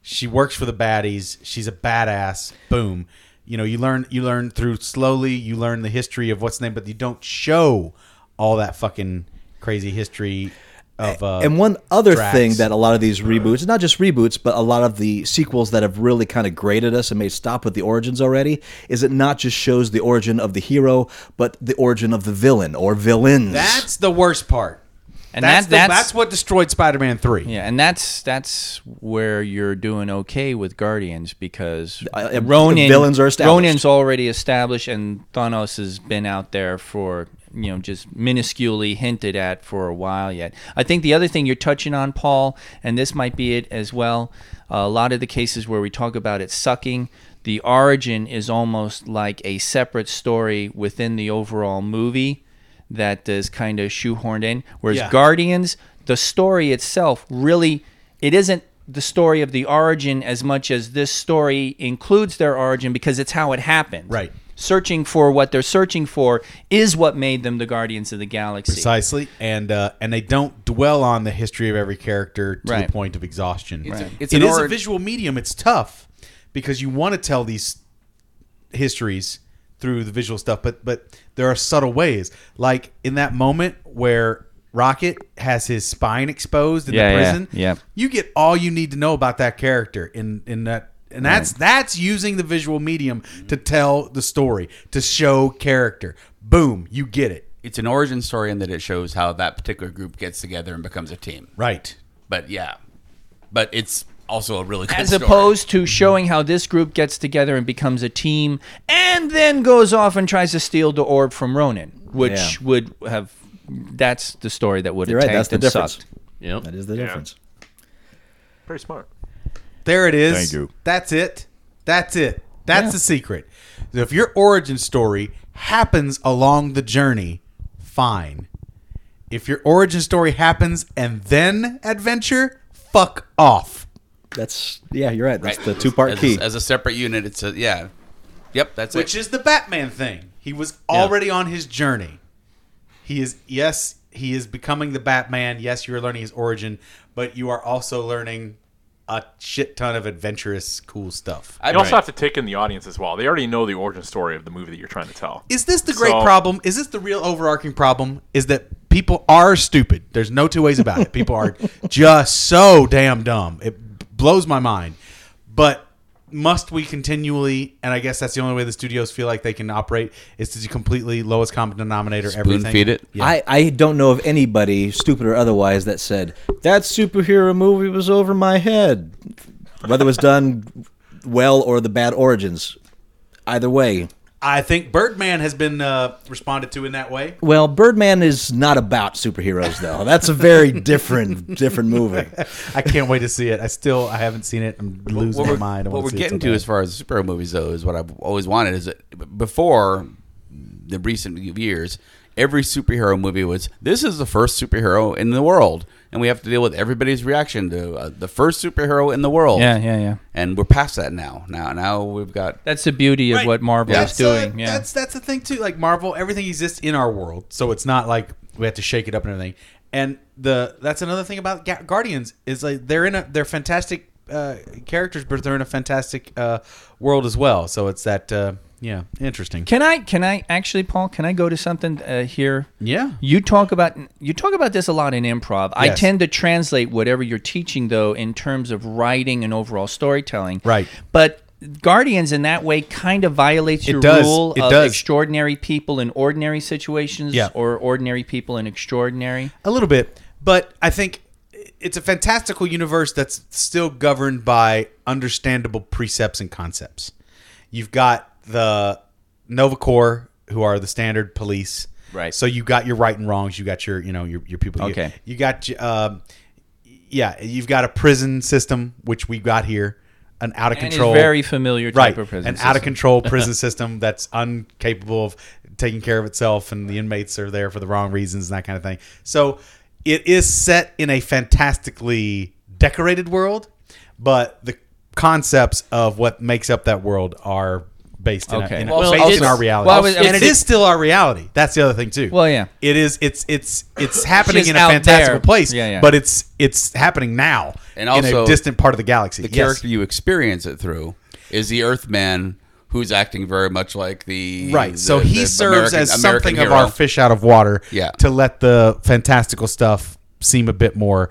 [SPEAKER 10] She works for the baddies. She's a badass. Boom. You know, you learn you learn through slowly. You learn the history of what's named, but you don't show all that fucking crazy history of. Uh,
[SPEAKER 3] and one other
[SPEAKER 10] Drax.
[SPEAKER 3] thing that a lot of these reboots, not just reboots, but a lot of the sequels that have really kind of graded us and made stop with the origins already, is it not just shows the origin of the hero, but the origin of the villain or villains.
[SPEAKER 10] that's the worst part.
[SPEAKER 7] And
[SPEAKER 10] that's
[SPEAKER 7] that-
[SPEAKER 10] the-
[SPEAKER 7] that's-
[SPEAKER 10] that's what destroyed Spider-Man three.
[SPEAKER 7] Yeah, and that's that's where you're doing okay with Guardians because
[SPEAKER 3] Uh, uh,
[SPEAKER 7] Ronin
[SPEAKER 3] villains are established.
[SPEAKER 7] Ronin's already established, and Thanos has been out there for you know just minusculely hinted at for a while yet. I think the other thing you're touching on, Paul, and this might be it as well. a lot of the cases where we talk about it sucking, the origin is almost like a separate story within the overall movie that is kind of shoehorned in. Whereas
[SPEAKER 10] Yeah.
[SPEAKER 7] Guardians, the story itself really it isn't the story of the origin as much as this story includes their origin because it's how it happened.
[SPEAKER 10] Right.
[SPEAKER 7] Searching for what they're searching for is what made them the Guardians of the Galaxy.
[SPEAKER 10] Precisely, and uh, and they don't dwell on the history of every character to
[SPEAKER 7] Right.
[SPEAKER 10] the point of exhaustion. It's,
[SPEAKER 6] Right. it's an
[SPEAKER 10] a
[SPEAKER 6] orig-
[SPEAKER 10] visual medium. It's tough because you want to tell these histories through the visual stuff, but but there are subtle ways, like in that moment where Rocket has his spine exposed in
[SPEAKER 7] Yeah,
[SPEAKER 10] the
[SPEAKER 7] yeah,
[SPEAKER 10] prison.
[SPEAKER 7] yeah.
[SPEAKER 10] you get all you need to know about that character in in that. And that's that's using the visual medium to tell the story, to show character. Boom, you get it.
[SPEAKER 6] It's an origin story in that it shows how that particular group gets together and becomes a team.
[SPEAKER 10] Right.
[SPEAKER 6] But yeah, but it's also a really good
[SPEAKER 7] as
[SPEAKER 6] story.
[SPEAKER 7] opposed to showing how this group gets together and becomes a team and then goes off and tries to steal the orb from Ronan, which
[SPEAKER 3] Yeah.
[SPEAKER 7] would have that's the story that would have
[SPEAKER 3] You're right.
[SPEAKER 7] tanked
[SPEAKER 3] That's the
[SPEAKER 7] and
[SPEAKER 3] difference.
[SPEAKER 7] sucked.
[SPEAKER 5] Yep.
[SPEAKER 3] That is the difference.
[SPEAKER 1] Very smart.
[SPEAKER 10] There it is.
[SPEAKER 3] Thank you.
[SPEAKER 10] That's it. That's it. That's the secret. If your origin story happens along the journey, fine. If your origin story happens and then adventure, fuck off.
[SPEAKER 3] That's yeah. You're right. That's
[SPEAKER 6] Right.
[SPEAKER 3] the two part
[SPEAKER 6] as
[SPEAKER 3] key.
[SPEAKER 6] A, as a separate unit, it's a yeah. Yep, that's
[SPEAKER 10] Which
[SPEAKER 6] it.
[SPEAKER 10] is the Batman thing. He was already on his journey. He is yes, he is becoming the Batman. Yes, you're learning his origin, but you are also learning a shit ton of adventurous cool stuff.
[SPEAKER 6] I
[SPEAKER 1] You also have to take in the audience as well. They already know the origin story of the movie that you're trying to tell.
[SPEAKER 10] Is this the great
[SPEAKER 1] So-
[SPEAKER 10] problem? Is this the real overarching problem? Is that people are stupid. There's no two ways about it. People are just so damn dumb. It b- blows my mind. But must we continually, and I guess that's the only way the studios feel like they can operate, is to do completely lowest common denominator everything.
[SPEAKER 6] feed it?
[SPEAKER 10] Yeah.
[SPEAKER 3] I, I don't know of anybody, stupid or otherwise, that said that superhero movie was over my head, whether it was done well or the bad origins. Either way,
[SPEAKER 10] I think Birdman has been uh, responded to in that way.
[SPEAKER 3] well, Birdman is not about superheroes though. That's a very different different movie.
[SPEAKER 10] I can't wait to see it. I still I haven't seen it. I'm losing
[SPEAKER 6] what
[SPEAKER 10] my
[SPEAKER 6] we're,
[SPEAKER 10] mind. I
[SPEAKER 6] what
[SPEAKER 10] wanna
[SPEAKER 6] we're
[SPEAKER 10] see it
[SPEAKER 6] getting
[SPEAKER 10] so
[SPEAKER 6] to
[SPEAKER 10] bad.
[SPEAKER 6] as far as superhero movies, though, is what I've always wanted. Is that before the recent years, every superhero movie was this is the first superhero in the world, and we have to deal with everybody's reaction to uh, the first superhero in the world.
[SPEAKER 7] Yeah, yeah, yeah.
[SPEAKER 6] And we're past that now. Now, now we've got
[SPEAKER 7] That's the beauty of
[SPEAKER 10] Right.
[SPEAKER 7] what Marvel is
[SPEAKER 10] That's, uh,
[SPEAKER 7] doing. yeah.
[SPEAKER 10] that's that's the thing too. Like Marvel, everything exists in our world, so it's not like we have to shake it up and everything. And the that's another thing about Ga- Guardians is like they're in a they're fantastic uh, characters, but they're in a fantastic uh, world as well. So it's that uh, yeah, interesting.
[SPEAKER 7] Can I? Can I actually, Paul? Can I go to something uh, here?
[SPEAKER 10] Yeah.
[SPEAKER 7] You talk about you talk about this a lot in improv. I
[SPEAKER 10] Yes.
[SPEAKER 7] tend to translate whatever you're teaching, though, in terms of writing and overall storytelling.
[SPEAKER 10] Right.
[SPEAKER 7] But Guardians in that way kind of violates your
[SPEAKER 10] does.
[SPEAKER 7] rule
[SPEAKER 10] It
[SPEAKER 7] of
[SPEAKER 10] does.
[SPEAKER 7] extraordinary people in ordinary situations,
[SPEAKER 10] Yeah.
[SPEAKER 7] or ordinary people in extraordinary.
[SPEAKER 10] A little bit, but I think it's a fantastical universe that's still governed by understandable precepts and concepts. You've got the Nova Corps, who are the standard police,
[SPEAKER 7] Right.
[SPEAKER 10] So you got your right and wrongs. You got your you know your your people. You-
[SPEAKER 7] Okay.
[SPEAKER 10] You, got um, yeah. You've got a prison system, which we got here, an out of
[SPEAKER 7] And it's
[SPEAKER 10] control,
[SPEAKER 7] very familiar type
[SPEAKER 10] right,
[SPEAKER 7] of prison.
[SPEAKER 10] an out of
[SPEAKER 7] system.
[SPEAKER 10] control prison system that's incapable of taking care of itself, and the inmates are there for the wrong reasons and that kind of thing. So it is set in a fantastically decorated world, but the concepts of what makes up that world are based in,
[SPEAKER 7] Okay.
[SPEAKER 10] a, in, a-
[SPEAKER 7] Well,
[SPEAKER 10] based in
[SPEAKER 7] it's-
[SPEAKER 10] our reality,
[SPEAKER 7] well, I was- I
[SPEAKER 10] and
[SPEAKER 7] was-
[SPEAKER 10] it is still our reality. That's the other thing too.
[SPEAKER 7] Well, yeah.
[SPEAKER 10] it is. It's it's it's happening
[SPEAKER 7] Just
[SPEAKER 10] in a
[SPEAKER 7] out
[SPEAKER 10] fantastical
[SPEAKER 7] there.
[SPEAKER 10] place,
[SPEAKER 7] Yeah, yeah.
[SPEAKER 10] but it's it's happening now
[SPEAKER 6] And
[SPEAKER 10] in a
[SPEAKER 6] also,
[SPEAKER 10] distant part of the galaxy.
[SPEAKER 6] the
[SPEAKER 10] Yes.
[SPEAKER 6] character you experience it through is the Earthman who's acting very much like the
[SPEAKER 10] Right. So
[SPEAKER 6] the-
[SPEAKER 10] he
[SPEAKER 6] the
[SPEAKER 10] serves
[SPEAKER 6] American-
[SPEAKER 10] as
[SPEAKER 6] American
[SPEAKER 10] something of
[SPEAKER 6] hero.
[SPEAKER 10] our fish out of water
[SPEAKER 6] Yeah.
[SPEAKER 10] to let the fantastical stuff seem a bit more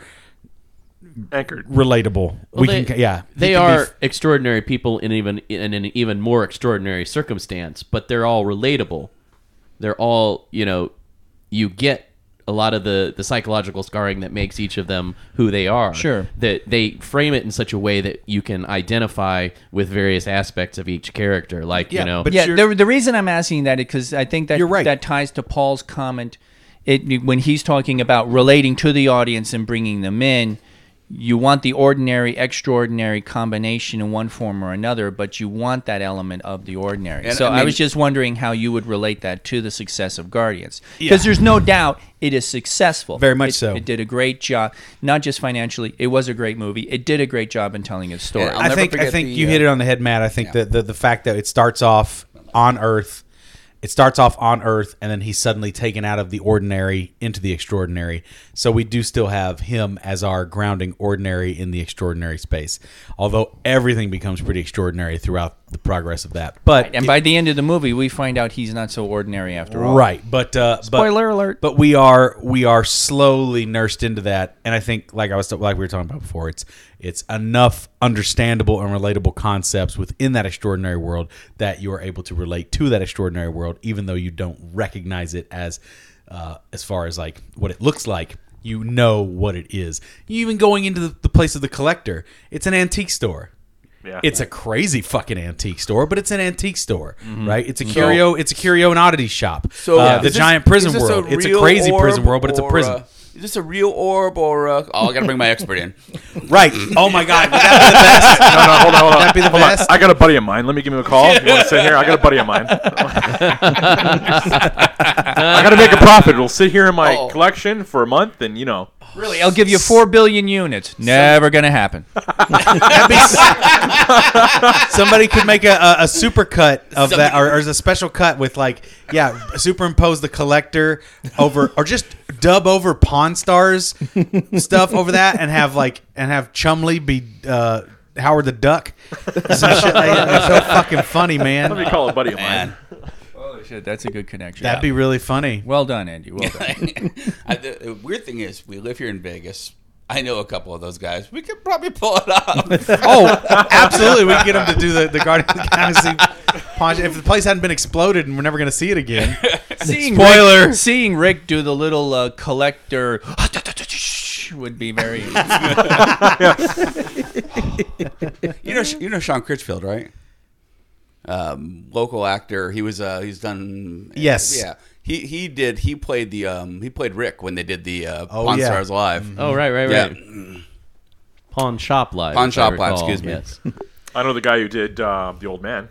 [SPEAKER 1] Anchored.
[SPEAKER 10] relatable. we
[SPEAKER 5] Well,
[SPEAKER 10] can yeah. He
[SPEAKER 5] They
[SPEAKER 10] can be
[SPEAKER 5] are
[SPEAKER 10] f-
[SPEAKER 5] extraordinary people in even in an even more extraordinary circumstance, but they're all relatable. They're all you know. You get a lot of the the psychological scarring that makes each of them who they are.
[SPEAKER 7] Sure.
[SPEAKER 5] That they frame it in such a way that you can identify with various aspects of each character. Like you know,
[SPEAKER 10] but
[SPEAKER 7] yeah,
[SPEAKER 10] you're-
[SPEAKER 7] the, the reason I'm asking that is because I think that
[SPEAKER 10] You're right.
[SPEAKER 7] that ties to Paul's comment it, when he's talking about relating to the audience and bringing them in. You want the ordinary, extraordinary combination in one form or another, but you want that element of the ordinary.
[SPEAKER 6] And,
[SPEAKER 7] so
[SPEAKER 6] I
[SPEAKER 7] I,
[SPEAKER 6] mean-
[SPEAKER 7] was just wondering how you would relate that to the success of Guardians, because there's no doubt it is successful.
[SPEAKER 10] Very much
[SPEAKER 7] It-
[SPEAKER 10] so.
[SPEAKER 7] It did a great job, not just financially. It was a great movie. It did a great job in telling its story.
[SPEAKER 6] Yeah, I'll
[SPEAKER 10] I
[SPEAKER 6] never
[SPEAKER 10] think I
[SPEAKER 6] forget
[SPEAKER 10] think
[SPEAKER 6] the,
[SPEAKER 10] you
[SPEAKER 6] uh,
[SPEAKER 10] hit it on the head, Matt. I think that the, the fact that it starts off on Earth, it starts off on Earth, and then he's suddenly taken out of the ordinary into the extraordinary. So we do still have him as our grounding ordinary in the extraordinary space. Although everything becomes pretty extraordinary throughout the progress of that. But
[SPEAKER 7] and by the end of the movie, we find out he's not so ordinary after all.
[SPEAKER 10] Right, but uh,
[SPEAKER 7] Spoiler
[SPEAKER 10] but,
[SPEAKER 7] alert.
[SPEAKER 10] But we are we are slowly nursed into that, and I think like I was like we were talking about before, it's it's enough understandable and relatable concepts within that extraordinary world that you are able to relate to that extraordinary world, even though you don't recognize it as uh, as far as like what it looks like. You know what it is. You even going into the, the place of the collector. It's an antique store.
[SPEAKER 1] Yeah.
[SPEAKER 10] It's a crazy fucking antique store, but it's an antique store,
[SPEAKER 7] Mm-hmm.
[SPEAKER 10] right? It's a curio, it's a curio and oddity shop. So
[SPEAKER 6] Yeah.
[SPEAKER 10] uh, the
[SPEAKER 6] is this-
[SPEAKER 10] giant
[SPEAKER 6] is
[SPEAKER 10] prison
[SPEAKER 6] this
[SPEAKER 10] world. it's a
[SPEAKER 6] real
[SPEAKER 10] crazy
[SPEAKER 6] orb
[SPEAKER 10] prison world, but it's a
[SPEAKER 6] or,
[SPEAKER 10] prison,
[SPEAKER 6] uh, is this a real orb or? Uh, oh, I gotta bring my expert in.
[SPEAKER 10] right? Oh my god, would that
[SPEAKER 1] no, no, hold on, hold on.
[SPEAKER 10] be the
[SPEAKER 1] Hold on.
[SPEAKER 10] best?
[SPEAKER 1] I got a buddy of mine. Let me give him a call. You want to sit here? I got a buddy of mine. I got to make a profit. It'll sit here in my
[SPEAKER 6] Oh.
[SPEAKER 1] collection for a month, and you know,
[SPEAKER 7] Really, I'll give you four billion units. Never gonna happen.
[SPEAKER 10] somebody could make a, a, a super cut of that, or, or a special cut with like, yeah, superimpose the collector over, or just dub over Pawn Stars stuff over that, and have like, and have Chumley be uh, Howard the Duck. Some shit like that. That's so fucking funny, man.
[SPEAKER 1] let me call a buddy of mine.
[SPEAKER 6] Man.
[SPEAKER 7] Holy shit, that's a good connection.
[SPEAKER 10] That'd be really funny.
[SPEAKER 7] well done, Andy. Well done.
[SPEAKER 6] I, the, the weird thing is, we live here in Vegas. I know a couple of those guys. We could probably pull it off.
[SPEAKER 10] Oh, absolutely. We can get them to do the, the Guardians of the Galaxy punch. If the place hadn't been exploded and we're never going to see it again.
[SPEAKER 7] seeing
[SPEAKER 10] Spoiler.
[SPEAKER 7] Rick, seeing Rick do the little uh, collector would be very.
[SPEAKER 6] you know, you know Sean Critchfield, right? Um, local actor. He was. Uh, he's done.
[SPEAKER 10] Yes.
[SPEAKER 6] Yeah. He he did. He played the. Um, he played Rick when they did the uh,
[SPEAKER 10] Oh,
[SPEAKER 6] Pawn
[SPEAKER 10] yeah.
[SPEAKER 6] Stars Live.
[SPEAKER 7] Mm-hmm.
[SPEAKER 5] oh right, right,
[SPEAKER 6] Yeah.
[SPEAKER 5] right. Pawn shop live.
[SPEAKER 6] Pawn
[SPEAKER 5] if I
[SPEAKER 6] Shop Live,
[SPEAKER 5] recall,
[SPEAKER 6] excuse me.
[SPEAKER 5] Yes.
[SPEAKER 1] I know the guy who did uh, the old man,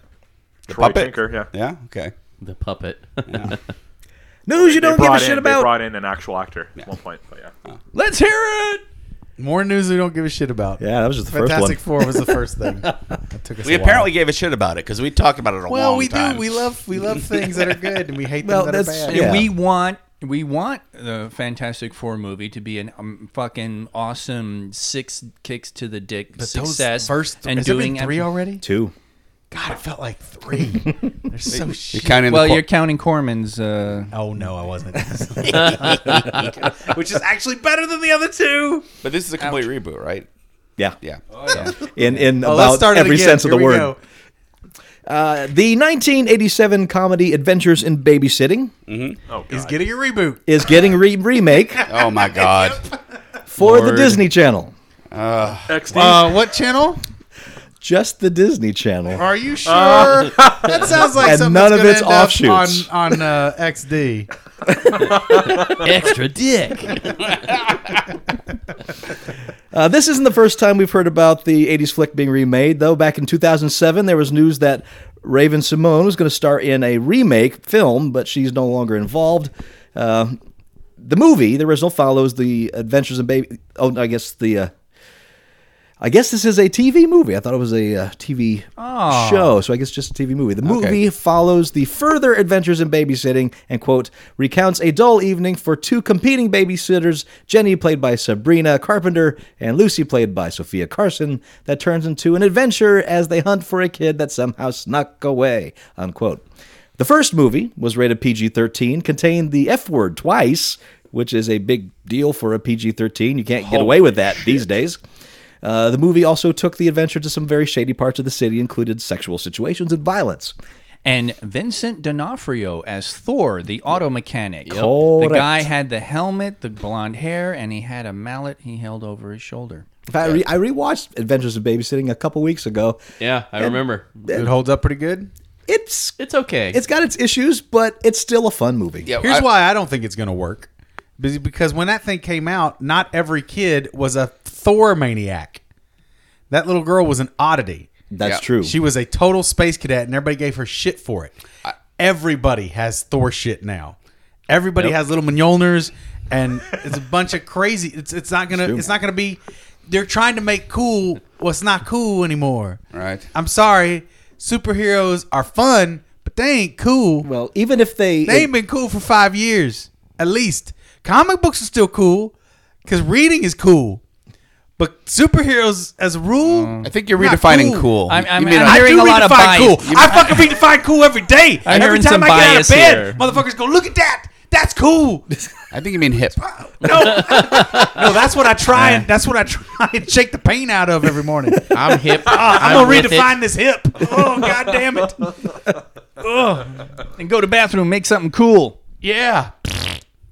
[SPEAKER 1] Troy
[SPEAKER 6] puppet?
[SPEAKER 1] Tinker. Yeah,
[SPEAKER 6] Yeah. Okay.
[SPEAKER 5] The puppet.
[SPEAKER 9] News you
[SPEAKER 1] they
[SPEAKER 9] don't give a
[SPEAKER 1] brought
[SPEAKER 9] shit
[SPEAKER 1] in they
[SPEAKER 9] about.
[SPEAKER 1] brought in an actual actor at one point. But yeah,
[SPEAKER 7] Let's hear it.
[SPEAKER 10] More news we don't give a shit about.
[SPEAKER 3] Yeah, that was just the first
[SPEAKER 10] Fantastic
[SPEAKER 3] one.
[SPEAKER 10] Four was the first thing. That took us
[SPEAKER 6] We
[SPEAKER 10] a while.
[SPEAKER 6] apparently gave a shit about it because we talked about it a
[SPEAKER 10] Well,
[SPEAKER 6] long
[SPEAKER 10] Oh, we
[SPEAKER 6] time.
[SPEAKER 10] do. We love we love things that are good and we hate
[SPEAKER 3] Well,
[SPEAKER 10] them that are
[SPEAKER 3] that's-
[SPEAKER 10] bad.
[SPEAKER 3] yeah.
[SPEAKER 7] We want we want the Fantastic Four movie to be an um, fucking awesome six kicks to the dick success.
[SPEAKER 10] first
[SPEAKER 7] and
[SPEAKER 10] has there
[SPEAKER 7] doing
[SPEAKER 10] been three
[SPEAKER 7] every-
[SPEAKER 10] already.
[SPEAKER 3] Two.
[SPEAKER 10] God, it felt like three. They're so
[SPEAKER 6] You're
[SPEAKER 10] shit.
[SPEAKER 6] counting.
[SPEAKER 7] Well,
[SPEAKER 6] the
[SPEAKER 7] you're counting Corman's. Uh,
[SPEAKER 10] Oh no, I wasn't. Which is actually better than the other two.
[SPEAKER 6] but this is a complete reboot, right?
[SPEAKER 3] Yeah.
[SPEAKER 6] Yeah.
[SPEAKER 3] In in
[SPEAKER 10] Oh, let's
[SPEAKER 3] about
[SPEAKER 10] start it
[SPEAKER 3] every
[SPEAKER 10] again.
[SPEAKER 3] sense of
[SPEAKER 10] Here
[SPEAKER 3] the
[SPEAKER 10] we
[SPEAKER 3] word.
[SPEAKER 10] go.
[SPEAKER 3] Uh, the 1987 comedy Adventures in Babysitting
[SPEAKER 1] oh
[SPEAKER 10] He's
[SPEAKER 1] god,
[SPEAKER 10] getting a Mm-hmm. reboot.
[SPEAKER 3] is getting re- remake
[SPEAKER 6] Oh my God.
[SPEAKER 3] for the Disney Channel.
[SPEAKER 1] XD.
[SPEAKER 10] Uh, what channel?
[SPEAKER 3] Just the Disney Channel.
[SPEAKER 10] Are you sure? Uh, that sounds like
[SPEAKER 3] And
[SPEAKER 10] something
[SPEAKER 3] none of
[SPEAKER 10] that's
[SPEAKER 3] its
[SPEAKER 10] gonna end up
[SPEAKER 3] offshoots.
[SPEAKER 10] on on uh, XD.
[SPEAKER 5] Extra dick.
[SPEAKER 3] Uh, this isn't the first time we've heard about the 80s flick being remade, though. Back in 2007, there was news that Raven Simone was going to star in a remake film, but she's no longer involved. Uh, the movie, the original, follows the Adventures in Baby. Oh, no, I guess the. Uh, I guess this is a TV movie. I thought it was a uh, TV show, so I guess just a TV movie. The movie follows the further adventures in babysitting and quote recounts a dull evening for two competing babysitters, Jenny played by Sabrina Carpenter and Lucy played by Sophia Carson, that turns into an adventure as they hunt for a kid that somehow snuck away. Unquote. The first movie was rated PG 13, contained the F word twice, which is a big deal for a PG 13. You can't get away with that these days. Uh, the movie also took the adventure to some very shady parts of the city, included sexual situations and violence.
[SPEAKER 7] and Vincent D'Onofrio as Thor, the auto mechanic. The
[SPEAKER 3] Correct.
[SPEAKER 7] guy had the helmet, the blonde hair, and he had a mallet he held over his shoulder.
[SPEAKER 3] In fact, I, re- I rewatched Adventures of Babysitting a couple weeks ago.
[SPEAKER 5] Yeah, I remember.
[SPEAKER 10] It holds up pretty good.
[SPEAKER 3] It's
[SPEAKER 5] It's okay.
[SPEAKER 3] it's got its issues, but it's still a fun movie.
[SPEAKER 6] Yeah,
[SPEAKER 10] Here's
[SPEAKER 6] I-
[SPEAKER 10] why I don't think it's going to work. Be- Because when that thing came out, not every kid was a Thor maniac. That little girl was an oddity.
[SPEAKER 3] That's
[SPEAKER 6] Yeah.
[SPEAKER 3] true.
[SPEAKER 10] She was a total space cadet, and everybody gave her shit for it. everybody has Thor shit now. Everybody has little Mjolnirs, and it's a bunch of crazy. It's it's not gonna it's not gonna be. They're trying to make cool what's not cool anymore.
[SPEAKER 6] Right.
[SPEAKER 10] I'm sorry. Superheroes are fun, but they ain't cool.
[SPEAKER 3] well, even if they,
[SPEAKER 10] They ain't been cool for five years, at least. Comic books are still cool because reading is cool, but superheroes, as a rule,
[SPEAKER 6] Mm. I think you're
[SPEAKER 10] not
[SPEAKER 6] redefining cool.
[SPEAKER 7] I'm- I'm-
[SPEAKER 6] you mean
[SPEAKER 7] I'm
[SPEAKER 6] a-
[SPEAKER 10] I
[SPEAKER 7] hearing-
[SPEAKER 10] do
[SPEAKER 7] a lot of
[SPEAKER 10] redefine
[SPEAKER 7] bias.
[SPEAKER 10] cool. I fucking redefine cool every day.
[SPEAKER 7] I'm
[SPEAKER 10] every
[SPEAKER 7] hearing
[SPEAKER 10] time
[SPEAKER 7] some
[SPEAKER 10] I get out of
[SPEAKER 7] bias
[SPEAKER 10] bed,
[SPEAKER 7] here.
[SPEAKER 10] motherfuckers go, look at that. That's cool.
[SPEAKER 6] I think you mean hip.
[SPEAKER 10] No, no, that's what I try and that's what I try and shake the pain out of every morning. Oh,
[SPEAKER 5] I'm hip.
[SPEAKER 10] I'm, gonna
[SPEAKER 5] with it.
[SPEAKER 10] redefine this hip. Oh god damn it!
[SPEAKER 7] And go to bathroom, make something cool.
[SPEAKER 10] Yeah.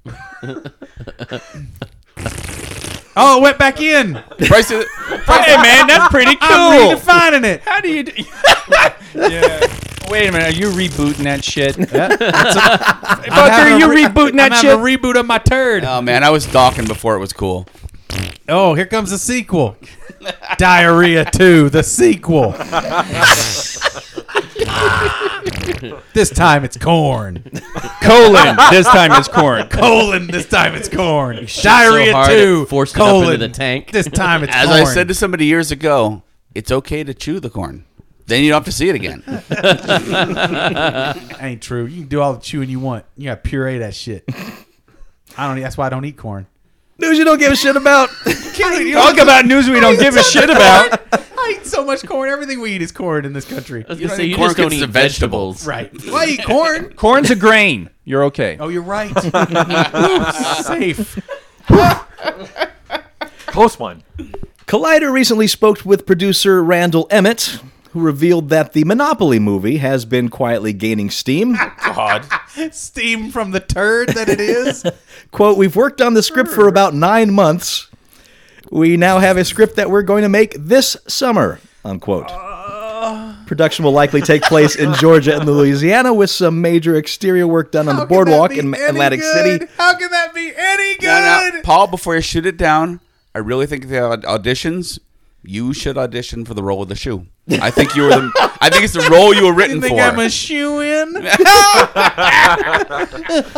[SPEAKER 10] oh, it went back in.
[SPEAKER 6] Price of,
[SPEAKER 7] Hey man, that's pretty
[SPEAKER 10] I'm redefining it.
[SPEAKER 7] How do you? Do- yeah. Wait a minute. Are you rebooting that shit?
[SPEAKER 10] having
[SPEAKER 7] Fucker,
[SPEAKER 10] a
[SPEAKER 7] you
[SPEAKER 10] re-
[SPEAKER 7] rebooting that
[SPEAKER 10] I'm
[SPEAKER 7] shit?
[SPEAKER 10] having a reboot of my turd.
[SPEAKER 6] oh man, I was docking before it was cool.
[SPEAKER 10] Oh, here comes the sequel. Diarrhea 2, the sequel. this time it's corn.
[SPEAKER 7] colon. This time it's corn.
[SPEAKER 10] Colon, this time it's corn. Diarrhea
[SPEAKER 5] hard it
[SPEAKER 10] 2,
[SPEAKER 5] forced it up
[SPEAKER 10] colon.
[SPEAKER 5] into the tank.
[SPEAKER 10] This time it's
[SPEAKER 6] As
[SPEAKER 10] corn.
[SPEAKER 6] I said to somebody years ago, it's okay to chew the corn. Then you don't have to see it again.
[SPEAKER 10] That ain't true. You can do all the chewing you want. You gotta puree that shit. I don't. e, That's why I don't eat corn.
[SPEAKER 3] news you don't give a shit about.
[SPEAKER 7] Talk about news we don't give a shit about.
[SPEAKER 10] I eat so much corn. Everything we eat is corn in this country.
[SPEAKER 5] You,
[SPEAKER 6] don't
[SPEAKER 5] say,
[SPEAKER 6] eat
[SPEAKER 5] you
[SPEAKER 6] corn
[SPEAKER 5] just don't
[SPEAKER 6] because
[SPEAKER 5] eat
[SPEAKER 6] it's a vegetable.
[SPEAKER 5] vegetables.
[SPEAKER 10] Right. Why eat corn?
[SPEAKER 7] Corn's a grain. You're okay.
[SPEAKER 10] Oh, you're right. Safe.
[SPEAKER 1] Close one.
[SPEAKER 3] Collider recently spoke with producer Randall Emmett, who revealed that the Monopoly movie has been quietly gaining steam.
[SPEAKER 1] Ah.
[SPEAKER 10] Steam from the turd that it is.
[SPEAKER 3] Quote, we've worked on the script for about nine months. We now have a script that we're going to make this summer, unquote.
[SPEAKER 10] Uh.
[SPEAKER 3] Production will likely take place in Georgia and Louisiana with some major exterior work done on the boardwalk in Atlantic City.
[SPEAKER 10] How can that be any good?
[SPEAKER 6] No, no, Paul, before you shoot it down, I really think the au- auditions. You should audition for the role of the shoe. I think you were. The, I think it's the role you were written
[SPEAKER 10] You think
[SPEAKER 6] for.
[SPEAKER 10] I'm a shoe in?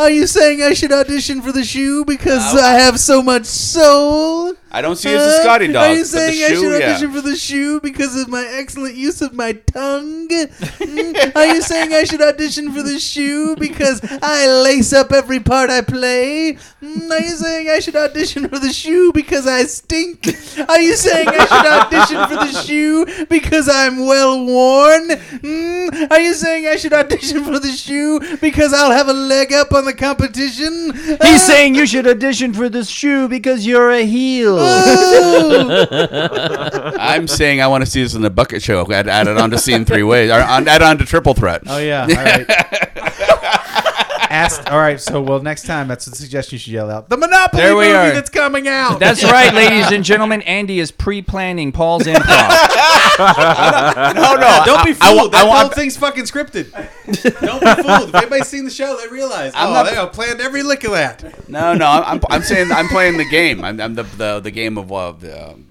[SPEAKER 10] Are you saying I should audition for the shoe because I have so much soul?
[SPEAKER 6] I don't see it as a Scotty
[SPEAKER 10] Huh?
[SPEAKER 6] dog.
[SPEAKER 10] Are you
[SPEAKER 6] but the
[SPEAKER 10] saying I
[SPEAKER 6] shoe,
[SPEAKER 10] should
[SPEAKER 6] yeah.
[SPEAKER 10] audition for the shoe because of my excellent use of my tongue? Mm, Are you saying I should audition for the shoe because I lace up every part I play? Mm, Are you saying I should audition for the shoe because I stink? Are you saying I should audition for the shoe because I'm well worn? Mm, Are you saying I should audition for the shoe because I'll have a leg up on the competition? Ah!
[SPEAKER 7] He's saying you should audition for this shoe because you're a heel.
[SPEAKER 10] Oh,
[SPEAKER 6] I'm saying I want to see this in the bucket show. Add, add it on to scene three ways. Or on, add on to triple threat.
[SPEAKER 10] Oh yeah. All right. Asked. All right. So well, next time that's a suggestion you should yell out. The Monopoly
[SPEAKER 7] There we
[SPEAKER 10] movie
[SPEAKER 7] are.
[SPEAKER 10] that's coming out.
[SPEAKER 7] That's right, ladies and gentlemen. Andy is pre-planning Paul's improv.
[SPEAKER 6] no, no.
[SPEAKER 10] Don't be
[SPEAKER 6] I- I
[SPEAKER 10] fooled.
[SPEAKER 6] wa- I
[SPEAKER 10] that
[SPEAKER 6] wa-
[SPEAKER 10] whole thing's fucking scripted. Don't be fooled. If anybody's seen the show, they realize. oh,
[SPEAKER 6] not-
[SPEAKER 10] they have planned every lick of that.
[SPEAKER 6] No, no. I'm, I'm saying I'm playing the game. I'm, I'm the, the the game of uh, the um,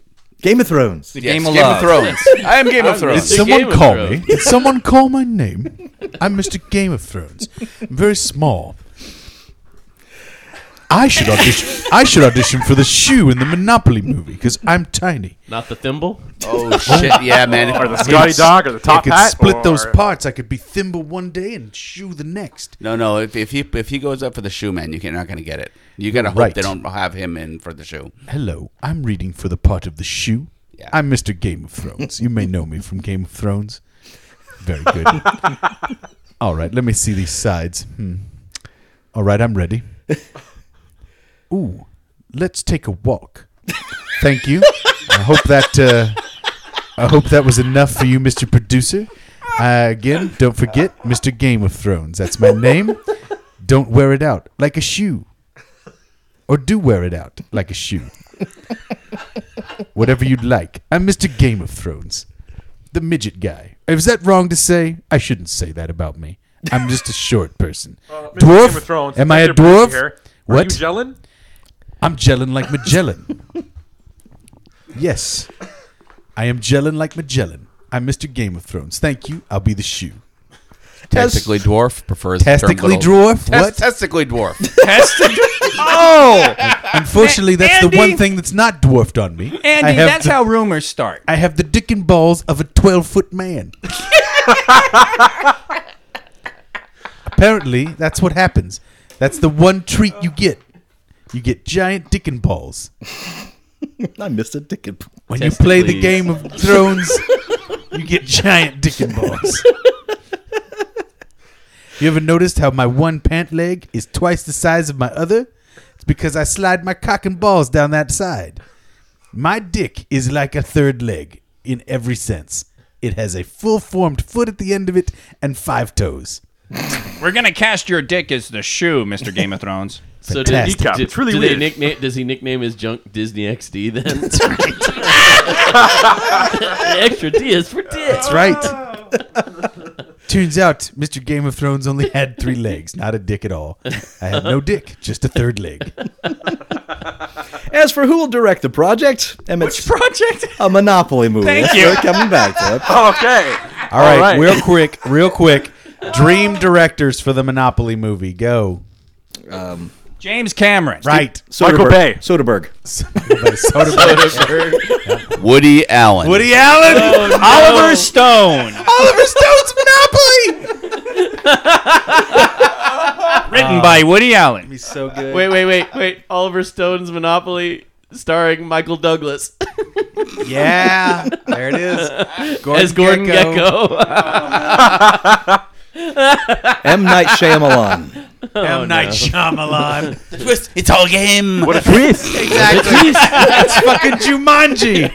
[SPEAKER 3] Game of Thrones.
[SPEAKER 6] yes,
[SPEAKER 7] Game of
[SPEAKER 6] Game
[SPEAKER 7] Love.
[SPEAKER 6] of Thrones. I am Game of Thrones.
[SPEAKER 5] Did someone Game of call Thrones.
[SPEAKER 4] Did someone call my name? I'm Mr. Game of Thrones. I'm very small. I should audition. I should audition for the shoe in the Monopoly movie because I'm tiny.
[SPEAKER 5] Not the thimble.
[SPEAKER 6] Oh shit! Yeah, man.
[SPEAKER 1] Or the Scotty dog or the top
[SPEAKER 4] I could
[SPEAKER 1] hat.
[SPEAKER 4] split
[SPEAKER 1] or-
[SPEAKER 4] those parts. I could be thimble one day and shoe the next.
[SPEAKER 6] No, no. If, if he if he goes up for the shoe, man, you can, you're not going to get it. You got to hope
[SPEAKER 4] Right.
[SPEAKER 6] they don't have him in for the shoe.
[SPEAKER 4] Hello, I'm reading for the part of the shoe.
[SPEAKER 6] Yeah.
[SPEAKER 4] I'm Mr. Game of Thrones. You may know me from Game of Thrones. Very good. All right, let me see these sides. Hmm. All right, I'm ready. Ooh, let's take a walk. Thank you. I hope that uh, I hope that was enough for you, Mr. Producer.
[SPEAKER 10] Uh, again, don't forget Mr. Game of Thrones. That's my name. Don't wear it out like a shoe. Or do wear it out like a shoe. Whatever you'd like. I'm Mr. Game of Thrones, the midget guy. Is that wrong to say? I shouldn't say that about me. I'm just a short person.
[SPEAKER 7] Uh,
[SPEAKER 1] Mr.
[SPEAKER 10] dwarf?
[SPEAKER 1] Game of Thrones,
[SPEAKER 10] Am I a
[SPEAKER 1] Mr. Bruce
[SPEAKER 10] dwarf?
[SPEAKER 1] here. Are
[SPEAKER 10] What?
[SPEAKER 1] you gelling?
[SPEAKER 10] I'm gelling like Magellan. yes. I am gelling like Magellan. I'm Mr. Game of Thrones. Thank you. I'll be the shoe.
[SPEAKER 6] Testically dwarf prefers the term
[SPEAKER 10] Testically
[SPEAKER 6] little-
[SPEAKER 10] dwarf?
[SPEAKER 6] Tes-
[SPEAKER 10] What?
[SPEAKER 6] Testically dwarf.
[SPEAKER 7] oh,
[SPEAKER 10] Unfortunately, that's
[SPEAKER 7] Andy?
[SPEAKER 10] the one thing that's not dwarfed on me. I
[SPEAKER 7] Andy,
[SPEAKER 10] have
[SPEAKER 7] that's
[SPEAKER 10] the-
[SPEAKER 7] how rumors start.
[SPEAKER 10] I have the dick and balls of a 12 foot man. Apparently, that's what happens. That's the one treat you get. You get giant dick and balls.
[SPEAKER 3] I missed a ticket.
[SPEAKER 10] When you play
[SPEAKER 5] Testicles.
[SPEAKER 10] the Game of Thrones, you get giant dick and balls. You ever noticed how my one pant leg is twice the size of my other? It's because I slide my cock and balls down that side. My dick is like a third leg in every sense. It has a full formed foot at the end of it and five toes.
[SPEAKER 7] We're gonna cast your dick as the shoe, Mister Game of Thrones.
[SPEAKER 5] So did,
[SPEAKER 10] Fantastic.
[SPEAKER 5] did,
[SPEAKER 1] It's really
[SPEAKER 5] do they
[SPEAKER 1] weird.
[SPEAKER 5] nickname, does he nickname his junk Disney XD then? The extra D is for dick.
[SPEAKER 10] That's right. Turns out Mr. Game of Thrones only had three legs, not a dick at all. I have no dick, just a third leg.
[SPEAKER 3] As for who will direct the project, Emmett's
[SPEAKER 7] Project.
[SPEAKER 3] a Monopoly movie. Thank That's
[SPEAKER 7] you.
[SPEAKER 3] what we're coming back to it.
[SPEAKER 1] Okay.
[SPEAKER 10] All right,
[SPEAKER 1] right.
[SPEAKER 10] real quick, real quick. Dream directors for the Monopoly movie. Go.
[SPEAKER 6] Um,
[SPEAKER 7] James Cameron.
[SPEAKER 10] Right.
[SPEAKER 1] Michael
[SPEAKER 3] Soderbergh.
[SPEAKER 1] Bay.
[SPEAKER 3] Soderbergh.
[SPEAKER 10] Soderbergh.
[SPEAKER 6] Woody Allen.
[SPEAKER 10] Woody Allen.
[SPEAKER 6] Oh,
[SPEAKER 7] Oliver Stone.
[SPEAKER 10] Oliver Stone's Monopoly.
[SPEAKER 7] Written by
[SPEAKER 10] Um,
[SPEAKER 7] Woody Allen.
[SPEAKER 10] so good.
[SPEAKER 5] Wait, wait, wait, wait. Oliver Stone's Monopoly starring Michael Douglas
[SPEAKER 10] Yeah. There it is. Gordon
[SPEAKER 5] as Gordon Gecko.
[SPEAKER 3] M. Night Shyamalan.
[SPEAKER 6] Oh,
[SPEAKER 4] M. Night Shyamalan.
[SPEAKER 6] Twist. It's all game.
[SPEAKER 1] What a twist.
[SPEAKER 10] Exactly. That's fucking Jumanji.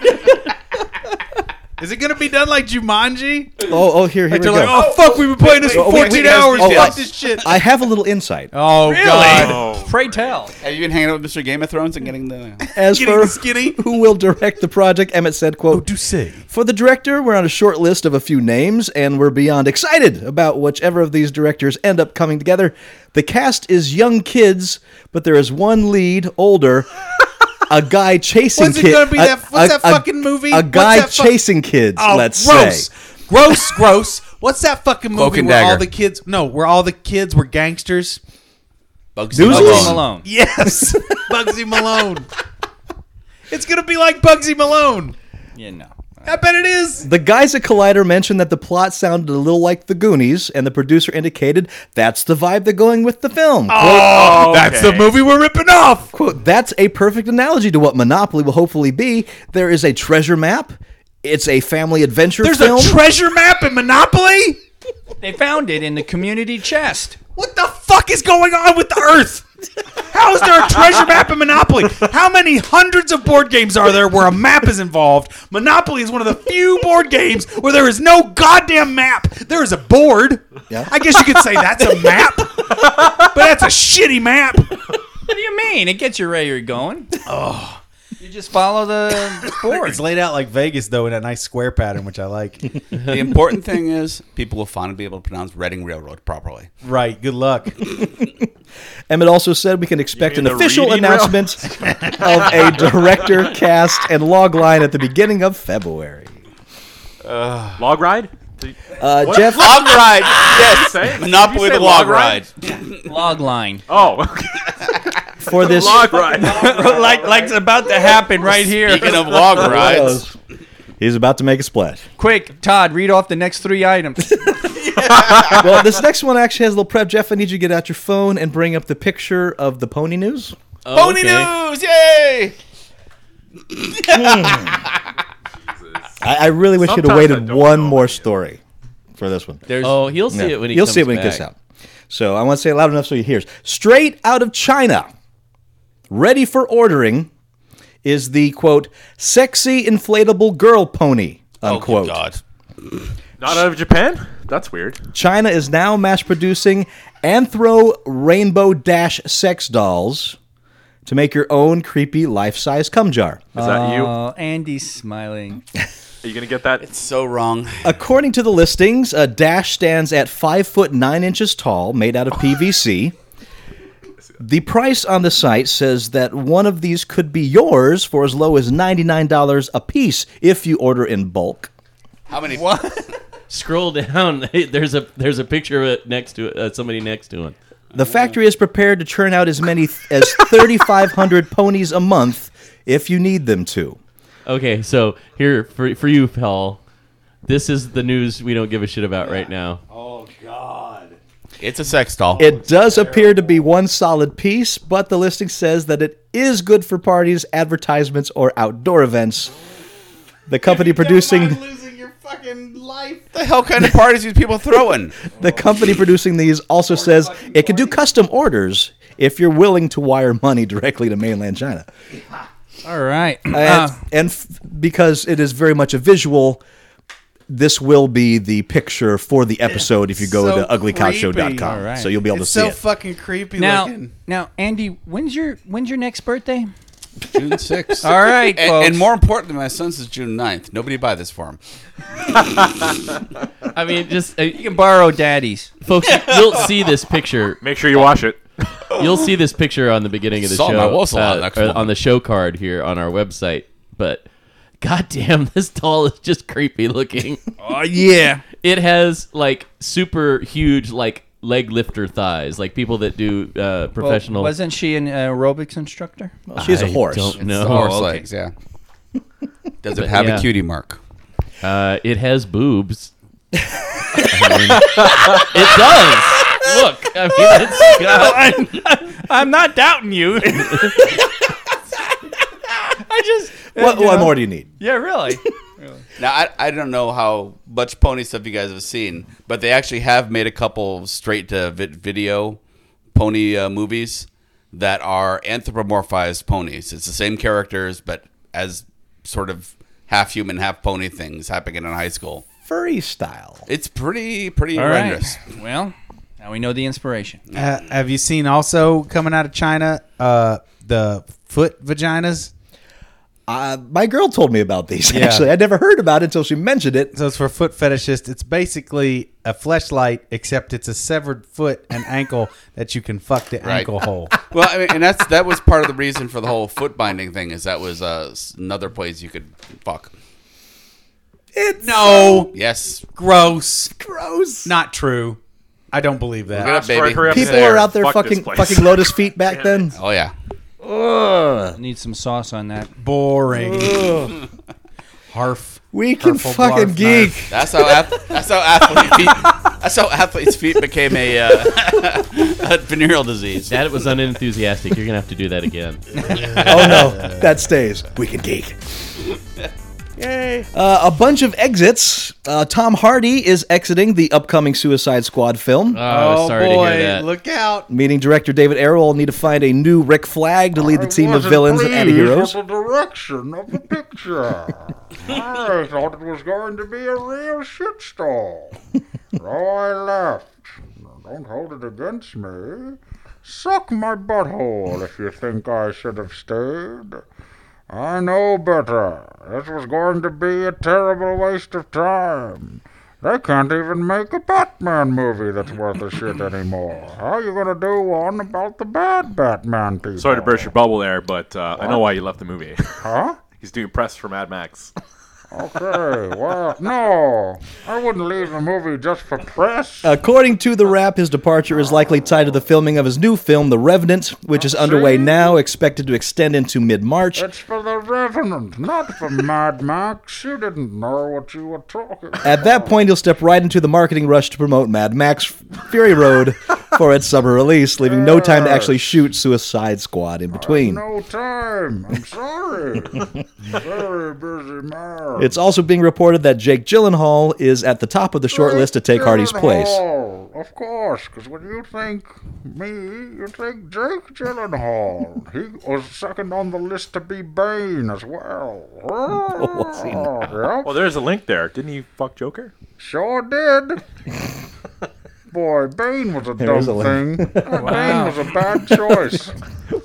[SPEAKER 10] Is it gonna be done like Jumanji?
[SPEAKER 3] Oh, oh, here, here we go.
[SPEAKER 10] They're like, oh fuck, we've been playing this for
[SPEAKER 3] wait,
[SPEAKER 10] 14
[SPEAKER 3] wait,
[SPEAKER 10] hours.
[SPEAKER 3] oh,
[SPEAKER 10] Fuck
[SPEAKER 3] I-
[SPEAKER 10] this shit.
[SPEAKER 3] I have a little insight.
[SPEAKER 4] Oh, God.
[SPEAKER 1] Oh.
[SPEAKER 7] Pray tell.
[SPEAKER 6] Have you been hanging out with Mr. Game of Thrones and getting the?
[SPEAKER 3] As for
[SPEAKER 10] skinny.
[SPEAKER 3] who will direct the project, Emmett said,
[SPEAKER 10] Oh,
[SPEAKER 3] quote,
[SPEAKER 10] do say.
[SPEAKER 3] For the director, we're on a short list of a few names, and we're beyond excited about whichever of these directors end up coming together. The cast is young kids, but there is one lead, older, a guy chasing
[SPEAKER 10] What's it
[SPEAKER 3] kids.
[SPEAKER 10] gonna be that- what's that fucking movie?
[SPEAKER 3] A
[SPEAKER 10] What's
[SPEAKER 3] guy
[SPEAKER 10] that fu-
[SPEAKER 3] chasing kids. let's
[SPEAKER 10] gross.
[SPEAKER 3] say.
[SPEAKER 10] Gross, gross. What's that fucking
[SPEAKER 6] Cloak
[SPEAKER 10] movie
[SPEAKER 6] and
[SPEAKER 10] where all
[SPEAKER 6] Dagger.
[SPEAKER 10] the kids? No, where all the kids were gangsters.
[SPEAKER 6] Bugsy
[SPEAKER 3] Doozles?
[SPEAKER 6] Malone.
[SPEAKER 7] Malone.
[SPEAKER 10] Yes, Bugsy Malone. It's gonna be like Bugsy Malone.
[SPEAKER 7] You know.
[SPEAKER 10] I bet it is.
[SPEAKER 3] The guys at Collider mentioned that the plot sounded a little like The Goonies, and the producer indicated that's the vibe they're going with the film.
[SPEAKER 10] That's the movie we're ripping off.
[SPEAKER 3] Quote, that's a perfect analogy to what Monopoly will hopefully be. There is a treasure map. It's a family adventure
[SPEAKER 10] There's
[SPEAKER 3] film.
[SPEAKER 10] a treasure map in Monopoly.
[SPEAKER 7] They found it in the community chest.
[SPEAKER 10] What the fuck is going on with the Earth? How is there a treasure map in Monopoly? How many hundreds of board games are there where a map is involved? Monopoly is one of the few board games where there is no goddamn map. There is a board.
[SPEAKER 3] Yeah.
[SPEAKER 10] I guess you could say that's a map, but that's a shitty map.
[SPEAKER 7] What do you mean? It gets you where you're going.
[SPEAKER 3] Uh,
[SPEAKER 7] Oh. You just follow the board.
[SPEAKER 10] laid out like Vegas though in a nice square pattern, which I like.
[SPEAKER 6] The important thing is people will finally be able to pronounce Reading Railroad properly.
[SPEAKER 10] Right. Good luck.
[SPEAKER 3] Emmett also said we can expect
[SPEAKER 1] mean
[SPEAKER 3] an
[SPEAKER 1] the
[SPEAKER 3] official
[SPEAKER 1] reading
[SPEAKER 3] announcement of a director, cast, and log line at the beginning of February.
[SPEAKER 1] Log ride?
[SPEAKER 3] Uh, Jeff,
[SPEAKER 6] Log ride. Yes.
[SPEAKER 1] Say- did you
[SPEAKER 6] Monopoly
[SPEAKER 1] say
[SPEAKER 6] the log ride.
[SPEAKER 7] Log line.
[SPEAKER 1] Oh, okay.
[SPEAKER 3] for this.
[SPEAKER 1] log ride.
[SPEAKER 7] like like it's about to happen right here.
[SPEAKER 6] Speaking of log rides,
[SPEAKER 3] He's about to make a splash.
[SPEAKER 7] Quick, Todd, read off the next three items.
[SPEAKER 3] Well, this next one actually has a little prep. Jeff, I need you to get out your phone and bring up the picture of the pony news.
[SPEAKER 5] Oh, okay.
[SPEAKER 6] news, yay!
[SPEAKER 3] I, I really wish you'd have
[SPEAKER 1] Sometimes I
[SPEAKER 3] waited
[SPEAKER 1] don't
[SPEAKER 3] one
[SPEAKER 1] know.
[SPEAKER 3] more story for this one.
[SPEAKER 5] Oh, he'll see
[SPEAKER 3] Yeah.
[SPEAKER 5] it when he
[SPEAKER 3] You'll
[SPEAKER 5] comes
[SPEAKER 3] see it when it
[SPEAKER 5] back.
[SPEAKER 3] gets out. So I want to say it loud enough so he hears. Straight out of China, ready for ordering, is the quote sexy inflatable girl pony unquote.
[SPEAKER 6] God.
[SPEAKER 1] Not out of Japan? That's weird.
[SPEAKER 3] China is now mass producing anthro rainbow dash sex dolls to make your own creepy life size cum jar. Uh,
[SPEAKER 1] Is that you?
[SPEAKER 7] Oh, Andy's smiling.
[SPEAKER 1] Are you gonna get that?
[SPEAKER 6] It's so wrong.
[SPEAKER 3] According to the listings, a dash stands at five foot nine inches tall, made out of PVC. The price on the site says that one of these could be yours for as low as $99 a piece if you order in bulk.
[SPEAKER 6] How many?
[SPEAKER 5] Scroll down. There's a there's a picture of it next to it, uh, somebody next to it.
[SPEAKER 3] The factory is prepared to churn out as many th- as 3,500 ponies a month if you need them to.
[SPEAKER 5] Okay, so here for for you, Paul. This is the news we don't give a shit about right now.
[SPEAKER 6] Oh God! It's a sex doll.
[SPEAKER 3] It does appear to be one solid piece, but the listing says that it is good for parties, advertisements, or outdoor events. The company producing
[SPEAKER 6] losing your fucking life. The hell kind of parties these people throwing?
[SPEAKER 3] the company producing these also says it can do custom orders if you're willing to wire money directly to mainland China.
[SPEAKER 7] All right. Uh,
[SPEAKER 6] Uh-huh.
[SPEAKER 3] And, and f- because it is very much a visual, this will be the picture for the episode if you go
[SPEAKER 11] so
[SPEAKER 3] to
[SPEAKER 11] creepy.
[SPEAKER 3] uglycouchshow.com.
[SPEAKER 11] All right.
[SPEAKER 3] So you'll be able
[SPEAKER 11] It's
[SPEAKER 3] to see
[SPEAKER 11] so
[SPEAKER 3] it.
[SPEAKER 11] fucking creepy
[SPEAKER 7] now,
[SPEAKER 11] looking.
[SPEAKER 7] now, Andy, when's your when's your next birthday?
[SPEAKER 6] June 6th.
[SPEAKER 7] All right,
[SPEAKER 6] and,
[SPEAKER 7] folks.
[SPEAKER 6] and more importantly, my son's is June 9th. Nobody buy this for him.
[SPEAKER 5] I mean, just uh,
[SPEAKER 7] You can borrow daddy's.
[SPEAKER 5] folks, you'll see this picture.
[SPEAKER 1] Make sure you wash it.
[SPEAKER 5] You'll see this picture on the beginning of the
[SPEAKER 6] Saw
[SPEAKER 5] show
[SPEAKER 6] my wassail
[SPEAKER 5] uh,
[SPEAKER 6] on next
[SPEAKER 5] or
[SPEAKER 6] one.
[SPEAKER 5] on the show card here on our website. But goddamn, this doll is just creepy looking.
[SPEAKER 7] Oh yeah.
[SPEAKER 5] it has like super huge like leg lifter thighs, like people that do uh, professional.
[SPEAKER 7] wasn't she an aerobics instructor?
[SPEAKER 3] Oh, She's a
[SPEAKER 5] I
[SPEAKER 3] horse.
[SPEAKER 5] don't
[SPEAKER 6] It's
[SPEAKER 5] know.
[SPEAKER 6] the horse
[SPEAKER 5] Okay.
[SPEAKER 6] legs, yeah. Does it have
[SPEAKER 5] yeah.
[SPEAKER 6] a cutie mark?
[SPEAKER 5] Uh, it has boobs. I mean, it does. Look, I mean, it's got,
[SPEAKER 7] I'm not doubting you. I just
[SPEAKER 3] What, what more do you need?
[SPEAKER 7] yeah, really.
[SPEAKER 6] Now, I, I don't know how much pony stuff you guys have seen, but they actually have made a couple straight to vi- video pony uh, movies that are anthropomorphized ponies. It's the same characters, but as sort of half human, half pony things happening in high school.
[SPEAKER 3] Furry style.
[SPEAKER 6] It's pretty, pretty
[SPEAKER 7] All right.
[SPEAKER 6] horrendous.
[SPEAKER 7] Well, now we know the inspiration.
[SPEAKER 11] Uh, have you seen also coming out of China uh, the foot vaginas?
[SPEAKER 3] Uh, my girl told me about these, actually. I never heard about it until she mentioned it.
[SPEAKER 11] So it's for foot fetishists. It's basically a fleshlight, except it's a severed foot and ankle that you can fuck the ankle hole.
[SPEAKER 6] Well, I mean, and that's that was part of the reason for the whole foot binding thing is that was uh, s- another place you could fuck.
[SPEAKER 11] It no
[SPEAKER 6] Yes,
[SPEAKER 11] gross,
[SPEAKER 3] Gross.
[SPEAKER 11] not true. I don't believe that.
[SPEAKER 6] Look it up, baby.
[SPEAKER 1] Hurry up
[SPEAKER 3] People
[SPEAKER 1] there.
[SPEAKER 3] are out there
[SPEAKER 1] Fuck this
[SPEAKER 3] fucking
[SPEAKER 1] place.
[SPEAKER 3] fucking lotus feet back then.
[SPEAKER 6] Oh yeah,
[SPEAKER 7] Need some sauce on that.
[SPEAKER 11] Boring. Harf.
[SPEAKER 3] We can
[SPEAKER 11] Purple
[SPEAKER 3] fucking
[SPEAKER 11] barf
[SPEAKER 3] geek.
[SPEAKER 11] knife.
[SPEAKER 6] that's how ath- that's how athlete feet that's how athlete's feet became a, uh, a venereal disease.
[SPEAKER 5] that was unenthusiastic. You're gonna have to do that again.
[SPEAKER 3] Oh no, that stays. We can geek. Yay! Uh, a bunch of exits. Uh, Tom Hardy is exiting the upcoming Suicide Squad film,
[SPEAKER 5] Oh, sorry to hear that.
[SPEAKER 11] look out.
[SPEAKER 3] meaning director David Errol will need to find a new Rick Flag to lead the team of villains and anti-heroes.
[SPEAKER 12] The direction of the picture. I thought it was going to be a real shitstorm. So I left. Now, Don't hold it against me. Suck my butthole if you think I should have stayed. I know better. This was going to be a terrible waste of time. They can't even make a Batman movie that's worth a shit anymore. How are you going to do one about the bad Batman people?
[SPEAKER 1] Sorry to burst your bubble there, but uh, I know why you left the movie.
[SPEAKER 12] Huh?
[SPEAKER 1] He's doing press for Mad Max.
[SPEAKER 12] Okay, well, no. I wouldn't leave a movie just for press.
[SPEAKER 3] According to the rap, his departure is likely tied to the filming of his new film, The Revenant, which is underway now, expected to extend into mid-March.
[SPEAKER 12] It's for the Revenant, not for Mad Max. You didn't know what you were talking about.
[SPEAKER 3] At that point, he'll step right into the marketing rush to promote Mad Max Fury Road for its summer release, leaving no time to actually shoot Suicide Squad in between.
[SPEAKER 12] No time. I'm sorry. Very busy man.
[SPEAKER 3] It's also being reported that Jake Gyllenhaal is at the top of the short list to take Hardy's place.
[SPEAKER 12] Gyllenhaal, Of course, because when you think me, you think Jake Gyllenhaal. he was second on the list to be Bane as well.
[SPEAKER 3] Oh,
[SPEAKER 12] Oh, Yep.
[SPEAKER 1] Well, there's a link there. Didn't he fuck Joker?
[SPEAKER 12] Sure did. Boy, Bane was a
[SPEAKER 1] There
[SPEAKER 12] dumb
[SPEAKER 1] is a
[SPEAKER 12] thing.
[SPEAKER 1] link.
[SPEAKER 12] That
[SPEAKER 1] Wow.
[SPEAKER 12] Bane was a bad choice.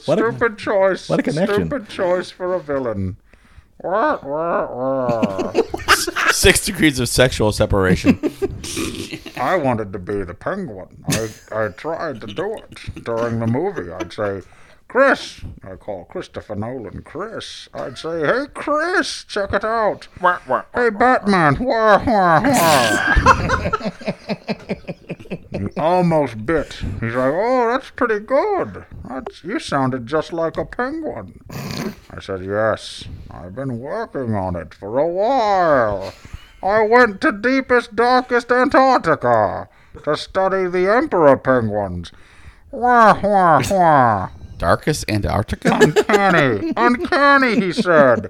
[SPEAKER 3] What a-
[SPEAKER 12] Stupid choice.
[SPEAKER 3] what a connection.
[SPEAKER 12] Stupid choice for a villain. Wah, wah, wah.
[SPEAKER 6] Six degrees of sexual separation.
[SPEAKER 12] I wanted to be the penguin. I, I tried to do it during the movie. I'd say, Chris, I call Christopher Nolan Chris. I'd say, hey, Chris, check it out. Hey, Batman. Wah, wah, wah. He almost bit. He's like, oh, that's pretty good. That's, you sounded just like a penguin. I said, yes, I've been working on it for a while. I went to deepest, darkest Antarctica to study the emperor penguins. Wah, wah, wah.
[SPEAKER 6] Darkest Antarctica?
[SPEAKER 12] Uncanny. Uncanny, he said.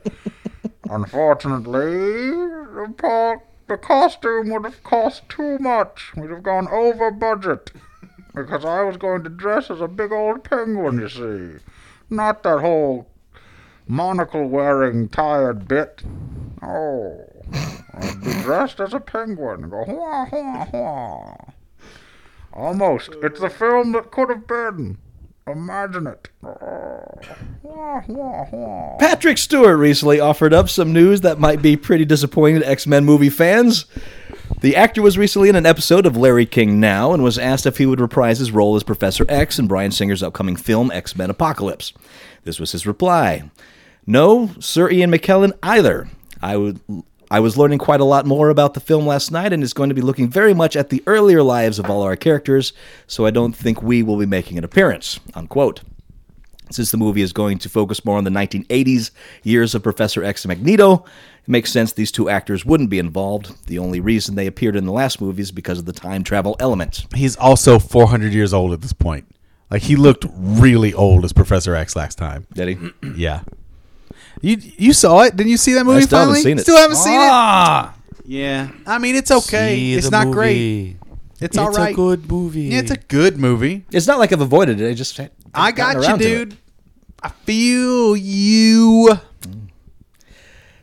[SPEAKER 12] Unfortunately, the, po- the costume would have cost too much. We'd have gone over budget. Because I was going to dress as a big old penguin, you see. Not that whole monocle wearing tired bit. Oh. I'd be dressed as a penguin. Go, wah, wah, wah. Almost. It's the film that could have been. Imagine it. Oh. Wah, wah, wah.
[SPEAKER 3] Patrick Stewart recently offered up some news that might be pretty disappointing to X Men movie fans. The actor was recently in an episode of Larry King Now and was asked if he would reprise his role as Professor X in Brian Singer's upcoming film X Men Apocalypse. This was his reply No, Sir Ian McKellen either. I would. I was learning quite a lot more about the film last night and is going to be looking very much at the earlier lives of all our characters, so I don't think we will be making an appearance. Unquote. Since the movie is going to focus more on the 1980s years of Professor X and Magneto, it makes sense these two actors wouldn't be involved. The only reason they appeared in the last movie is because of the time travel element.
[SPEAKER 11] He's also 400 years old at this point. Like he looked really old as Professor X last time.
[SPEAKER 3] Did he?
[SPEAKER 11] yeah. You you saw it? Didn't you see that movie?
[SPEAKER 10] still haven't
[SPEAKER 11] finally?
[SPEAKER 10] seen it.
[SPEAKER 11] Still haven't seen
[SPEAKER 10] Ah.
[SPEAKER 11] it. Yeah. I mean, it's okay.
[SPEAKER 10] See
[SPEAKER 11] it's
[SPEAKER 10] the
[SPEAKER 11] not
[SPEAKER 10] movie.
[SPEAKER 11] great. It's,
[SPEAKER 10] It's
[SPEAKER 11] all
[SPEAKER 10] a
[SPEAKER 11] right.
[SPEAKER 10] good movie.
[SPEAKER 11] Yeah, it's a good movie.
[SPEAKER 3] It's not like I've avoided it. I just
[SPEAKER 11] I got
[SPEAKER 3] gotten
[SPEAKER 11] you,
[SPEAKER 3] around to
[SPEAKER 11] dude. I feel you.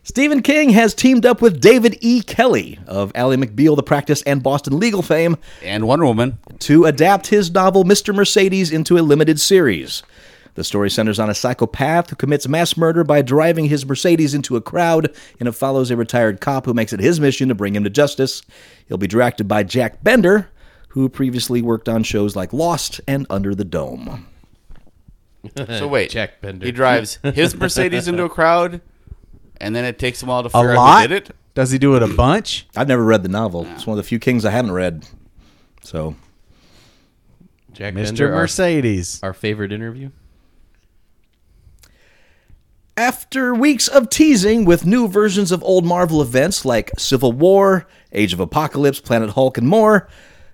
[SPEAKER 3] Stephen King has teamed up with David E. Kelly of Ally McBeal, The Practice, and Boston Legal fame,
[SPEAKER 6] and Wonder Woman,
[SPEAKER 3] to adapt his novel Mr. Mercedes into a limited series. The story centers on a psychopath who commits mass murder by driving his Mercedes into a crowd, and it follows a retired cop who makes it his mission to bring him to justice. He'll be directed by Jack Bender, who previously worked on shows like Lost and Under the Dome.
[SPEAKER 6] So wait,
[SPEAKER 5] Jack Bender.
[SPEAKER 6] He drives his Mercedes into a crowd, and then it takes him a while to
[SPEAKER 3] A
[SPEAKER 6] figure out
[SPEAKER 3] lot?
[SPEAKER 6] who did it.
[SPEAKER 11] Does he do it a bunch?
[SPEAKER 3] I've never read the novel. It's one of the few Kings I haven't read. So
[SPEAKER 5] Jack
[SPEAKER 11] Mr.
[SPEAKER 5] Bender, our-
[SPEAKER 11] Mercedes.
[SPEAKER 5] Our, favorite interview.
[SPEAKER 3] After weeks of teasing with new versions of old Marvel events like Civil War, Age of Apocalypse, Planet Hulk, and more,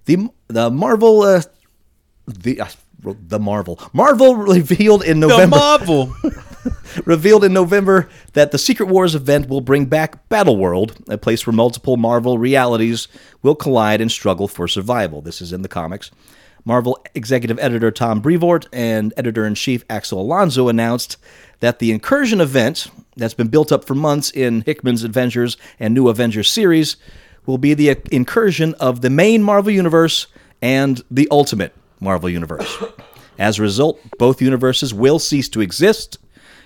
[SPEAKER 3] the the Marvel uh, the I wrote the Marvel Marvel revealed in November
[SPEAKER 11] Marvel
[SPEAKER 3] revealed in November that the Secret Wars event will bring back Battleworld, a place where multiple Marvel realities will collide and struggle for survival. This is in the comics. Marvel executive editor Tom Brevoort and editor in chief Axel Alonso announced that the Incursion event that's been built up for months in Hickman's Avengers and New Avengers series will be the incursion of the main Marvel Universe and the Ultimate Marvel Universe. As a result, both universes will cease to exist,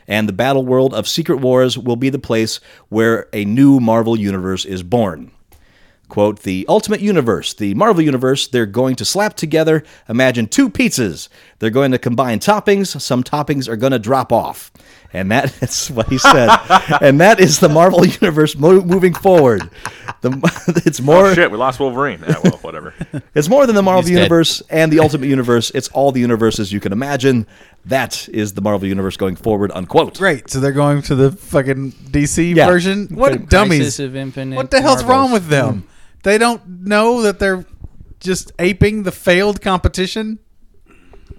[SPEAKER 3] and the battle world of Secret Wars will be the place where a new Marvel universe is born. Quote, the Ultimate Universe, the Marvel Universe, they're going to slap together, imagine two pizzas. They're going to combine toppings, some toppings are going to drop off. And that is what he said. and that is the Marvel Universe mo- moving forward. The, it's more.
[SPEAKER 1] oh shit, we lost Wolverine. Ah, well, whatever.
[SPEAKER 3] It's more than the Marvel
[SPEAKER 1] He's dead.
[SPEAKER 3] Universe and the Ultimate Universe. It's all the universes you can imagine. That is the Marvel Universe going forward, unquote.
[SPEAKER 11] Great. So they're going to the fucking DC
[SPEAKER 3] Yeah.
[SPEAKER 11] version. What
[SPEAKER 3] Crisis
[SPEAKER 11] dummies!
[SPEAKER 7] of Infinite
[SPEAKER 11] what the hell's
[SPEAKER 7] Marvels.
[SPEAKER 11] wrong with them? They don't know that they're just aping the failed competition.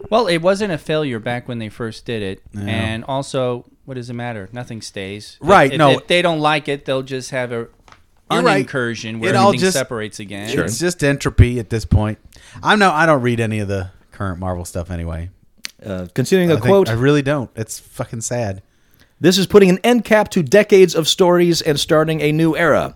[SPEAKER 7] Well, it wasn't a failure back when they first did it, and also, what does it matter? Nothing stays.
[SPEAKER 11] Right,
[SPEAKER 7] If-
[SPEAKER 11] no.
[SPEAKER 7] if they don't like it, they'll just have a an
[SPEAKER 11] right.
[SPEAKER 7] incursion where
[SPEAKER 11] It all
[SPEAKER 7] everything
[SPEAKER 11] just-
[SPEAKER 7] separates again.
[SPEAKER 11] It's just entropy at this point. I'm no, I don't read any of the current Marvel stuff anyway.
[SPEAKER 3] Uh, continuing
[SPEAKER 11] a
[SPEAKER 3] a quote.
[SPEAKER 11] I really don't. It's fucking sad.
[SPEAKER 3] This is putting an end cap to decades of stories and starting a new era.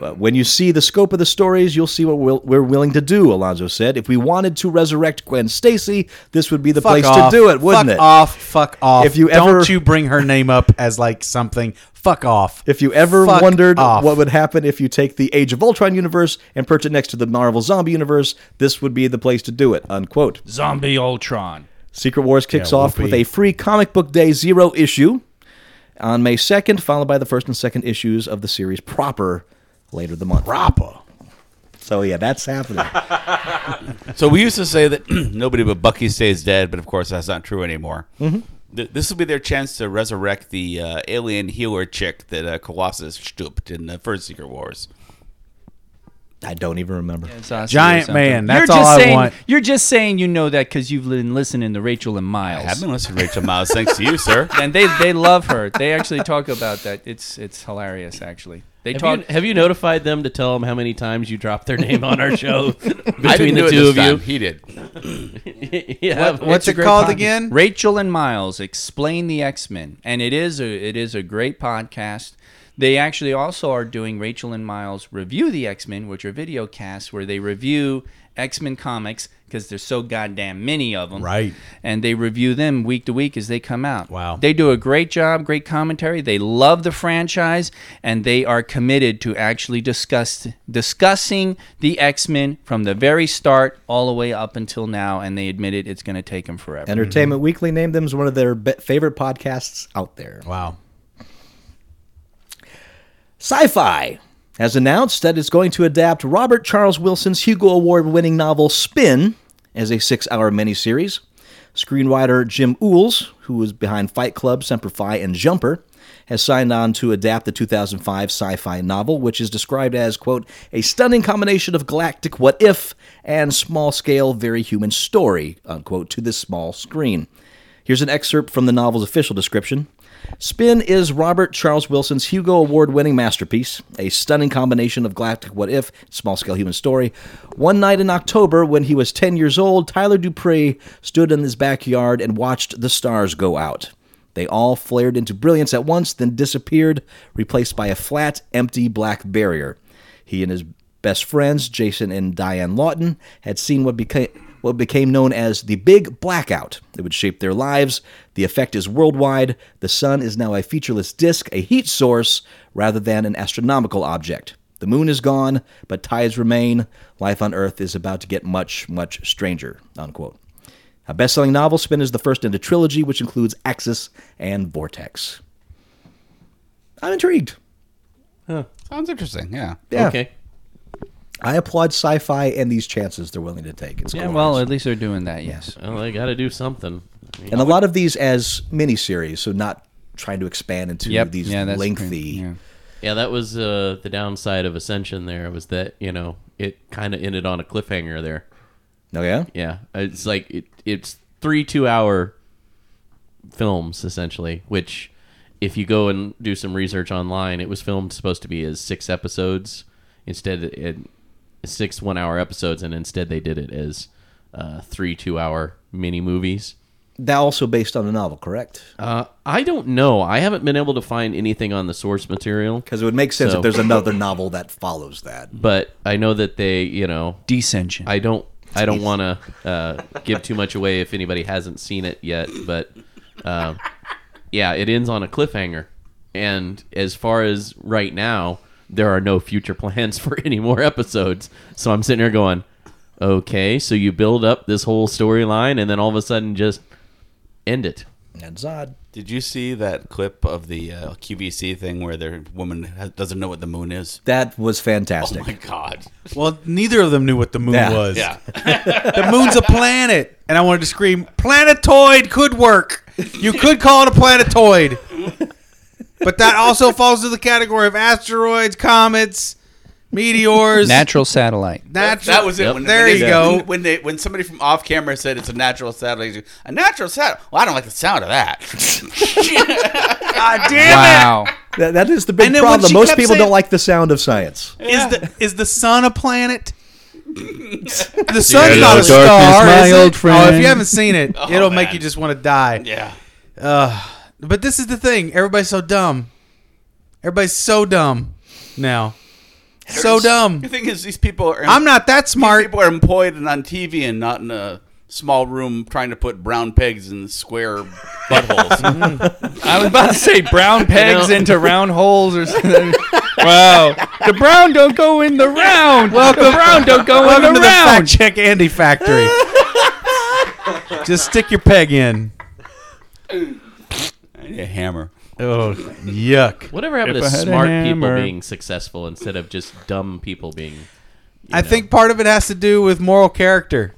[SPEAKER 3] Uh, When you see the scope of the stories, you'll see what we'll, we're willing to do, Alonzo said. If we wanted to resurrect Gwen Stacy, this would be the
[SPEAKER 11] Fuck
[SPEAKER 3] place
[SPEAKER 11] off.
[SPEAKER 3] to do it, wouldn't
[SPEAKER 11] fuck
[SPEAKER 3] it?
[SPEAKER 11] Off, fuck off.
[SPEAKER 3] If you ever-
[SPEAKER 11] don't you bring her name up as like something. Fuck off.
[SPEAKER 3] If you ever
[SPEAKER 11] Fuck
[SPEAKER 3] wondered
[SPEAKER 11] off.
[SPEAKER 3] what would happen if you take the Age of Ultron universe and perch it next to the Marvel Zombie universe, this would be the place to do it, unquote.
[SPEAKER 7] Zombie Ultron.
[SPEAKER 3] Secret Wars kicks
[SPEAKER 7] Yeah,
[SPEAKER 3] off
[SPEAKER 7] whoopee.
[SPEAKER 3] with a free comic book day zero issue on May 2nd, followed by the first and second issues of the series proper later the month. Proper. So, yeah, that's happening.
[SPEAKER 6] So we used to say that nobody but Bucky stays dead, but of course that's not true anymore.
[SPEAKER 3] Mhm.
[SPEAKER 6] Th- this will be their chance to resurrect the uh, alien healer chick that uh, Colossus stooped in the first Secret Wars.
[SPEAKER 3] I don't even remember.
[SPEAKER 11] Giant man. That's
[SPEAKER 7] you're
[SPEAKER 11] all
[SPEAKER 7] just
[SPEAKER 11] I
[SPEAKER 7] saying,
[SPEAKER 11] want.
[SPEAKER 7] You're just saying you know that because you've been listening to Rachel and Miles. I have
[SPEAKER 6] been listening to Rachel Miles. Thanks to you, sir.
[SPEAKER 7] And they, they love her. They actually talk about that. It's it's hilarious, actually. They
[SPEAKER 5] have,
[SPEAKER 7] talk.
[SPEAKER 5] you, have you notified them to tell them how many times you dropped their name on our show
[SPEAKER 6] I
[SPEAKER 5] between
[SPEAKER 6] didn't
[SPEAKER 5] the
[SPEAKER 6] do it
[SPEAKER 5] two
[SPEAKER 6] this
[SPEAKER 5] of you?
[SPEAKER 6] time. He did.
[SPEAKER 5] yeah,
[SPEAKER 7] What-
[SPEAKER 5] it's
[SPEAKER 7] what's
[SPEAKER 5] a
[SPEAKER 7] it
[SPEAKER 5] great
[SPEAKER 7] called
[SPEAKER 5] podcast.
[SPEAKER 7] again? Rachel and Miles explain the X Men, and it is a it is a great podcast. They actually also are doing Rachel and Miles review the X Men, which are video casts where they review X Men comics because there's so goddamn many of them.
[SPEAKER 11] Right.
[SPEAKER 7] And they review them week to week as they come out. Wow. They do a great job, great commentary. They love the franchise, and they are committed to actually discuss discussing the X Men from the very start all the way up until now. And they admitted it's going to take them forever.
[SPEAKER 3] Entertainment
[SPEAKER 11] Mm-hmm.
[SPEAKER 3] Weekly named them as one of their be- favorite podcasts out there.
[SPEAKER 11] Wow.
[SPEAKER 3] Sci fi has announced that it's going to adapt Robert Charles Wilson's Hugo Award winning novel Spin as a six hour miniseries. Screenwriter Jim Ools, who was behind Fight Club, Semper Fi, and Jumper, has signed on to adapt the 2005 sci fi novel, which is described as, quote, a stunning combination of galactic what if and small scale, very human story, unquote, to the small screen. Here's an excerpt from the novel's official description. Spin is Robert Charles Wilson's Hugo Award winning masterpiece, a stunning combination of galactic what if, small scale human story. One night in October, when he was 10 years old, Tyler Dupree stood in his backyard and watched the stars go out. They all flared into brilliance at once, then disappeared, replaced by a flat, empty black barrier. He and his best friends, Jason and Diane Lawton, had seen what became what became known as the Big Blackout. It would shape their lives. The effect is worldwide. The sun is now a featureless disk, a heat source, rather than an astronomical object. The moon is gone, but tides remain. Life on Earth is about to get much, much stranger. Unquote. A best-selling novel, Spin is the first in a trilogy, which includes Axis and Vortex. I'm intrigued.
[SPEAKER 6] Sounds interesting. Yeah.
[SPEAKER 3] Yeah. I applaud sci-fi and these chances they're willing to take. It's
[SPEAKER 7] Yeah,
[SPEAKER 3] cool.
[SPEAKER 7] well, at least they're doing that. Yes.
[SPEAKER 5] Well, they got to do something. I mean,
[SPEAKER 3] and a lot of these as miniseries, so not trying to expand into
[SPEAKER 5] Yep.
[SPEAKER 3] these
[SPEAKER 5] Yeah, that's
[SPEAKER 3] lengthy.
[SPEAKER 5] Yeah, that was uh, the downside of Ascension. There was that you know it kind of ended on a cliffhanger there.
[SPEAKER 3] Oh yeah,
[SPEAKER 5] yeah. It's like it, it's three two-hour films essentially. Which, if you go and do some research online, it was filmed supposed to be as six episodes instead it, six one-hour episodes, and instead they did it as uh, three two-hour mini movies.
[SPEAKER 3] That also based on a novel, correct?
[SPEAKER 5] Uh, I don't know. I haven't been able to find anything on the source material
[SPEAKER 3] because it would make sense if there's another novel that follows that.
[SPEAKER 5] But I know that they, you know,
[SPEAKER 7] descension.
[SPEAKER 5] I don't, I don't want to uh, give too much away if anybody hasn't seen it yet. But um, yeah, it ends on a cliffhanger. And as far as right now, there are no future plans for any more episodes. So I'm sitting here going, okay, so you build up this whole storyline, and then all of a sudden just end it.
[SPEAKER 3] That's odd.
[SPEAKER 6] Did you see that clip of the uh, QVC thing where their woman has, doesn't know what the moon is?
[SPEAKER 3] That was fantastic.
[SPEAKER 6] Oh my god!
[SPEAKER 11] Well, neither of them knew what the moon
[SPEAKER 6] Yeah.
[SPEAKER 11] was.
[SPEAKER 6] Yeah.
[SPEAKER 11] the moon's a planet. And I wanted to scream, planetoid could work. You could call it a planetoid. But that also falls to the category of asteroids, comets,
[SPEAKER 10] meteors,
[SPEAKER 7] natural satellite.
[SPEAKER 6] That,
[SPEAKER 10] Natural-
[SPEAKER 6] that was it.
[SPEAKER 10] Yep.
[SPEAKER 6] When,
[SPEAKER 10] There
[SPEAKER 6] when
[SPEAKER 10] you
[SPEAKER 6] they-
[SPEAKER 10] go.
[SPEAKER 6] When, when they when somebody from off camera said it's a natural satellite, you- a natural satellite. Well, I don't like the sound of that.
[SPEAKER 10] God damn
[SPEAKER 7] Wow.
[SPEAKER 3] That, that is the big
[SPEAKER 10] And then when
[SPEAKER 3] problem.
[SPEAKER 10] she
[SPEAKER 3] Most
[SPEAKER 10] kept
[SPEAKER 3] people
[SPEAKER 10] saying-
[SPEAKER 3] don't like the sound of science.
[SPEAKER 10] it! Is the is the sun a planet? The sun's
[SPEAKER 3] Hello,
[SPEAKER 10] not
[SPEAKER 3] darkness,
[SPEAKER 10] a star.
[SPEAKER 3] my
[SPEAKER 10] is
[SPEAKER 3] old
[SPEAKER 10] it? Oh, if
[SPEAKER 3] friend.
[SPEAKER 10] you haven't seen it,
[SPEAKER 6] Oh,
[SPEAKER 10] it'll make
[SPEAKER 6] man.
[SPEAKER 10] you just want to die.
[SPEAKER 6] Yeah.
[SPEAKER 10] Uh, but this is the thing. Everybody's so dumb. Everybody's so dumb now. So
[SPEAKER 6] There's-
[SPEAKER 10] dumb.
[SPEAKER 6] The thing is, these people are.
[SPEAKER 10] I'm not that smart.
[SPEAKER 6] These people are employed and on TV and not in a small room trying to put brown pegs in square buttholes.
[SPEAKER 7] I was about to say brown pegs
[SPEAKER 6] You know?
[SPEAKER 7] into round holes or something. wow. The brown don't go in the round. Welcome. The brown don't go in
[SPEAKER 10] Welcome to
[SPEAKER 7] the
[SPEAKER 10] the Fact
[SPEAKER 7] round.
[SPEAKER 10] Check Andy Factory. Just stick your peg in.
[SPEAKER 6] I need a hammer.
[SPEAKER 10] Oh, yuck.
[SPEAKER 5] Whatever happened
[SPEAKER 10] If
[SPEAKER 5] to
[SPEAKER 10] I had a
[SPEAKER 5] smart people
[SPEAKER 10] hammer.
[SPEAKER 5] being successful instead of just dumb people being?
[SPEAKER 10] I think part of it has to do with moral character.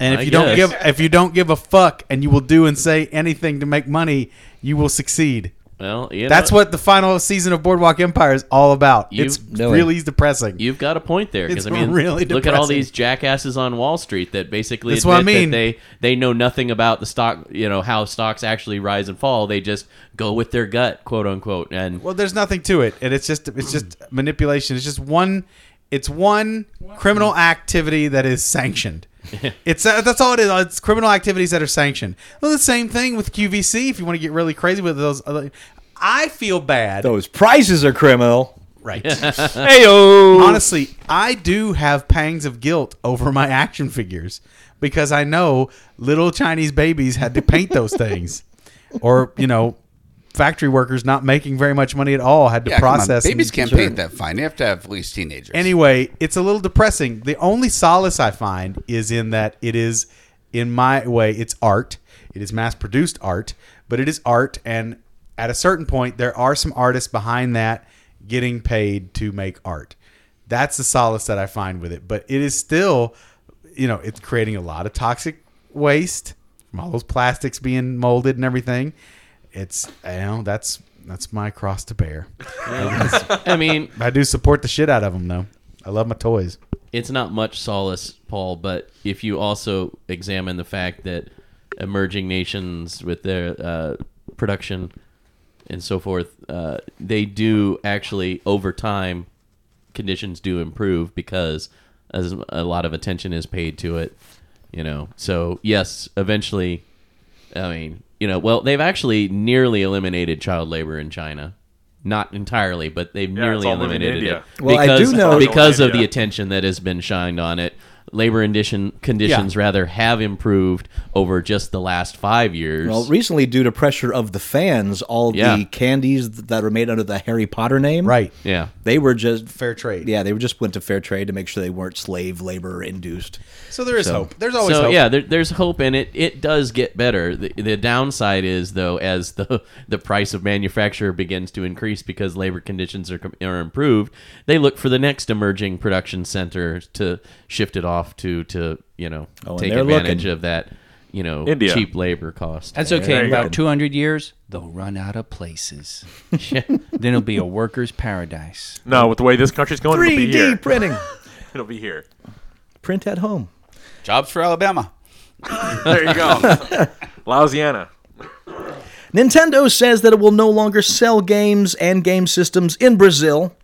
[SPEAKER 10] And if
[SPEAKER 5] I
[SPEAKER 10] you don't
[SPEAKER 5] guess.
[SPEAKER 10] give if you don't give a fuck and you will do and say anything to make money, you will succeed.
[SPEAKER 5] Well, you
[SPEAKER 10] That's
[SPEAKER 5] know-
[SPEAKER 10] what the final season of Boardwalk Empire is all about.
[SPEAKER 5] You-
[SPEAKER 10] it's
[SPEAKER 5] No.
[SPEAKER 10] really depressing.
[SPEAKER 5] You've got a point there
[SPEAKER 10] It's
[SPEAKER 5] because I mean,
[SPEAKER 10] really
[SPEAKER 5] look at all
[SPEAKER 10] depressing.
[SPEAKER 5] these jackasses on Wall Street that basically
[SPEAKER 10] That's what I
[SPEAKER 5] admit that
[SPEAKER 10] mean.
[SPEAKER 5] they they know nothing about the stock, you know, how stocks actually rise and fall. They just go with their gut, quote unquote. And
[SPEAKER 10] Well, there's nothing to it, and it's just it's just manipulation. It's just one, it's one criminal activity that is sanctioned. it's uh, that's all it is. It's criminal activities that are sanctioned. Well, the same thing with QVC. If you want to get really crazy with those, other, I feel bad.
[SPEAKER 3] Those prizes are criminal.
[SPEAKER 10] Right.
[SPEAKER 3] Heyo.
[SPEAKER 10] Honestly, I do have pangs of guilt over my action figures because I know little Chinese babies had to paint those things, or you know, factory workers not making very much money at all had to
[SPEAKER 6] Yeah, come on.
[SPEAKER 10] process. and-
[SPEAKER 6] Babies can't paint that fine. They have to have at least teenagers.
[SPEAKER 10] Anyway, it's a little depressing. The only solace I find is in that it is, in my way, it's art. It is mass produced art, but it is art. And at a certain point, there are some artists behind that getting paid to make art. That's the solace that I find with it. But it is still, you know, it's creating a lot of toxic waste from all those plastics being molded and everything. It's, you know, that's. That's my cross to bear.
[SPEAKER 5] I mean,
[SPEAKER 10] I do support the shit out of them, though. I love my toys.
[SPEAKER 5] it's not much solace, Paul, but if you also examine the fact that emerging nations with their uh, production and so forth, uh, they do actually over time conditions do improve because as a lot of attention is paid to it, you know. So yes, eventually, I mean, you know, well, they've actually nearly eliminated child labor in China. Not entirely, but they've
[SPEAKER 1] Yeah, it's
[SPEAKER 5] nearly
[SPEAKER 1] all living in
[SPEAKER 5] eliminated
[SPEAKER 1] India.
[SPEAKER 5] it.
[SPEAKER 3] Well, I do
[SPEAKER 5] because,
[SPEAKER 3] know-
[SPEAKER 5] because of
[SPEAKER 1] India.
[SPEAKER 5] the attention that has been shined on it. Labor condition, conditions rather have improved over just the last five years.
[SPEAKER 3] Well, recently, due to pressure of the fans, all
[SPEAKER 5] Yeah.
[SPEAKER 3] the candies that are made under the Harry Potter name,
[SPEAKER 10] Right.
[SPEAKER 5] Yeah.
[SPEAKER 3] they were just
[SPEAKER 10] Fair trade.
[SPEAKER 3] Yeah, they were just went to fair trade to make sure they weren't slave labor induced.
[SPEAKER 10] So there is hope. There's always
[SPEAKER 5] so
[SPEAKER 10] hope.
[SPEAKER 5] yeah, there, there's hope, and it it does get better. The, the downside is though, as the the price of manufacture begins to increase because labor conditions are com- are improved, they look for the next emerging production center to shift it off to to you know
[SPEAKER 3] Oh, and
[SPEAKER 5] take
[SPEAKER 3] they're
[SPEAKER 5] advantage
[SPEAKER 3] looking.
[SPEAKER 5] of that you know
[SPEAKER 1] India.
[SPEAKER 5] cheap labor cost.
[SPEAKER 7] That's
[SPEAKER 1] There
[SPEAKER 7] okay. In
[SPEAKER 1] you go.
[SPEAKER 7] about 200 years, they'll run out of places. then it'll be a workers' paradise.
[SPEAKER 1] No, Uh, with the way this country's going, it'll be
[SPEAKER 3] 3D
[SPEAKER 1] here.
[SPEAKER 3] printing,
[SPEAKER 1] It'll be here.
[SPEAKER 3] print at home.
[SPEAKER 6] Jobs for Alabama.
[SPEAKER 1] There you go. Louisiana.
[SPEAKER 3] Nintendo says that it will no longer sell games and game systems in Brazil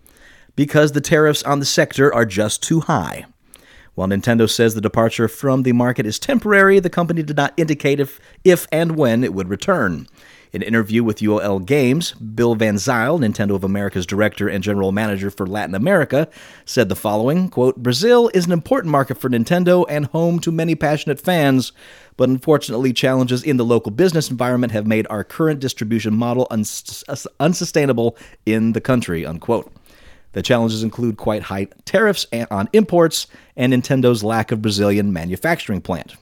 [SPEAKER 3] because the tariffs on the sector are just too high. While Nintendo says the departure from the market is temporary, the company did not indicate if, if and when it would return. In an interview with UOL Games, Bill Van Zyl, Nintendo of America's director and general manager for Latin America, said the following, quote, "Brazil is an important market for Nintendo and home to many passionate fans, but unfortunately challenges in the local business environment have made our current distribution model uns- unsustainable in the country." unquote. The challenges include quite high tariffs a- on imports and Nintendo's lack of Brazilian manufacturing plant.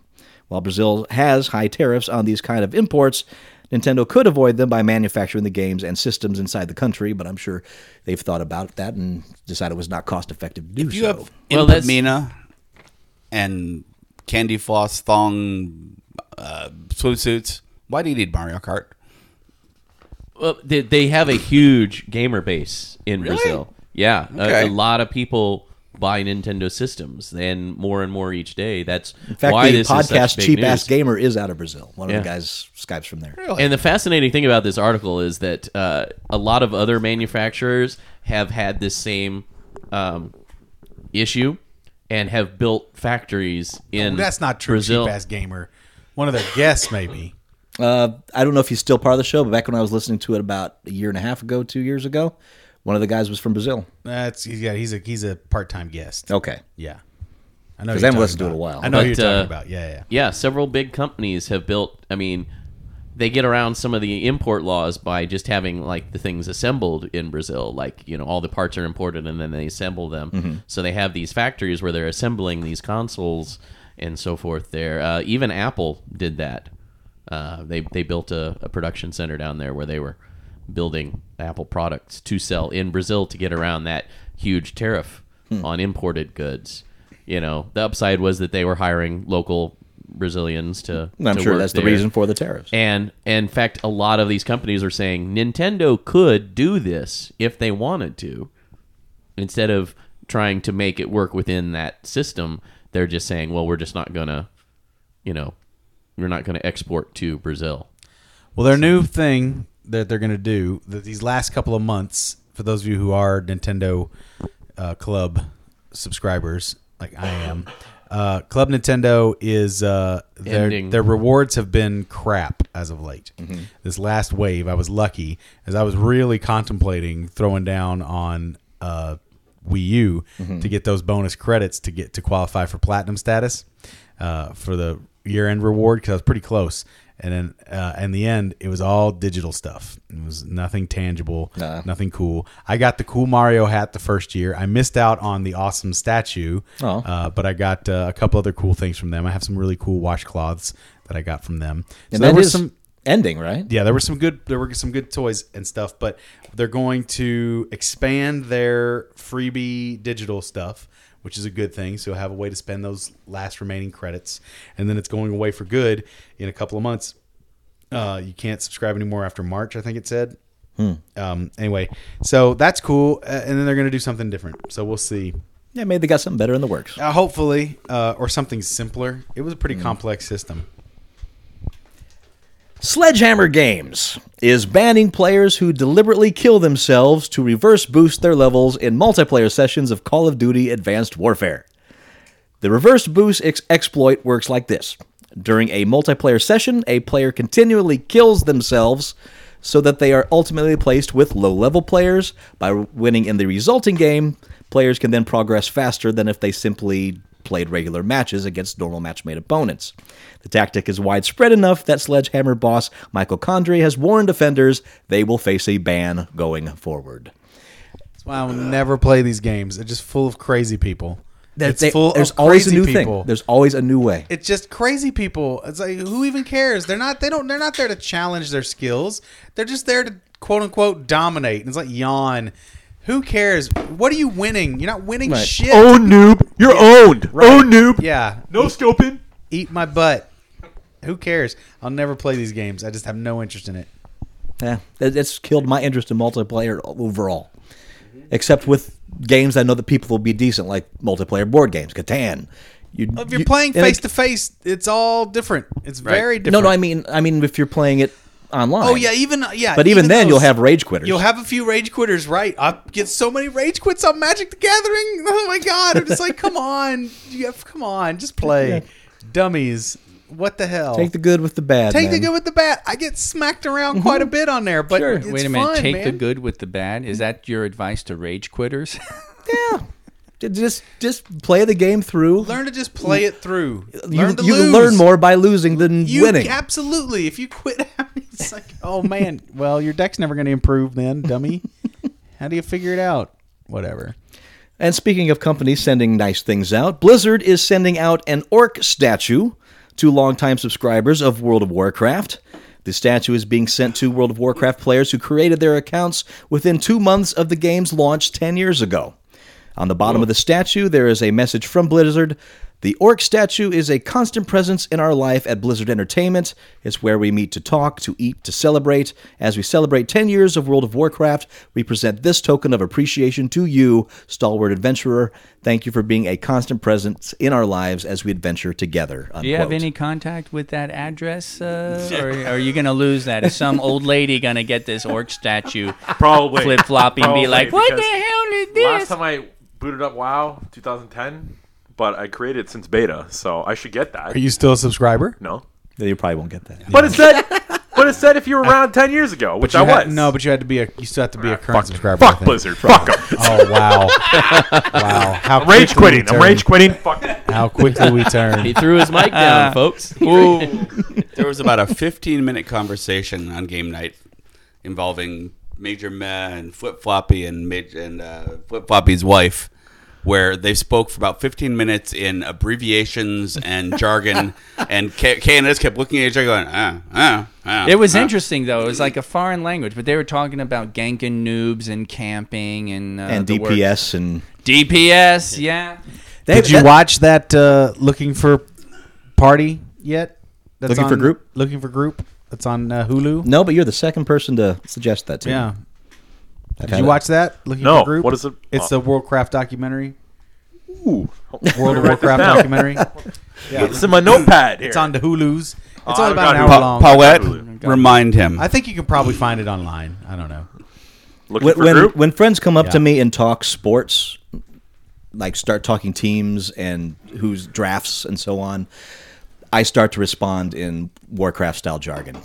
[SPEAKER 3] While Brazil has high tariffs on these kind of imports, Nintendo could avoid them by manufacturing the games and systems inside the country, but I'm sure they've thought about that and decided it was not cost effective to do
[SPEAKER 6] If you
[SPEAKER 3] so.
[SPEAKER 6] have
[SPEAKER 5] Well,
[SPEAKER 6] well,
[SPEAKER 5] that's-
[SPEAKER 6] Mina and candy floss thong uh, swimsuits, why do you need Mario Kart?
[SPEAKER 5] Well, they, they have a huge gamer base in Brazil. Yeah, a-
[SPEAKER 6] Okay.
[SPEAKER 5] a, lot of people buy Nintendo systems, and more and more each day. That's
[SPEAKER 3] In fact,
[SPEAKER 5] why
[SPEAKER 3] the
[SPEAKER 5] this is such
[SPEAKER 3] podcast
[SPEAKER 5] big
[SPEAKER 3] Cheap
[SPEAKER 5] news.
[SPEAKER 3] Ass Gamer is out of Brazil. One
[SPEAKER 5] Yeah.
[SPEAKER 3] of the guys Skypes from there.
[SPEAKER 5] And the fascinating thing about this article is that uh, a lot of other manufacturers have had this same um, issue and have built factories in.
[SPEAKER 10] Oh, that's not true,
[SPEAKER 5] Brazil.
[SPEAKER 10] cheap ass gamer. One of their guests, maybe.
[SPEAKER 3] Uh, I don't know if he's still part of the show, but back when I was listening to it about a year and a half ago, two years ago, one of the guys was from Brazil.
[SPEAKER 10] That's he's got he's a he's a part time guest.
[SPEAKER 3] Okay.
[SPEAKER 10] Yeah. I
[SPEAKER 3] Because
[SPEAKER 10] know who
[SPEAKER 3] I
[SPEAKER 10] you're
[SPEAKER 3] haven't
[SPEAKER 10] talking
[SPEAKER 3] listened to it in
[SPEAKER 10] about.
[SPEAKER 3] a while.
[SPEAKER 10] I know who
[SPEAKER 5] But,
[SPEAKER 10] you're talking
[SPEAKER 5] uh,
[SPEAKER 10] about. Yeah, yeah.
[SPEAKER 5] Yeah, several big companies have built. I mean, they get around some of the import laws by just having like the things assembled in Brazil. Like you know, all the parts are imported and then they assemble them.
[SPEAKER 3] Mm-hmm.
[SPEAKER 12] Mhm.
[SPEAKER 5] So they have these factories where they're assembling these consoles and so forth. There, uh, even Apple did that. Uh, they they built a, a production center down there where they were building Apple products to sell in Brazil to get around that huge tariff
[SPEAKER 12] Hmm.
[SPEAKER 5] on imported goods. You know, the upside was that they were hiring local Brazilians to.
[SPEAKER 3] And I'm
[SPEAKER 5] to
[SPEAKER 3] sure
[SPEAKER 5] work
[SPEAKER 3] that's the
[SPEAKER 5] there.
[SPEAKER 3] reason for the tariffs.
[SPEAKER 5] And, and in fact, a lot of these companies are saying Nintendo could do this if they wanted to, instead of trying to make it work within that system. They're just saying, well, we're just not gonna, you know, we're not gonna export to Brazil.
[SPEAKER 10] Well, their new thing that they're going to do that these last couple of months, for those of you who are Nintendo uh, Club subscribers, like I am, uh, Club Nintendo is uh, their
[SPEAKER 5] Ending.
[SPEAKER 10] their rewards have been crap as of late.
[SPEAKER 5] Mhm.
[SPEAKER 10] This last wave, I was lucky as I was really contemplating throwing down on uh, Wii U to get those bonus credits to get to qualify for platinum status uh, for the year end reward because I was pretty close. And then uh, in the end, it was all digital stuff. It was nothing tangible, nothing cool. I got the cool Mario hat the first year. I missed out on the awesome statue,
[SPEAKER 3] Oh.
[SPEAKER 10] uh, but I got uh, a couple other cool things from them. I have some really cool washcloths that I got from them.
[SPEAKER 3] And
[SPEAKER 10] there
[SPEAKER 3] that
[SPEAKER 10] were
[SPEAKER 3] is ending, right?
[SPEAKER 10] Yeah, there were some good there were some good toys and stuff, but they're going to expand their freebie digital stuff, which is a good thing. So you'll have a way to spend those last remaining credits, and then it's going away for good in a couple of months. Uh, you can't subscribe anymore after March, I think it said.
[SPEAKER 3] Hmm.
[SPEAKER 10] Um, anyway, so that's cool, uh, and then they're going to do something different. So we'll see.
[SPEAKER 3] Yeah, maybe they got something better in the works. Hmm.
[SPEAKER 10] Uh, hopefully, uh, or something simpler. It was a pretty complex system.
[SPEAKER 3] Sledgehammer Games is banning players who deliberately kill themselves to reverse boost their levels in multiplayer sessions of Call of Duty Advanced Warfare. The reverse boost ex- exploit works like this During a multiplayer session, a player continually kills themselves so that they are ultimately placed with low level players. By winning in the resulting game, players can then progress faster than if they simply played regular matches against normal match made opponents. The tactic is widespread enough that Sledgehammer boss Michael Condrey has warned offenders they will face a ban going forward.
[SPEAKER 10] That's why I will never play these games. They're just full of crazy people.
[SPEAKER 3] That
[SPEAKER 10] it's
[SPEAKER 3] they-
[SPEAKER 10] full
[SPEAKER 3] there's
[SPEAKER 10] of
[SPEAKER 3] always a
[SPEAKER 10] crazy
[SPEAKER 3] new
[SPEAKER 10] people.
[SPEAKER 3] thing. There's always a new way.
[SPEAKER 10] It's just crazy people. It's like who even cares? They're not. They don't. They're not there to challenge their skills. They're just there to quote unquote dominate. And it's like yawn. Who cares? What are you winning? You're not winning
[SPEAKER 11] Right.
[SPEAKER 10] shit.
[SPEAKER 11] Own Oh, noob. You're owned. Own noob.
[SPEAKER 10] Yeah.
[SPEAKER 11] No
[SPEAKER 10] scoping. Eat my butt. Who cares? I'll never play these games. I just have no interest in it.
[SPEAKER 3] Yeah, that- that's killed my interest in multiplayer overall. Except with games I know that people will be decent, like multiplayer board games, Catan. You,
[SPEAKER 10] If you're playing face to face, it's all different. It's very different.
[SPEAKER 3] No, no, I mean, I mean, if you're playing it online.
[SPEAKER 10] Oh yeah, even yeah.
[SPEAKER 3] But even, then, you'll
[SPEAKER 10] those-
[SPEAKER 3] have rage quitters.
[SPEAKER 10] You'll have a few rage quitters, right? I get so many rage quits on Magic the Gathering. Oh my god! I'm just like, come on, you have, come on, just play,
[SPEAKER 3] Yeah.
[SPEAKER 10] dummies. What the hell?
[SPEAKER 3] Oh. take the good with the bad.
[SPEAKER 10] Take the
[SPEAKER 3] man.
[SPEAKER 10] good with the bad. I get smacked around quite a bit on there, but it's
[SPEAKER 7] Wait a minute.
[SPEAKER 10] fun,
[SPEAKER 7] Take
[SPEAKER 10] man.
[SPEAKER 7] the good with the bad. Is that your advice to rage quitters?
[SPEAKER 3] J- Just, just play the game through.
[SPEAKER 10] Learn to just play it through.
[SPEAKER 3] You,
[SPEAKER 10] learn to
[SPEAKER 3] you
[SPEAKER 10] lose.
[SPEAKER 3] learn more by losing than
[SPEAKER 10] You
[SPEAKER 3] winning.
[SPEAKER 10] absolutely. If you quit, it's like, oh man. Well, your deck's never going to improve, then, dummy. How do you figure it out? Whatever.
[SPEAKER 3] And speaking of companies sending nice things out, Blizzard is sending out an orc statue to longtime subscribers of World of Warcraft. The statue is being sent to World of Warcraft players who created their accounts within two months of the game's launch 10 years ago. On the bottom of the statue, there is a message from Blizzard The orc statue is a constant presence in our life at Blizzard Entertainment. It's where we meet to talk, to eat, to celebrate. As we celebrate 10 years of World of Warcraft, we present this token of appreciation to you, stalwart adventurer. Thank you for being a constant presence in our lives as we adventure together.
[SPEAKER 7] Do you have
[SPEAKER 3] unquote.
[SPEAKER 7] any contact with that address, uh, or, or are you gonna lose that? Is some old lady gonna get this orc statue
[SPEAKER 1] Probably.
[SPEAKER 7] flip flopping and
[SPEAKER 1] Probably,
[SPEAKER 7] be like, "What the
[SPEAKER 1] because
[SPEAKER 7] hell is
[SPEAKER 1] Last
[SPEAKER 7] this?"
[SPEAKER 1] time I booted up WoW 2010, but I created it since beta, so I should get that.
[SPEAKER 11] Are you still a subscriber?
[SPEAKER 1] No.
[SPEAKER 3] Then you probably won't get that.
[SPEAKER 1] But it said, but it said if you were around ten years ago, which
[SPEAKER 11] you
[SPEAKER 1] I
[SPEAKER 11] had-
[SPEAKER 1] was.
[SPEAKER 11] No, but you had to be a. You still have to be a current
[SPEAKER 1] fuck-
[SPEAKER 11] subscriber.
[SPEAKER 1] fuck
[SPEAKER 11] I think.
[SPEAKER 1] Blizzard, fuck 'em.
[SPEAKER 11] Oh wow, wow! How
[SPEAKER 1] I'm rage
[SPEAKER 11] quickly
[SPEAKER 1] quitting,
[SPEAKER 11] we
[SPEAKER 1] I'm
[SPEAKER 11] turn.
[SPEAKER 1] rage quitting, fuck.
[SPEAKER 11] How quickly we turn.
[SPEAKER 5] He threw his mic down, folks.
[SPEAKER 6] Ooh. there was about a 15 minute conversation on game night involving Major Meh and Flip Floppy and Maj- and uh, Flip Floppy's wife, where they spoke for about 15 minutes in abbreviations and jargon, and K-, K and S kept looking at each other going, ah, ah, ah.
[SPEAKER 7] It was
[SPEAKER 6] ah.
[SPEAKER 7] interesting though. It was like a foreign language, but they were talking about ganking noobs and camping and uh,
[SPEAKER 3] and
[SPEAKER 7] the work-
[SPEAKER 3] DPS and
[SPEAKER 7] DPS, yeah.
[SPEAKER 11] Did you watch that uh, looking for party yet?
[SPEAKER 3] Looking for
[SPEAKER 11] on-
[SPEAKER 3] group?
[SPEAKER 11] Looking for group. That's on uh, Hulu.
[SPEAKER 3] No, but you're the second person to suggest that to me.
[SPEAKER 11] Yeah.
[SPEAKER 3] I've
[SPEAKER 11] Did
[SPEAKER 3] had
[SPEAKER 11] you
[SPEAKER 3] it.
[SPEAKER 11] watch that? Looking
[SPEAKER 1] No.
[SPEAKER 11] for group.
[SPEAKER 1] What is it?
[SPEAKER 11] It's
[SPEAKER 1] Oh.
[SPEAKER 11] the Worldcraft documentary.
[SPEAKER 1] Ooh.
[SPEAKER 11] World of
[SPEAKER 1] Write this down.
[SPEAKER 11] Warcraft documentary.
[SPEAKER 1] It's in my notepad here.
[SPEAKER 11] It's on the Hulu's. It's
[SPEAKER 1] Oh,
[SPEAKER 11] all
[SPEAKER 1] I've
[SPEAKER 11] about
[SPEAKER 1] got Hulu.
[SPEAKER 11] an hour
[SPEAKER 6] Pa-
[SPEAKER 11] long.
[SPEAKER 6] Paulette, remind him.
[SPEAKER 11] I think you can probably find it online. I don't know.
[SPEAKER 1] Looking
[SPEAKER 3] when,
[SPEAKER 1] for
[SPEAKER 3] when,
[SPEAKER 1] group?
[SPEAKER 3] when friends come up
[SPEAKER 11] Yeah.
[SPEAKER 3] to me and talk sports, like start talking teams and who's drafts and so on, I start to respond in Warcraft style jargon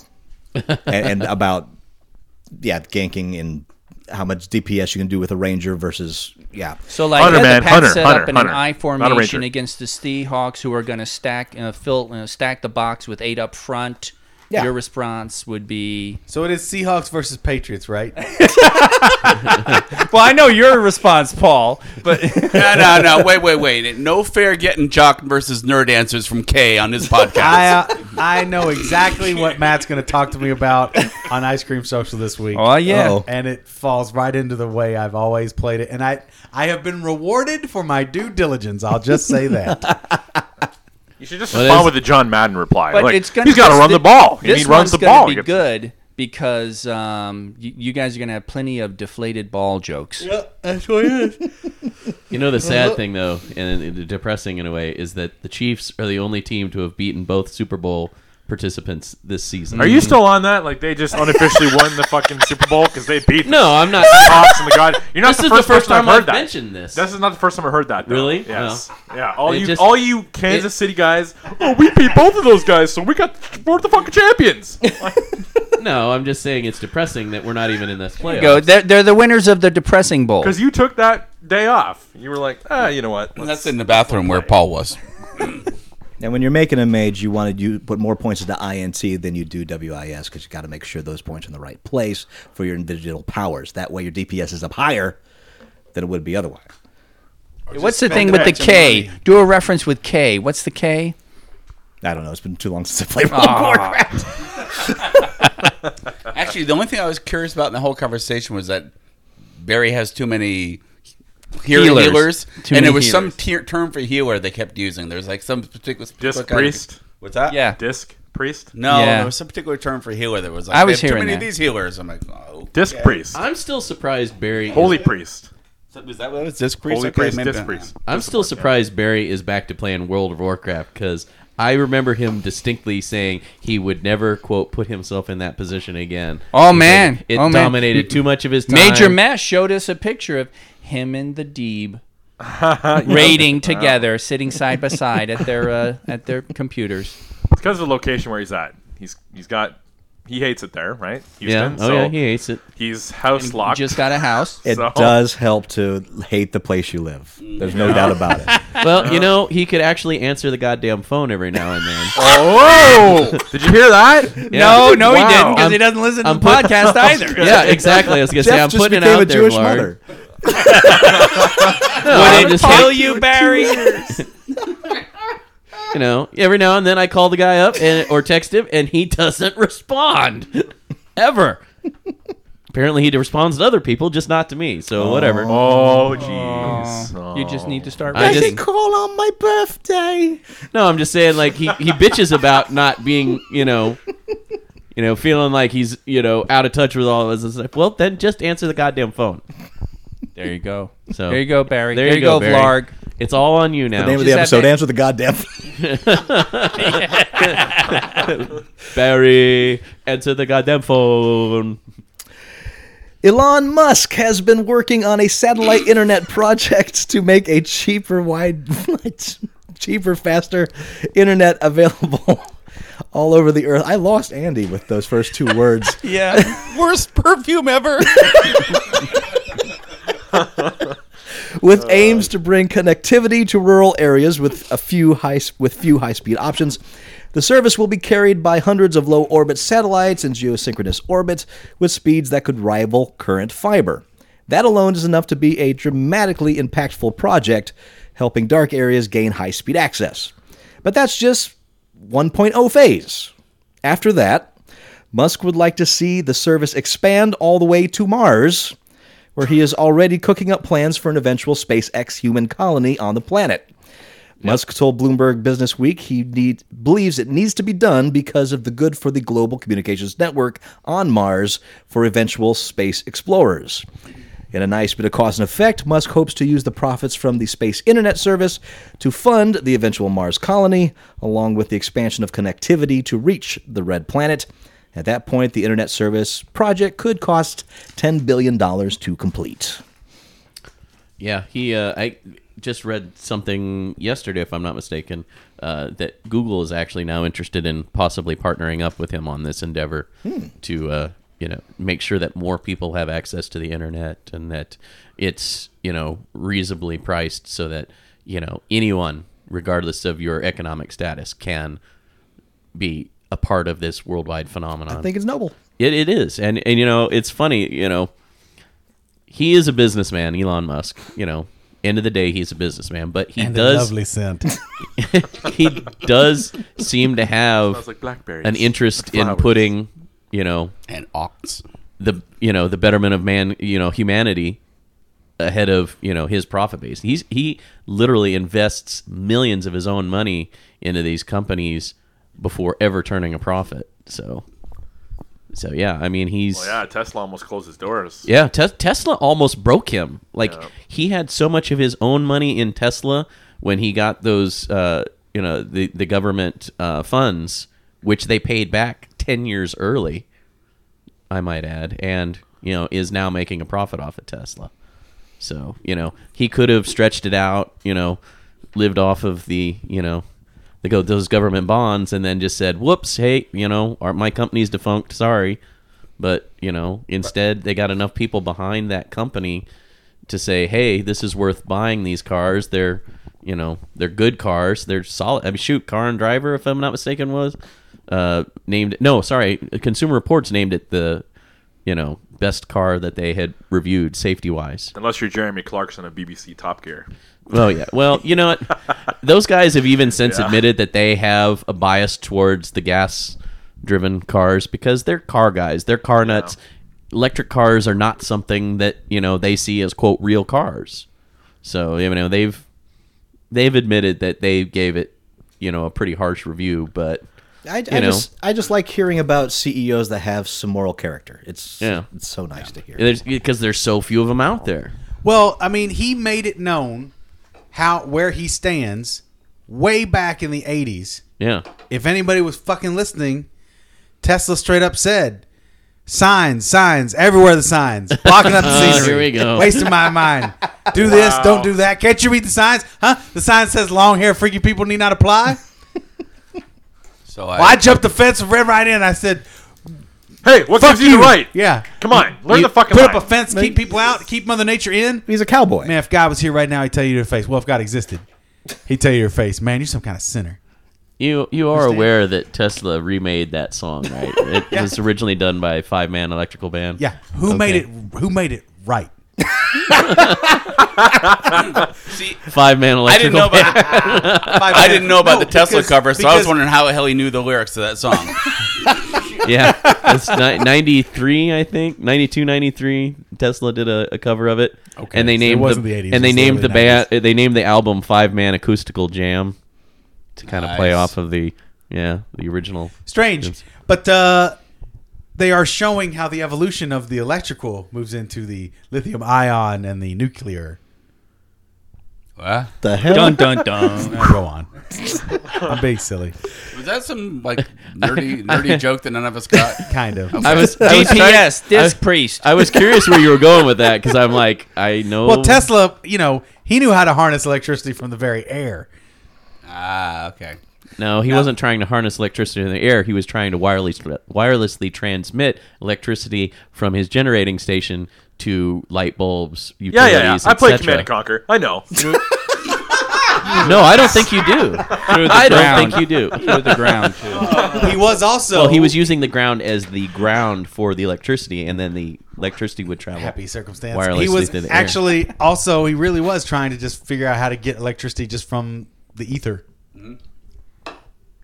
[SPEAKER 3] and, and about yeah ganking and how much DPS you can do with a ranger versus yeah.
[SPEAKER 7] So like
[SPEAKER 1] Hunter,
[SPEAKER 7] yeah,
[SPEAKER 1] man,
[SPEAKER 7] the pack
[SPEAKER 1] Hunter,
[SPEAKER 7] set
[SPEAKER 1] Hunter,
[SPEAKER 7] up in
[SPEAKER 1] Hunter.
[SPEAKER 7] an I
[SPEAKER 1] Not a ranger.
[SPEAKER 7] formation against the Seahawks, who are going to stack uh, fill uh, stack the box with eight up front.
[SPEAKER 3] Yeah.
[SPEAKER 7] Your response would be.
[SPEAKER 11] So it is Seahawks versus Patriots, right?
[SPEAKER 7] Well, I know your response, Paul, but
[SPEAKER 6] no, no, no. Wait, wait, wait. No fair getting jock versus nerd answers from K on his podcast.
[SPEAKER 11] I uh, I know exactly what Matt's going to talk to me about on Ice Cream Social this week.
[SPEAKER 7] Oh, yeah.
[SPEAKER 3] Uh-oh.
[SPEAKER 11] and it falls right into the way I've always played it, and I I have been rewarded for my due diligence. I'll just say that.
[SPEAKER 1] You should just
[SPEAKER 5] Well,
[SPEAKER 1] respond
[SPEAKER 5] there's-
[SPEAKER 1] with the John Madden reply.
[SPEAKER 7] but
[SPEAKER 1] like,
[SPEAKER 7] it's gonna
[SPEAKER 1] he's got to
[SPEAKER 7] this-
[SPEAKER 1] run the ball. And
[SPEAKER 7] This
[SPEAKER 1] he runs
[SPEAKER 7] one's
[SPEAKER 1] the
[SPEAKER 7] gonna
[SPEAKER 1] ball.
[SPEAKER 7] Be
[SPEAKER 1] against-
[SPEAKER 7] good because um, you, you guys are going to have plenty of deflated ball jokes.
[SPEAKER 11] That's what it is.
[SPEAKER 5] You know the sad thing though, and and depressing in a way, is that the Chiefs are the only team to have beaten both Super Bowl participants this season.
[SPEAKER 1] Are you still on that? Like they just unofficially won the fucking Super Bowl because they beat the
[SPEAKER 5] No, I'm not.
[SPEAKER 1] Hawks and the God. You're not
[SPEAKER 5] This
[SPEAKER 1] the
[SPEAKER 5] is
[SPEAKER 1] first,
[SPEAKER 5] the first
[SPEAKER 1] person I've
[SPEAKER 5] time
[SPEAKER 1] heard
[SPEAKER 5] I've
[SPEAKER 1] that.
[SPEAKER 5] mentioned this.
[SPEAKER 1] This is not the first time I heard that. Though.
[SPEAKER 5] Really?
[SPEAKER 1] Yes. Yeah. All
[SPEAKER 5] It
[SPEAKER 1] you,
[SPEAKER 5] just-
[SPEAKER 1] all you Kansas City guys. Oh, we beat both of those guys, so we got we're the fucking champions.
[SPEAKER 5] no, I'm just saying it's depressing that we're not even in this playoff.
[SPEAKER 7] Go, they're, they're the winners of the depressing bowl.
[SPEAKER 1] Because you took that day off. You were like, ah, you know what?
[SPEAKER 6] That's in the bathroom where Paul was.
[SPEAKER 3] And when you're making a mage, you want to you put more points into INT than you do WIS because you got to make sure those points are in the right place for your individual powers. That way, your DPS is up higher than it would be otherwise.
[SPEAKER 7] What's the thing with the
[SPEAKER 11] some
[SPEAKER 7] K? Do a reference with K. What's the K? Ah.
[SPEAKER 3] I don't know. It's been too long since I played World
[SPEAKER 6] Ah.
[SPEAKER 3] of Warcraft.
[SPEAKER 6] Actually, the only thing I was curious about in the whole conversation was that Barry has too many healer-
[SPEAKER 7] Healers.
[SPEAKER 6] healers,
[SPEAKER 7] Too
[SPEAKER 6] and
[SPEAKER 7] many
[SPEAKER 6] there was some
[SPEAKER 7] healers.
[SPEAKER 6] ter- term for healer they kept using. There's like some particular
[SPEAKER 1] Disc
[SPEAKER 6] particular kind of-
[SPEAKER 1] priest?
[SPEAKER 6] What's that?
[SPEAKER 7] Yeah.
[SPEAKER 1] Disc priest,
[SPEAKER 6] No,
[SPEAKER 7] Yeah.
[SPEAKER 6] there was some particular term for healer that was like
[SPEAKER 7] I
[SPEAKER 6] we
[SPEAKER 7] was
[SPEAKER 6] have too
[SPEAKER 7] hearing
[SPEAKER 6] many
[SPEAKER 7] that.
[SPEAKER 6] of these healers. I'm like, oh,
[SPEAKER 1] disc priest,
[SPEAKER 5] I'm still surprised Barry.
[SPEAKER 1] holy
[SPEAKER 5] is,
[SPEAKER 1] priest,
[SPEAKER 6] So is that what it was? Disc priest.
[SPEAKER 1] holy
[SPEAKER 6] Okay,
[SPEAKER 1] priest,
[SPEAKER 6] maybe-
[SPEAKER 1] disc priest.
[SPEAKER 5] I'm still surprised Barry is back to playing World of Warcraft because I remember him distinctly saying he would never quote put himself in that position again.
[SPEAKER 7] Oh,
[SPEAKER 5] Because
[SPEAKER 7] man.
[SPEAKER 5] it
[SPEAKER 7] Oh, man.
[SPEAKER 5] dominated too much of his time.
[SPEAKER 7] Major Mesh showed us a picture of him and the Deeb raiding together, sitting side by side at their uh, at their computers.
[SPEAKER 1] It's because of the location where he's at. He's he's got he hates it there, right?
[SPEAKER 5] Yeah.
[SPEAKER 1] Houston,
[SPEAKER 5] Oh
[SPEAKER 1] so
[SPEAKER 5] yeah, he hates it.
[SPEAKER 1] he's house
[SPEAKER 7] He
[SPEAKER 1] locked.
[SPEAKER 7] just got a house.
[SPEAKER 3] It
[SPEAKER 1] So-
[SPEAKER 3] does help to hate the place you live. There's no doubt about it.
[SPEAKER 5] Well, you know, he could actually answer the goddamn phone every now and then.
[SPEAKER 1] Oh! Did you hear that?
[SPEAKER 7] No, no, he
[SPEAKER 1] Wow.
[SPEAKER 7] didn't because he
[SPEAKER 5] I'm-
[SPEAKER 7] doesn't listen to
[SPEAKER 5] I'm
[SPEAKER 7] the
[SPEAKER 5] put-
[SPEAKER 7] podcast either.
[SPEAKER 5] yeah, exactly. I was gonna say I'm putting it out there, Lard. No, I'm
[SPEAKER 7] Would it
[SPEAKER 5] just
[SPEAKER 7] kill
[SPEAKER 5] like-
[SPEAKER 7] you, Barry?
[SPEAKER 5] you know, every now and then I call the guy up and or text him, and he doesn't respond ever. Apparently, he responds to other people, just not to me. So whatever.
[SPEAKER 1] Oh, jeez.
[SPEAKER 5] You just need to start.
[SPEAKER 1] I
[SPEAKER 5] just,
[SPEAKER 3] call on my birthday.
[SPEAKER 5] no, I'm just saying, like he he bitches about not being, you know, you know, feeling like he's, you know, out of touch with all of us. It's like, well, then just answer the goddamn phone.
[SPEAKER 7] There you go.
[SPEAKER 5] So
[SPEAKER 7] There you go, Barry.
[SPEAKER 5] There,
[SPEAKER 7] There
[SPEAKER 5] you
[SPEAKER 7] you
[SPEAKER 5] go,
[SPEAKER 7] go,
[SPEAKER 5] Barry. It's all on you now.
[SPEAKER 3] The name of the episode. Answer the goddamn. phone.
[SPEAKER 5] Barry, answer the goddamn phone.
[SPEAKER 3] Elon Musk has been working on a satellite internet project to make a cheaper, wide, cheaper, faster internet available all over the earth. I lost Andy with those first two words.
[SPEAKER 13] Yeah. Worst perfume ever.
[SPEAKER 3] with aims to bring connectivity to rural areas with a few high with few high-speed options. The service will be carried by hundreds of low orbit satellites in geosynchronous orbit with speeds that could rival current fiber. That alone is enough to be a dramatically impactful project helping dark areas gain high-speed access. But that's just 1.0 phase. After that, Musk would like to see the service expand all the way to Mars, where he is already cooking up plans for an eventual SpaceX human colony on the planet. Musk told Bloomberg Business Week he need, believes it needs to be done because of the good for the global communications network on Mars for eventual space explorers. In a nice bit of cause and effect, Musk hopes to use the profits from the space internet service to fund the eventual Mars colony, along with the expansion of connectivity to reach the red planet. At that point, the internet service project could cost $10 billion to complete.
[SPEAKER 5] Yeah, he. Uh, I just read something yesterday, if I'm not mistaken, uh, that Google is actually now interested in possibly partnering up with him on this endeavor
[SPEAKER 13] Hmm.
[SPEAKER 5] to, uh, you know, make sure that more people have access to the internet and that it's, you know, reasonably priced so that you know anyone, regardless of your economic status, can be a part of this worldwide phenomenon.
[SPEAKER 3] I think it's noble.
[SPEAKER 5] It, it is, and and you know it's funny. You know, he is a businessman, Elon Musk. You know, end of the day, he's a businessman, but he
[SPEAKER 11] And a
[SPEAKER 5] does
[SPEAKER 11] lovely scent.
[SPEAKER 5] he does seem to have
[SPEAKER 1] Smells like blackberries
[SPEAKER 5] an interest
[SPEAKER 1] and
[SPEAKER 5] in
[SPEAKER 1] flowers.
[SPEAKER 5] putting, you know, and ox the you know the betterment of man, you know, humanity ahead of you know his profit base. He's he literally invests millions of his own money into these companies before ever turning a profit. So. So yeah, I mean he's
[SPEAKER 1] Well, yeah, Tesla almost closed his doors.
[SPEAKER 5] yeah, Tes Tesla almost broke him. Like he had so much of his own money in Tesla when he got those, uh, you know, the the government uh, funds, which they paid back ten years early. I might add, and you know, is now making a profit off of Tesla. So you know, he could have stretched it out. You know, lived off of the you know. the go those government bonds, and then just said, "Whoops, hey, you know, our, my company's defunct. Sorry." But you know, instead they got enough people behind that company to say, "Hey, this is worth buying these cars. They're, you know, they're good cars. They're solid." I mean, shoot, Car and Driver, if I'm not mistaken, was uh, named. No, sorry, Consumer Reports named it the, you know, best car that they had reviewed safety wise.
[SPEAKER 1] Unless you're Jeremy Clarkson of BBC Top Gear.
[SPEAKER 5] Well, yeah. Well, you know what? Those guys have even since
[SPEAKER 1] Yeah.
[SPEAKER 5] admitted that they have a bias towards the gas driven cars because they're car guys, they're car nuts. Electric cars are not something that, you know, they see as quote real cars. So, you know, they've they've admitted that they gave it, you know, a pretty harsh review, but
[SPEAKER 3] I, I
[SPEAKER 5] you know,
[SPEAKER 3] just I just like hearing about CEOs that have some moral character. It's
[SPEAKER 5] Yeah.
[SPEAKER 3] it's so nice to hear.
[SPEAKER 5] there's because there's so few of them out there.
[SPEAKER 11] Well, I mean, he made it known how where he stands way back in the '80s.
[SPEAKER 5] Yeah.
[SPEAKER 11] If anybody was fucking listening, Tesla straight up said, "Signs, signs, everywhere the signs, blocking up the
[SPEAKER 5] Oh,
[SPEAKER 11] scenery.
[SPEAKER 5] here we go.
[SPEAKER 11] Wasting my mind. Do this,
[SPEAKER 5] Wow.
[SPEAKER 11] don't do that. Can't you read the signs? Huh? The sign says long hair freaky people need not apply.
[SPEAKER 6] So
[SPEAKER 11] Well, I jumped the fence and ran right in. I said,
[SPEAKER 1] "Hey, what
[SPEAKER 11] fuck
[SPEAKER 1] gives you the right?
[SPEAKER 11] Yeah,
[SPEAKER 1] Come on, learn the fucking
[SPEAKER 11] Put
[SPEAKER 1] line."
[SPEAKER 11] up a fence, keep people out, keep Mother Nature in.
[SPEAKER 3] He's a cowboy.
[SPEAKER 11] Man, if God was here right now, he'd tell you to your face. Well, if God existed, he'd tell you to your face. Man, you're some kind of sinner.
[SPEAKER 5] You you are aware that Tesla remade that song, right? It was originally done by a five man electrical band.
[SPEAKER 11] Yeah, who made it? Who made it right?
[SPEAKER 5] Five man
[SPEAKER 6] I didn't
[SPEAKER 5] electrical
[SPEAKER 6] know about
[SPEAKER 5] band.
[SPEAKER 6] I didn't know about
[SPEAKER 11] No,
[SPEAKER 6] the Tesla
[SPEAKER 11] because-
[SPEAKER 6] cover, so I was
[SPEAKER 11] because-
[SPEAKER 6] wondering how the hell he knew the lyrics to that song.
[SPEAKER 5] yeah, it's ni- 93, I think. 92, 93. Tesla did a, a cover of it.
[SPEAKER 11] Okay,
[SPEAKER 5] And they
[SPEAKER 11] so it
[SPEAKER 5] named
[SPEAKER 11] wasn't
[SPEAKER 5] the,
[SPEAKER 11] the 80s,
[SPEAKER 5] and they
[SPEAKER 11] it's the
[SPEAKER 5] named
[SPEAKER 11] early
[SPEAKER 5] the band they named the album Five Man Acoustical Jam to kind of play
[SPEAKER 11] Nice.
[SPEAKER 5] off of the yeah, the original.
[SPEAKER 11] Strange, but uh, they are showing how the evolution of the electrical moves into the lithium ion and the nuclear. Uh,
[SPEAKER 6] What
[SPEAKER 3] the hell?
[SPEAKER 11] Dun, dun, dun. Go on. I'm being silly.
[SPEAKER 6] Was that some like nerdy nerdy joke that none of us got?
[SPEAKER 11] Kind of.
[SPEAKER 5] I was I was trying- I was- I was curious where you were going with that cuz I'm like I know
[SPEAKER 11] Well, Tesla, you know, he knew how to harness electricity from the very air.
[SPEAKER 6] Ah, okay.
[SPEAKER 5] No, he wasn't trying to harness electricity in the air. He was trying to wirelessly, wirelessly transmit electricity from his generating station to light bulbs,
[SPEAKER 1] Yeah,
[SPEAKER 5] utilities,
[SPEAKER 1] yeah, yeah. I play
[SPEAKER 5] etc..
[SPEAKER 1] Command and Conquer. I know.
[SPEAKER 5] No, I don't think you do.
[SPEAKER 1] the
[SPEAKER 5] I don't
[SPEAKER 1] ground.
[SPEAKER 5] think you do.
[SPEAKER 1] Through the ground, too.
[SPEAKER 11] He was also-
[SPEAKER 5] Well, he was using the ground as the ground for the electricity, and then the electricity would travel.
[SPEAKER 11] Happy circumstance.
[SPEAKER 5] Wirelessly
[SPEAKER 11] he was
[SPEAKER 5] through the air.
[SPEAKER 11] actually also he really was trying to just figure out how to get electricity just from the ether.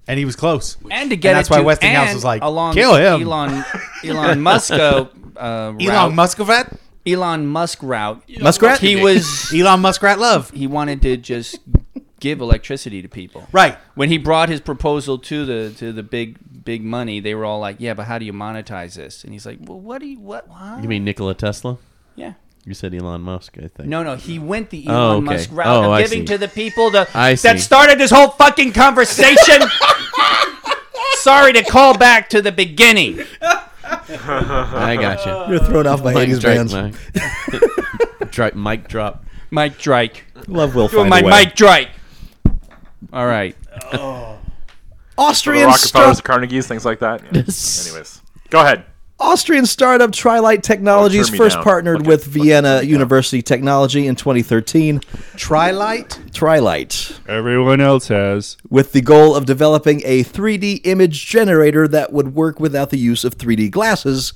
[SPEAKER 11] And he was close.
[SPEAKER 7] and to get
[SPEAKER 11] that's
[SPEAKER 7] it
[SPEAKER 11] why
[SPEAKER 7] to-
[SPEAKER 11] Westinghouse
[SPEAKER 7] and
[SPEAKER 11] was like,
[SPEAKER 7] along
[SPEAKER 11] kill him.
[SPEAKER 7] Elon Elon Musk uh, route.
[SPEAKER 11] Elon Muskrat.
[SPEAKER 7] Elon Musk route.
[SPEAKER 11] Muskrat?
[SPEAKER 7] He was
[SPEAKER 11] Elon Muskrat love.
[SPEAKER 7] He wanted to just give electricity to people.
[SPEAKER 11] Right.
[SPEAKER 7] When he brought his proposal to the to the big big money, they were all like, "Yeah, but how do you monetize this?" And he's like, "Well, what do you what? Huh?
[SPEAKER 5] You mean Nikola Tesla?
[SPEAKER 7] Yeah.
[SPEAKER 5] You said Elon Musk, I think.
[SPEAKER 7] No, no, he went the
[SPEAKER 5] Oh,
[SPEAKER 7] Elon
[SPEAKER 5] okay.
[SPEAKER 7] Musk route
[SPEAKER 5] Oh, I
[SPEAKER 7] of giving
[SPEAKER 5] see.
[SPEAKER 7] to the people the
[SPEAKER 5] I see.
[SPEAKER 7] that started this whole fucking conversation. Sorry to call back to the beginning.
[SPEAKER 5] I got you.
[SPEAKER 3] You're thrown off by
[SPEAKER 5] Mike
[SPEAKER 3] Andy's
[SPEAKER 5] Drake,
[SPEAKER 3] bands.
[SPEAKER 5] Mike. Drake, mic drop.
[SPEAKER 7] Mike Drake.
[SPEAKER 3] Love will find
[SPEAKER 7] Doing my
[SPEAKER 3] a way.
[SPEAKER 7] Mike Drake. All right.
[SPEAKER 1] the
[SPEAKER 3] Austrian
[SPEAKER 1] Rockefellers,
[SPEAKER 3] star-
[SPEAKER 1] the Carnegies, things like that. Yeah. Anyways, go ahead.
[SPEAKER 3] Austrian startup Trilight Technologies
[SPEAKER 1] Oh, turn me
[SPEAKER 3] first
[SPEAKER 1] down.
[SPEAKER 3] partnered with Vienna University Technology in 2013.
[SPEAKER 11] Trilight?
[SPEAKER 3] Trilight.
[SPEAKER 14] Everyone else has.
[SPEAKER 3] With the goal of developing a 3D image generator that would work without the use of 3D glasses,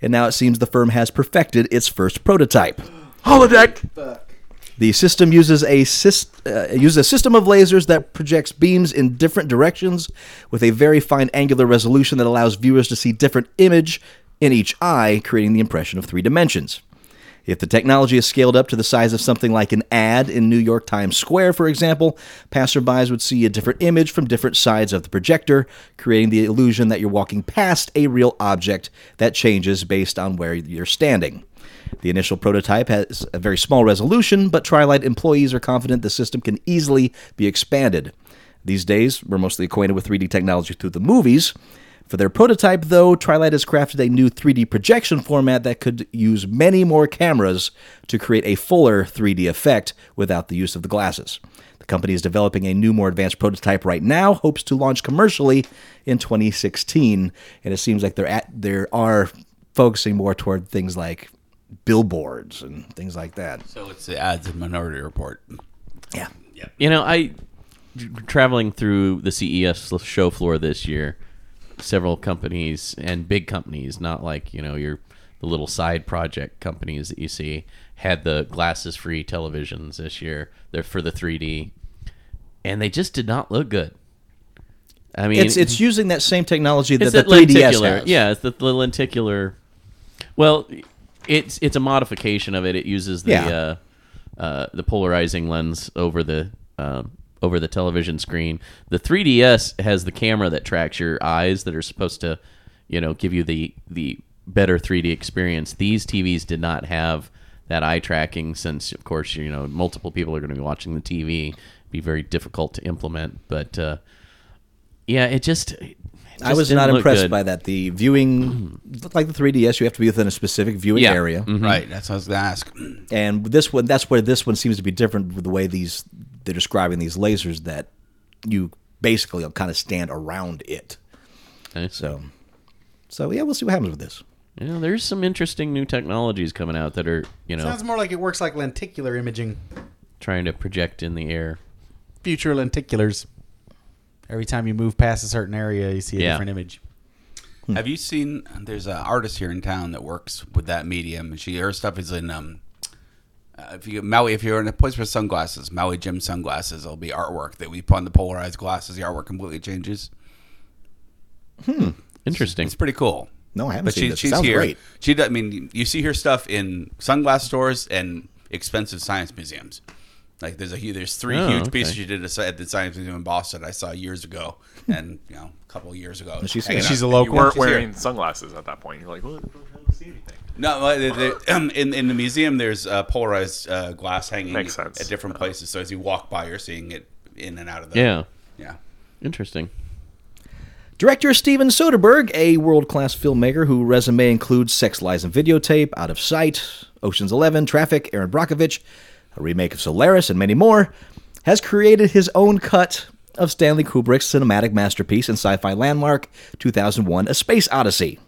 [SPEAKER 3] and now it seems the firm has perfected its first prototype.
[SPEAKER 1] Holodeck.
[SPEAKER 3] The system uses a, syst- uh, uses a system of lasers that projects beams in different directions with a very fine angular resolution that allows viewers to see different image in each eye, creating the impression of three dimensions. If the technology is scaled up to the size of something like an ad in New York Times Square, for example, passerbys would see a different image from different sides of the projector, creating the illusion that you're walking past a real object that changes based on where you're standing. The initial prototype has a very small resolution, but Trilight employees are confident the system can easily be expanded. These days, we're mostly acquainted with 3D technology through the movies. For their prototype, though, Trilight has crafted a new 3D projection format that could use many more cameras to create a fuller 3D effect without the use of the glasses. The company is developing a new, more advanced prototype right now, hopes to launch commercially in 2016, and it seems like they're at, they are focusing more toward things like billboards and things like that.
[SPEAKER 6] So it's the ads in Minority Report.
[SPEAKER 3] Yeah.
[SPEAKER 5] You know, I traveling through the CES show floor this year, several companies and big companies, not like you know your the little side project companies that you see, had the glasses free televisions this year. They're for the 3D, and they just did not look good. I mean,
[SPEAKER 3] it's it's using that same technology that
[SPEAKER 5] it's
[SPEAKER 3] the
[SPEAKER 5] that
[SPEAKER 3] 3DS
[SPEAKER 5] lenticular.
[SPEAKER 3] has.
[SPEAKER 5] Yeah, it's the, the lenticular. Well, it's it's a modification of it. It uses the
[SPEAKER 3] Yeah.
[SPEAKER 5] uh, uh, the polarizing lens over the um over the television screen. The 3DS has the camera that tracks your eyes that are supposed to, you know, give you the the better 3D experience. These TVs did not have that eye tracking since of course you know multiple people are going to be watching the TV be very difficult to implement but uh, yeah it just, it
[SPEAKER 3] I
[SPEAKER 5] just
[SPEAKER 3] was
[SPEAKER 5] didn't
[SPEAKER 3] not
[SPEAKER 5] look
[SPEAKER 3] impressed
[SPEAKER 5] good.
[SPEAKER 3] by that. The viewing, like the 3DS, you have to be within a specific viewing
[SPEAKER 5] Yeah.
[SPEAKER 3] area.
[SPEAKER 5] Mhm. Right,
[SPEAKER 6] that's what I was going to ask.
[SPEAKER 3] And this one, that's where this one seems to be different with the way these they're describing these lasers that you basically kind of stand around it. So, so yeah, we'll see what happens with this.
[SPEAKER 5] You know, there's some interesting new technologies coming out that are, you know,
[SPEAKER 11] Sounds more like it works like lenticular imaging.
[SPEAKER 5] trying to project in the air.
[SPEAKER 11] Future lenticulars. Every time you move past a certain area, you see a
[SPEAKER 5] Yeah.
[SPEAKER 11] different image. Hmm.
[SPEAKER 6] Have you seen? There's an artist here in town that works with that medium. She her stuff is in um, uh, if you Maui. If you're in a place for sunglasses, Maui Jim sunglasses, it'll be artwork that we put on the polarized glasses. The artwork completely changes.
[SPEAKER 5] Interesting.
[SPEAKER 6] It's pretty cool.
[SPEAKER 3] No, I haven't
[SPEAKER 6] But
[SPEAKER 3] seen
[SPEAKER 6] she,
[SPEAKER 3] this. It
[SPEAKER 6] she's
[SPEAKER 3] sounds
[SPEAKER 6] here.
[SPEAKER 3] great.
[SPEAKER 6] She, does- I mean, you see her stuff in sunglass stores and expensive science museums. Like there's a hu- there's three
[SPEAKER 3] Oh,
[SPEAKER 6] huge
[SPEAKER 3] okay.
[SPEAKER 6] pieces she did at the science museum in Boston. I saw years ago, and you know, a couple of years ago.
[SPEAKER 3] She's
[SPEAKER 6] Hanging
[SPEAKER 3] here.
[SPEAKER 6] out.
[SPEAKER 3] She's a
[SPEAKER 6] And
[SPEAKER 3] local.
[SPEAKER 6] you weren't
[SPEAKER 3] She's here.
[SPEAKER 6] wearing
[SPEAKER 1] Wearing sunglasses at that point. You're like, what?
[SPEAKER 6] No, well, they- they- in in the museum there's uh, polarized uh, glass hanging at different
[SPEAKER 1] Uh-huh.
[SPEAKER 6] places. So as you walk by, you're seeing it in and out of the
[SPEAKER 5] Yeah.
[SPEAKER 6] yeah.
[SPEAKER 5] Interesting.
[SPEAKER 3] Director Steven Soderbergh, a world class filmmaker whose resume includes Sex, Lies, and Videotape, Out of Sight, Ocean's Eleven, Traffic, Aaron Brockovich, a remake of Solaris, and many more, has created his own cut of Stanley Kubrick's cinematic masterpiece and sci fi landmark, 2001 A Space Odyssey.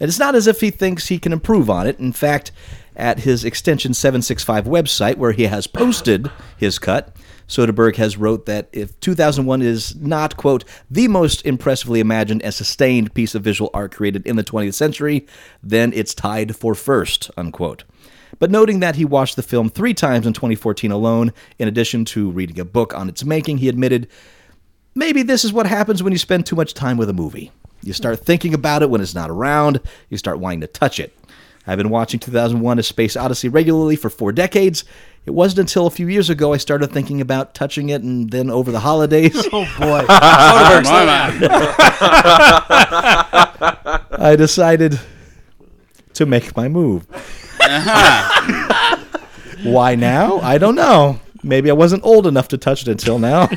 [SPEAKER 3] And it's not as if he thinks he can improve on it. In fact, at his Extension 765 website, where he has posted his cut, Soderbergh has wrote that if 2001 is not, quote, the most impressively imagined and sustained piece of visual art created in the 20th century, then it's tied for first, unquote. But noting that he watched the film three times in 2014 alone, in addition to reading a book on its making, he admitted, maybe this is what happens when you spend too much time with a movie. You start thinking about it when it's not around, you start wanting to touch it. I've been watching 2001 A Space Odyssey regularly for four decades. It wasn't until a few years ago I started thinking about touching it, and then over the holidays. Oh boy.
[SPEAKER 10] Soderbergh, slow down.
[SPEAKER 3] I decided to make my move.
[SPEAKER 6] Uh-huh.
[SPEAKER 3] Why now? I don't know. Maybe I wasn't old enough to touch it until now.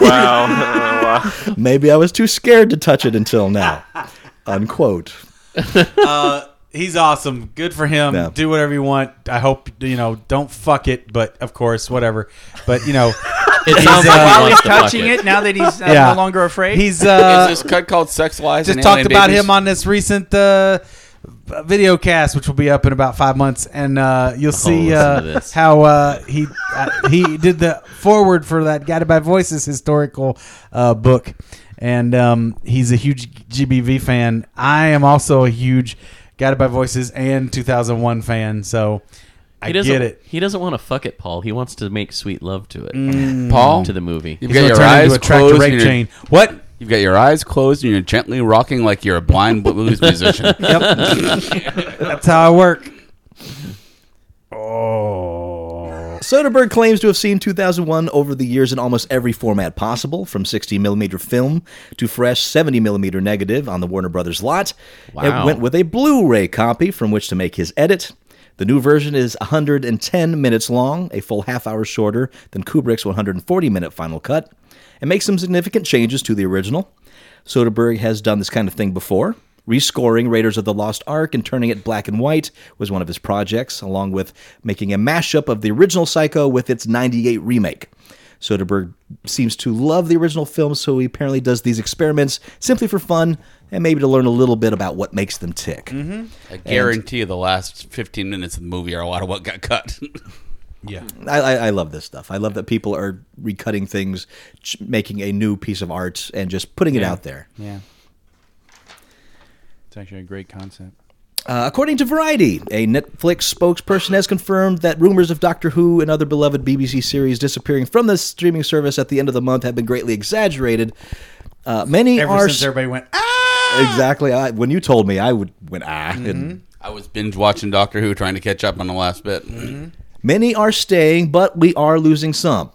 [SPEAKER 1] wow.
[SPEAKER 3] Maybe I was too scared to touch it until now. Unquote.
[SPEAKER 11] uh, he's awesome. Good for him.
[SPEAKER 3] Yeah.
[SPEAKER 11] Do whatever you want. I hope you know. Don't fuck it, but of course, whatever. But you know, uh,
[SPEAKER 7] It sounds like he wants to fuck Touching it. it now that he's, uh, no longer afraid?
[SPEAKER 11] He's uh,
[SPEAKER 7] Is this cut called Sex, Lies,
[SPEAKER 11] Just
[SPEAKER 7] and
[SPEAKER 11] talked
[SPEAKER 7] Alien
[SPEAKER 11] about
[SPEAKER 7] Babies?
[SPEAKER 11] him on this recent uh, video cast, which will be up in about five months, and uh, you'll
[SPEAKER 10] listen
[SPEAKER 11] see
[SPEAKER 10] to
[SPEAKER 11] uh,
[SPEAKER 10] this.
[SPEAKER 11] how uh, he uh, he did the forward for that Guided by Voices historical uh, book, and um, he's a huge GBV fan. I am also a huge Guided by Voices and 2001 fan, so I
[SPEAKER 5] he doesn't,
[SPEAKER 11] get it.
[SPEAKER 5] He doesn't want to fuck it, Paul. He wants to make sweet love to it.
[SPEAKER 11] Mm. Paul?
[SPEAKER 5] to the movie.
[SPEAKER 11] You've He's got gonna your turn eyes into a tractor closed rape and your- chain. What?
[SPEAKER 6] You've got your eyes closed and you're gently rocking like you're a blind blues musician.
[SPEAKER 11] Yep, that's how I work.
[SPEAKER 3] Soderbergh claims to have seen 2001 over the years in almost every format possible, from 60mm film to fresh 70mm negative on the Warner Brothers lot.
[SPEAKER 5] Wow.
[SPEAKER 3] It went with a Blu ray copy from which to make his edit. The new version is 110 minutes long, a full half hour shorter than Kubrick's 140 minute final cut, and makes some significant changes to the original. Soderbergh has done this kind of thing before. Rescoring Raiders of the Lost Ark and turning it black and white was one of his projects, along with making a mashup of the original Psycho with its 98 remake. Soderbergh seems to love the original film, so he apparently does these experiments simply for fun and maybe to learn a little bit about what makes them tick.
[SPEAKER 7] Mm-hmm.
[SPEAKER 6] I guarantee you the last 15 minutes of the movie are a lot of what got cut.
[SPEAKER 11] yeah.
[SPEAKER 3] I, I, I love this stuff. I love that people are recutting things, ch- making a new piece of art, and just putting it
[SPEAKER 7] Yeah.
[SPEAKER 3] out there.
[SPEAKER 7] Yeah. It's actually a great concept.
[SPEAKER 3] Uh, according to Variety, a Netflix spokesperson has confirmed that rumors of Doctor Who and other beloved BBC series disappearing from the streaming service at the end of the month have been greatly exaggerated. Uh, many
[SPEAKER 11] Ever
[SPEAKER 3] are
[SPEAKER 11] since everybody went
[SPEAKER 3] exactly. I, when you told me, I would went ah.
[SPEAKER 7] Mm-hmm.
[SPEAKER 3] and
[SPEAKER 6] I was binge watching Doctor Who trying to catch up on the last bit.
[SPEAKER 7] Mm-hmm.
[SPEAKER 3] Many are staying, but we are losing some.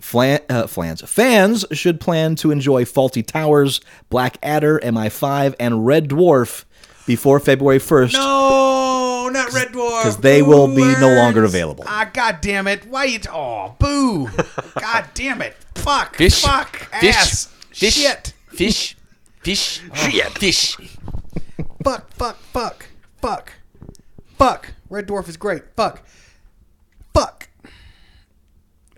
[SPEAKER 3] Flan, uh, flans. Fans should plan to enjoy Faulty Towers, Black Adder, MI5, and Red Dwarf before February 1st.
[SPEAKER 11] No, not Red Dwarf.
[SPEAKER 3] Because they will be no longer available.
[SPEAKER 11] Ah, god damn it. Why you t- oh boo. god damn it. Fuck.
[SPEAKER 6] Fish.
[SPEAKER 11] Fuck.
[SPEAKER 6] Fish.
[SPEAKER 11] Ass.
[SPEAKER 6] Fish.
[SPEAKER 11] Shit.
[SPEAKER 6] Fish. Fish. Shit. Fish.
[SPEAKER 11] Fuck, fuck, fuck, fuck, fuck. Red Dwarf is great. Fuck. Fuck.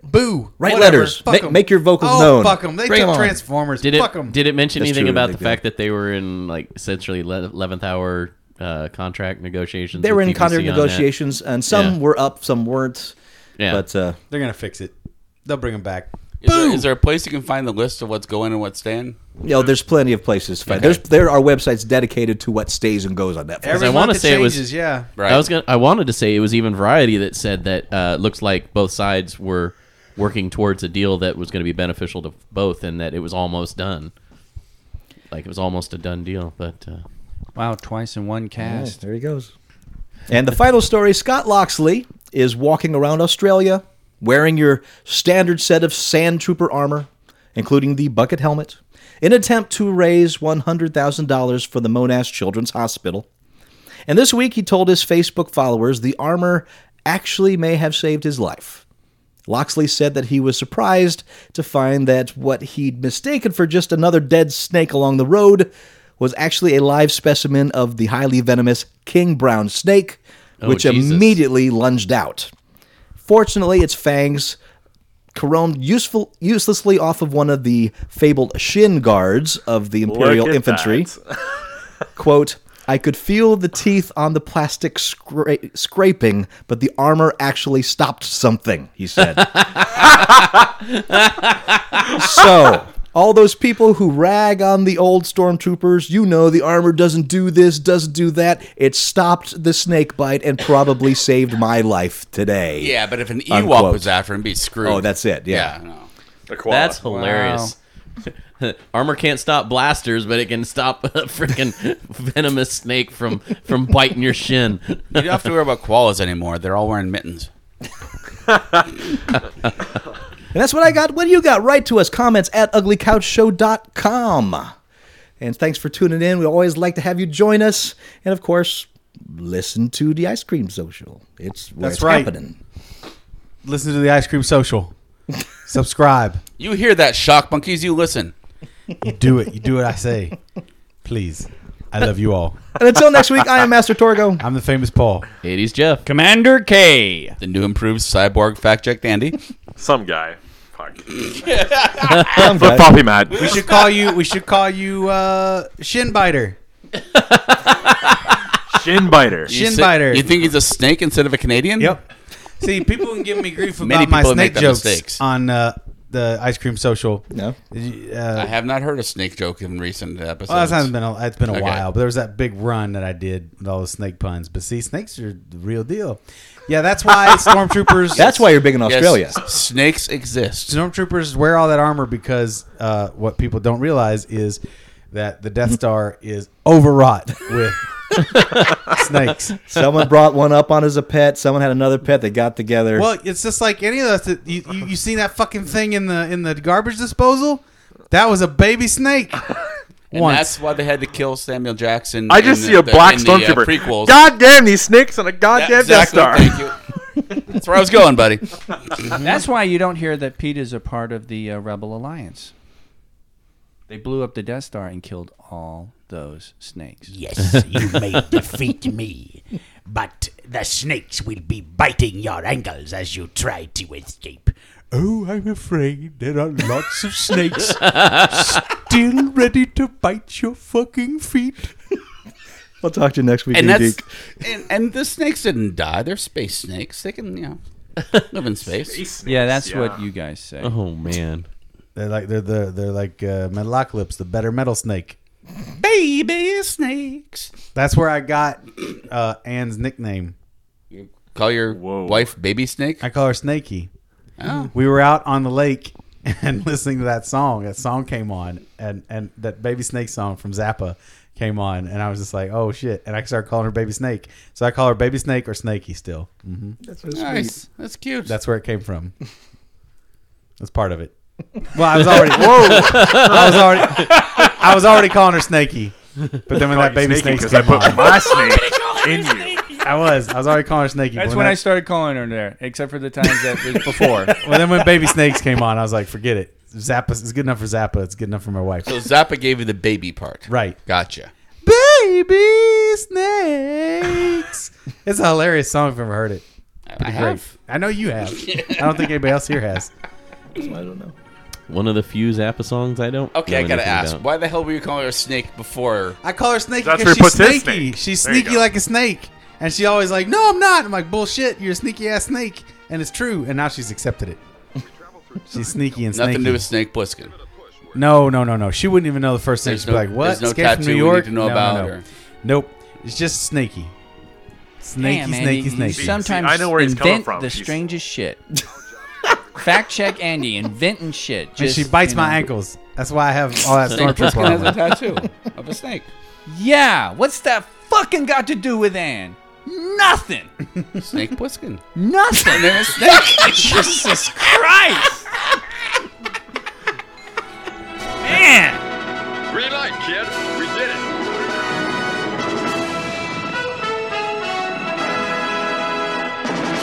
[SPEAKER 11] Boo.
[SPEAKER 3] Write
[SPEAKER 11] Whatever.
[SPEAKER 3] letters.
[SPEAKER 11] Fuck
[SPEAKER 3] Make-
[SPEAKER 11] 'em.
[SPEAKER 3] make your vocals
[SPEAKER 11] oh,
[SPEAKER 3] known.
[SPEAKER 11] fuck 'em. They
[SPEAKER 3] Bring 'em
[SPEAKER 11] took
[SPEAKER 3] on.
[SPEAKER 11] Transformers.
[SPEAKER 5] Did it,
[SPEAKER 11] fuck them.
[SPEAKER 5] Did it mention
[SPEAKER 3] That's
[SPEAKER 5] anything
[SPEAKER 3] true,
[SPEAKER 5] about
[SPEAKER 3] they
[SPEAKER 5] the
[SPEAKER 3] did.
[SPEAKER 5] fact that they were in like essentially eleventh hour uh, contract negotiations?
[SPEAKER 3] They
[SPEAKER 5] with
[SPEAKER 3] were in
[SPEAKER 5] BBC
[SPEAKER 3] contract
[SPEAKER 5] on that?
[SPEAKER 3] negotiations, and some
[SPEAKER 5] Yeah.
[SPEAKER 3] were up, some weren't.
[SPEAKER 5] Yeah.
[SPEAKER 3] But uh,
[SPEAKER 11] They're gonna fix it. They'll bring them back.
[SPEAKER 6] Is there, is there a place you can find the list of what's going and what's staying?
[SPEAKER 3] you know, there's plenty of places to find.
[SPEAKER 6] Okay.
[SPEAKER 3] There's there are websites dedicated to what stays and goes on Netflix.
[SPEAKER 5] 'Cause I want to say it was.
[SPEAKER 6] Right.
[SPEAKER 5] I was gonna. I wanted to say it was even Variety that said that uh, looks like both sides were working towards a deal that was going to be beneficial to both, and that it was almost done. like it was almost a done deal. But uh,
[SPEAKER 7] wow, twice in one
[SPEAKER 3] cast. there he goes. And the final story Scott Loxley is walking around Australia wearing your standard set of sand trooper armor, including the bucket helmet, in attempt to raise $100,000 for the Monash Children's Hospital. And this week he told his Facebook followers the armor actually may have saved his life. Loxley said that he was surprised to find that what he'd mistaken for just another dead snake along the road was actually a live specimen of the highly venomous king brown snake,
[SPEAKER 5] Oh,
[SPEAKER 3] which
[SPEAKER 5] Jesus.
[SPEAKER 3] immediately lunged out. Fortunately, its fangs caromed useful, uselessly off of one of the fabled shin guards of the Imperial
[SPEAKER 1] Look at
[SPEAKER 3] Infantry. Quote, I could feel the teeth on the plastic scra- scraping, but the armor actually stopped something, he said. so, all those people who rag on the old stormtroopers, you know the armor doesn't do this, doesn't do that. It stopped the snake bite and probably saved my life today.
[SPEAKER 6] Yeah, but if an Ewok
[SPEAKER 3] Unquote.
[SPEAKER 6] was after him, be screwed.
[SPEAKER 3] Oh, that's it, yeah.
[SPEAKER 5] that's hilarious. Armor can't stop blasters, but it can stop a freaking venomous snake from from biting your shin. you
[SPEAKER 6] don't have to worry about koalas anymore. They're all wearing mittens.
[SPEAKER 3] And that's what I got. What do you got? Write to us. Comments at uglycouchshow.com. And thanks for tuning in. We always like to have you join us. And of course, listen to the ice cream social. It's where
[SPEAKER 10] That's
[SPEAKER 3] it's
[SPEAKER 10] right.
[SPEAKER 3] happening.
[SPEAKER 10] Listen to the Ice Cream Social. Subscribe.
[SPEAKER 6] You hear that, shock monkeys? You listen.
[SPEAKER 10] You do it. You do what I say. Please. I love you all.
[SPEAKER 3] And until next week, I am Master Torgo.
[SPEAKER 10] I'm the famous Paul.
[SPEAKER 5] 80s Jeff.
[SPEAKER 6] Commander K. The new improved cyborg fact check dandy.
[SPEAKER 1] Some guy. Fuck.
[SPEAKER 6] Some
[SPEAKER 1] Flip
[SPEAKER 6] guy.
[SPEAKER 1] floppy Matt.
[SPEAKER 10] We should call you we should call you uh Shin Biter.
[SPEAKER 1] Shin biter.
[SPEAKER 6] You
[SPEAKER 10] Shin
[SPEAKER 6] si-
[SPEAKER 10] biter.
[SPEAKER 6] You think he's a snake instead of a Canadian? Yep.
[SPEAKER 10] See, people can give me grief
[SPEAKER 6] Many
[SPEAKER 10] about my
[SPEAKER 6] people make
[SPEAKER 10] snake
[SPEAKER 6] that
[SPEAKER 10] jokes
[SPEAKER 6] mistakes.
[SPEAKER 10] on uh the ice cream social.
[SPEAKER 3] No.
[SPEAKER 6] I have not heard a snake joke in recent episodes.
[SPEAKER 10] Well, that's not been a, it's been a
[SPEAKER 6] Okay.
[SPEAKER 10] while, but there was that big run that I did with all the snake puns. But see, snakes are the real deal. Yeah, that's why
[SPEAKER 7] E,
[SPEAKER 10] stormtroopers.
[SPEAKER 3] That's why you're big in
[SPEAKER 6] Yes,
[SPEAKER 3] Australia.
[SPEAKER 6] s- snakes exist.
[SPEAKER 10] Stormtroopers wear all that armor because uh, what people don't realize is that the Death Star is overwrought with snakes.
[SPEAKER 3] Someone brought one up on as a pet. Someone had another pet. They got together.
[SPEAKER 10] Well, it's just like any of us. That you, you you seen that fucking thing in the in the garbage disposal? That was a baby snake.
[SPEAKER 6] And
[SPEAKER 10] Once.
[SPEAKER 6] that's why they had to kill Samuel Jackson.
[SPEAKER 1] I just
[SPEAKER 6] in
[SPEAKER 1] see a
[SPEAKER 6] the-
[SPEAKER 1] black
[SPEAKER 6] in the, uh,
[SPEAKER 1] stormtrooper.
[SPEAKER 6] prequels.
[SPEAKER 1] God damn these snakes on a
[SPEAKER 6] Yeah,
[SPEAKER 1] goddamn
[SPEAKER 6] exactly,
[SPEAKER 1] Death
[SPEAKER 6] thank
[SPEAKER 1] Star.
[SPEAKER 6] you. That's where I was going, buddy.
[SPEAKER 7] That's why you don't hear that Pete is a part of the uh, Rebel Alliance. They blew up the Death Star and killed all those snakes.
[SPEAKER 15] Yes, you may defeat me, but the snakes will be biting your ankles as you try to escape.
[SPEAKER 4] Oh, I'm afraid there are lots of snakes still ready to bite your fucking feet.
[SPEAKER 3] I'll talk to you next week.
[SPEAKER 6] And
[SPEAKER 3] Deke.
[SPEAKER 6] that's and, and the snakes didn't die. They're space snakes. They can, you know, live in space.
[SPEAKER 7] Yeah, that's what you guys say.
[SPEAKER 3] Uh-huh.
[SPEAKER 5] Oh man,
[SPEAKER 10] they're like they're the they're like uh, Metalocalypse, the better metal snake.
[SPEAKER 6] Baby snakes.
[SPEAKER 10] That's where I got uh, Anne's nickname.
[SPEAKER 6] Call your wife baby snake.
[SPEAKER 10] I call her Snakey.
[SPEAKER 6] Oh.
[SPEAKER 10] We were out on the lake and listening to that song. That song came on, and and that Baby Snake song from Zappa came on, and I was just like, oh shit! And I started calling her Baby Snake, so I call her Baby Snake or Snakey still. hmm
[SPEAKER 3] That's
[SPEAKER 6] nice. That's cute.
[SPEAKER 10] That's where it came from. That's part of it. Well, I was already.
[SPEAKER 6] Whoa.
[SPEAKER 10] I was already. I was already calling her Snakey, but then when that
[SPEAKER 1] Call you
[SPEAKER 10] baby
[SPEAKER 1] Snakey
[SPEAKER 10] snake
[SPEAKER 1] 'cause I put my snake
[SPEAKER 10] in you. I was. I was already calling her Snakey. but
[SPEAKER 7] That's when I
[SPEAKER 10] that-
[SPEAKER 7] started calling her there, except for the times that was before.
[SPEAKER 10] well, then when Baby Snakes came on, I was like, forget it. Zappa is good enough for Zappa. It's good enough for my wife.
[SPEAKER 6] So Zappa gave you the baby part.
[SPEAKER 10] Right.
[SPEAKER 6] Gotcha.
[SPEAKER 10] Baby Snakes. it's a hilarious song if you've ever heard it. Pretty
[SPEAKER 6] have.
[SPEAKER 10] I know you have. I don't think anybody else here has.
[SPEAKER 3] I don't know.
[SPEAKER 5] one of the few Zappa songs I don't.
[SPEAKER 6] Okay,
[SPEAKER 5] know
[SPEAKER 6] I gotta
[SPEAKER 5] anything
[SPEAKER 6] ask.
[SPEAKER 5] about.
[SPEAKER 6] Why the hell were you calling her snake before?
[SPEAKER 10] I call her Snakey
[SPEAKER 6] That's
[SPEAKER 10] because
[SPEAKER 6] where he
[SPEAKER 10] she's
[SPEAKER 6] puts his
[SPEAKER 10] sneaky.
[SPEAKER 6] snake.
[SPEAKER 10] She's
[SPEAKER 6] There you
[SPEAKER 10] sneaky like a snake. And she always like, no, I'm not. I'm like, bullshit. You're a sneaky ass snake. And it's true. And now she's accepted it. she's sneaky and
[SPEAKER 6] Nothing
[SPEAKER 10] snaky.
[SPEAKER 6] to do with Snake Plissken.
[SPEAKER 10] No, no, no, no. She wouldn't even know the first thing.
[SPEAKER 6] There's
[SPEAKER 10] She'd be
[SPEAKER 6] no-
[SPEAKER 10] like, "What?
[SPEAKER 6] there's no
[SPEAKER 10] Escape
[SPEAKER 6] tattoo
[SPEAKER 10] from
[SPEAKER 6] we
[SPEAKER 10] New
[SPEAKER 6] need
[SPEAKER 10] York?"
[SPEAKER 6] to know about, or-
[SPEAKER 10] Nope. It's just snaky. Snaky,
[SPEAKER 7] Damn, man,
[SPEAKER 10] snaky,
[SPEAKER 7] you- you
[SPEAKER 10] snaky.
[SPEAKER 7] Sometimes
[SPEAKER 1] I know where he's coming
[SPEAKER 7] invent
[SPEAKER 1] from.
[SPEAKER 7] the
[SPEAKER 1] He's-
[SPEAKER 7] strangest shit. Fact check Andy, inventing shit.
[SPEAKER 10] and
[SPEAKER 7] Just,
[SPEAKER 10] she bites
[SPEAKER 7] you know.
[SPEAKER 10] my ankles. That's why I have all that
[SPEAKER 7] Snake
[SPEAKER 10] stormtrooper
[SPEAKER 7] Plissken has
[SPEAKER 10] armor.
[SPEAKER 7] a tattoo.
[SPEAKER 6] of a snake.
[SPEAKER 7] Yeah, what's that fucking got to do with Anne? Nothing.
[SPEAKER 6] Snake Plissken.
[SPEAKER 7] Nothing.
[SPEAKER 6] There's a snake.
[SPEAKER 7] Jesus Christ.
[SPEAKER 2] Green light, kid. We did it.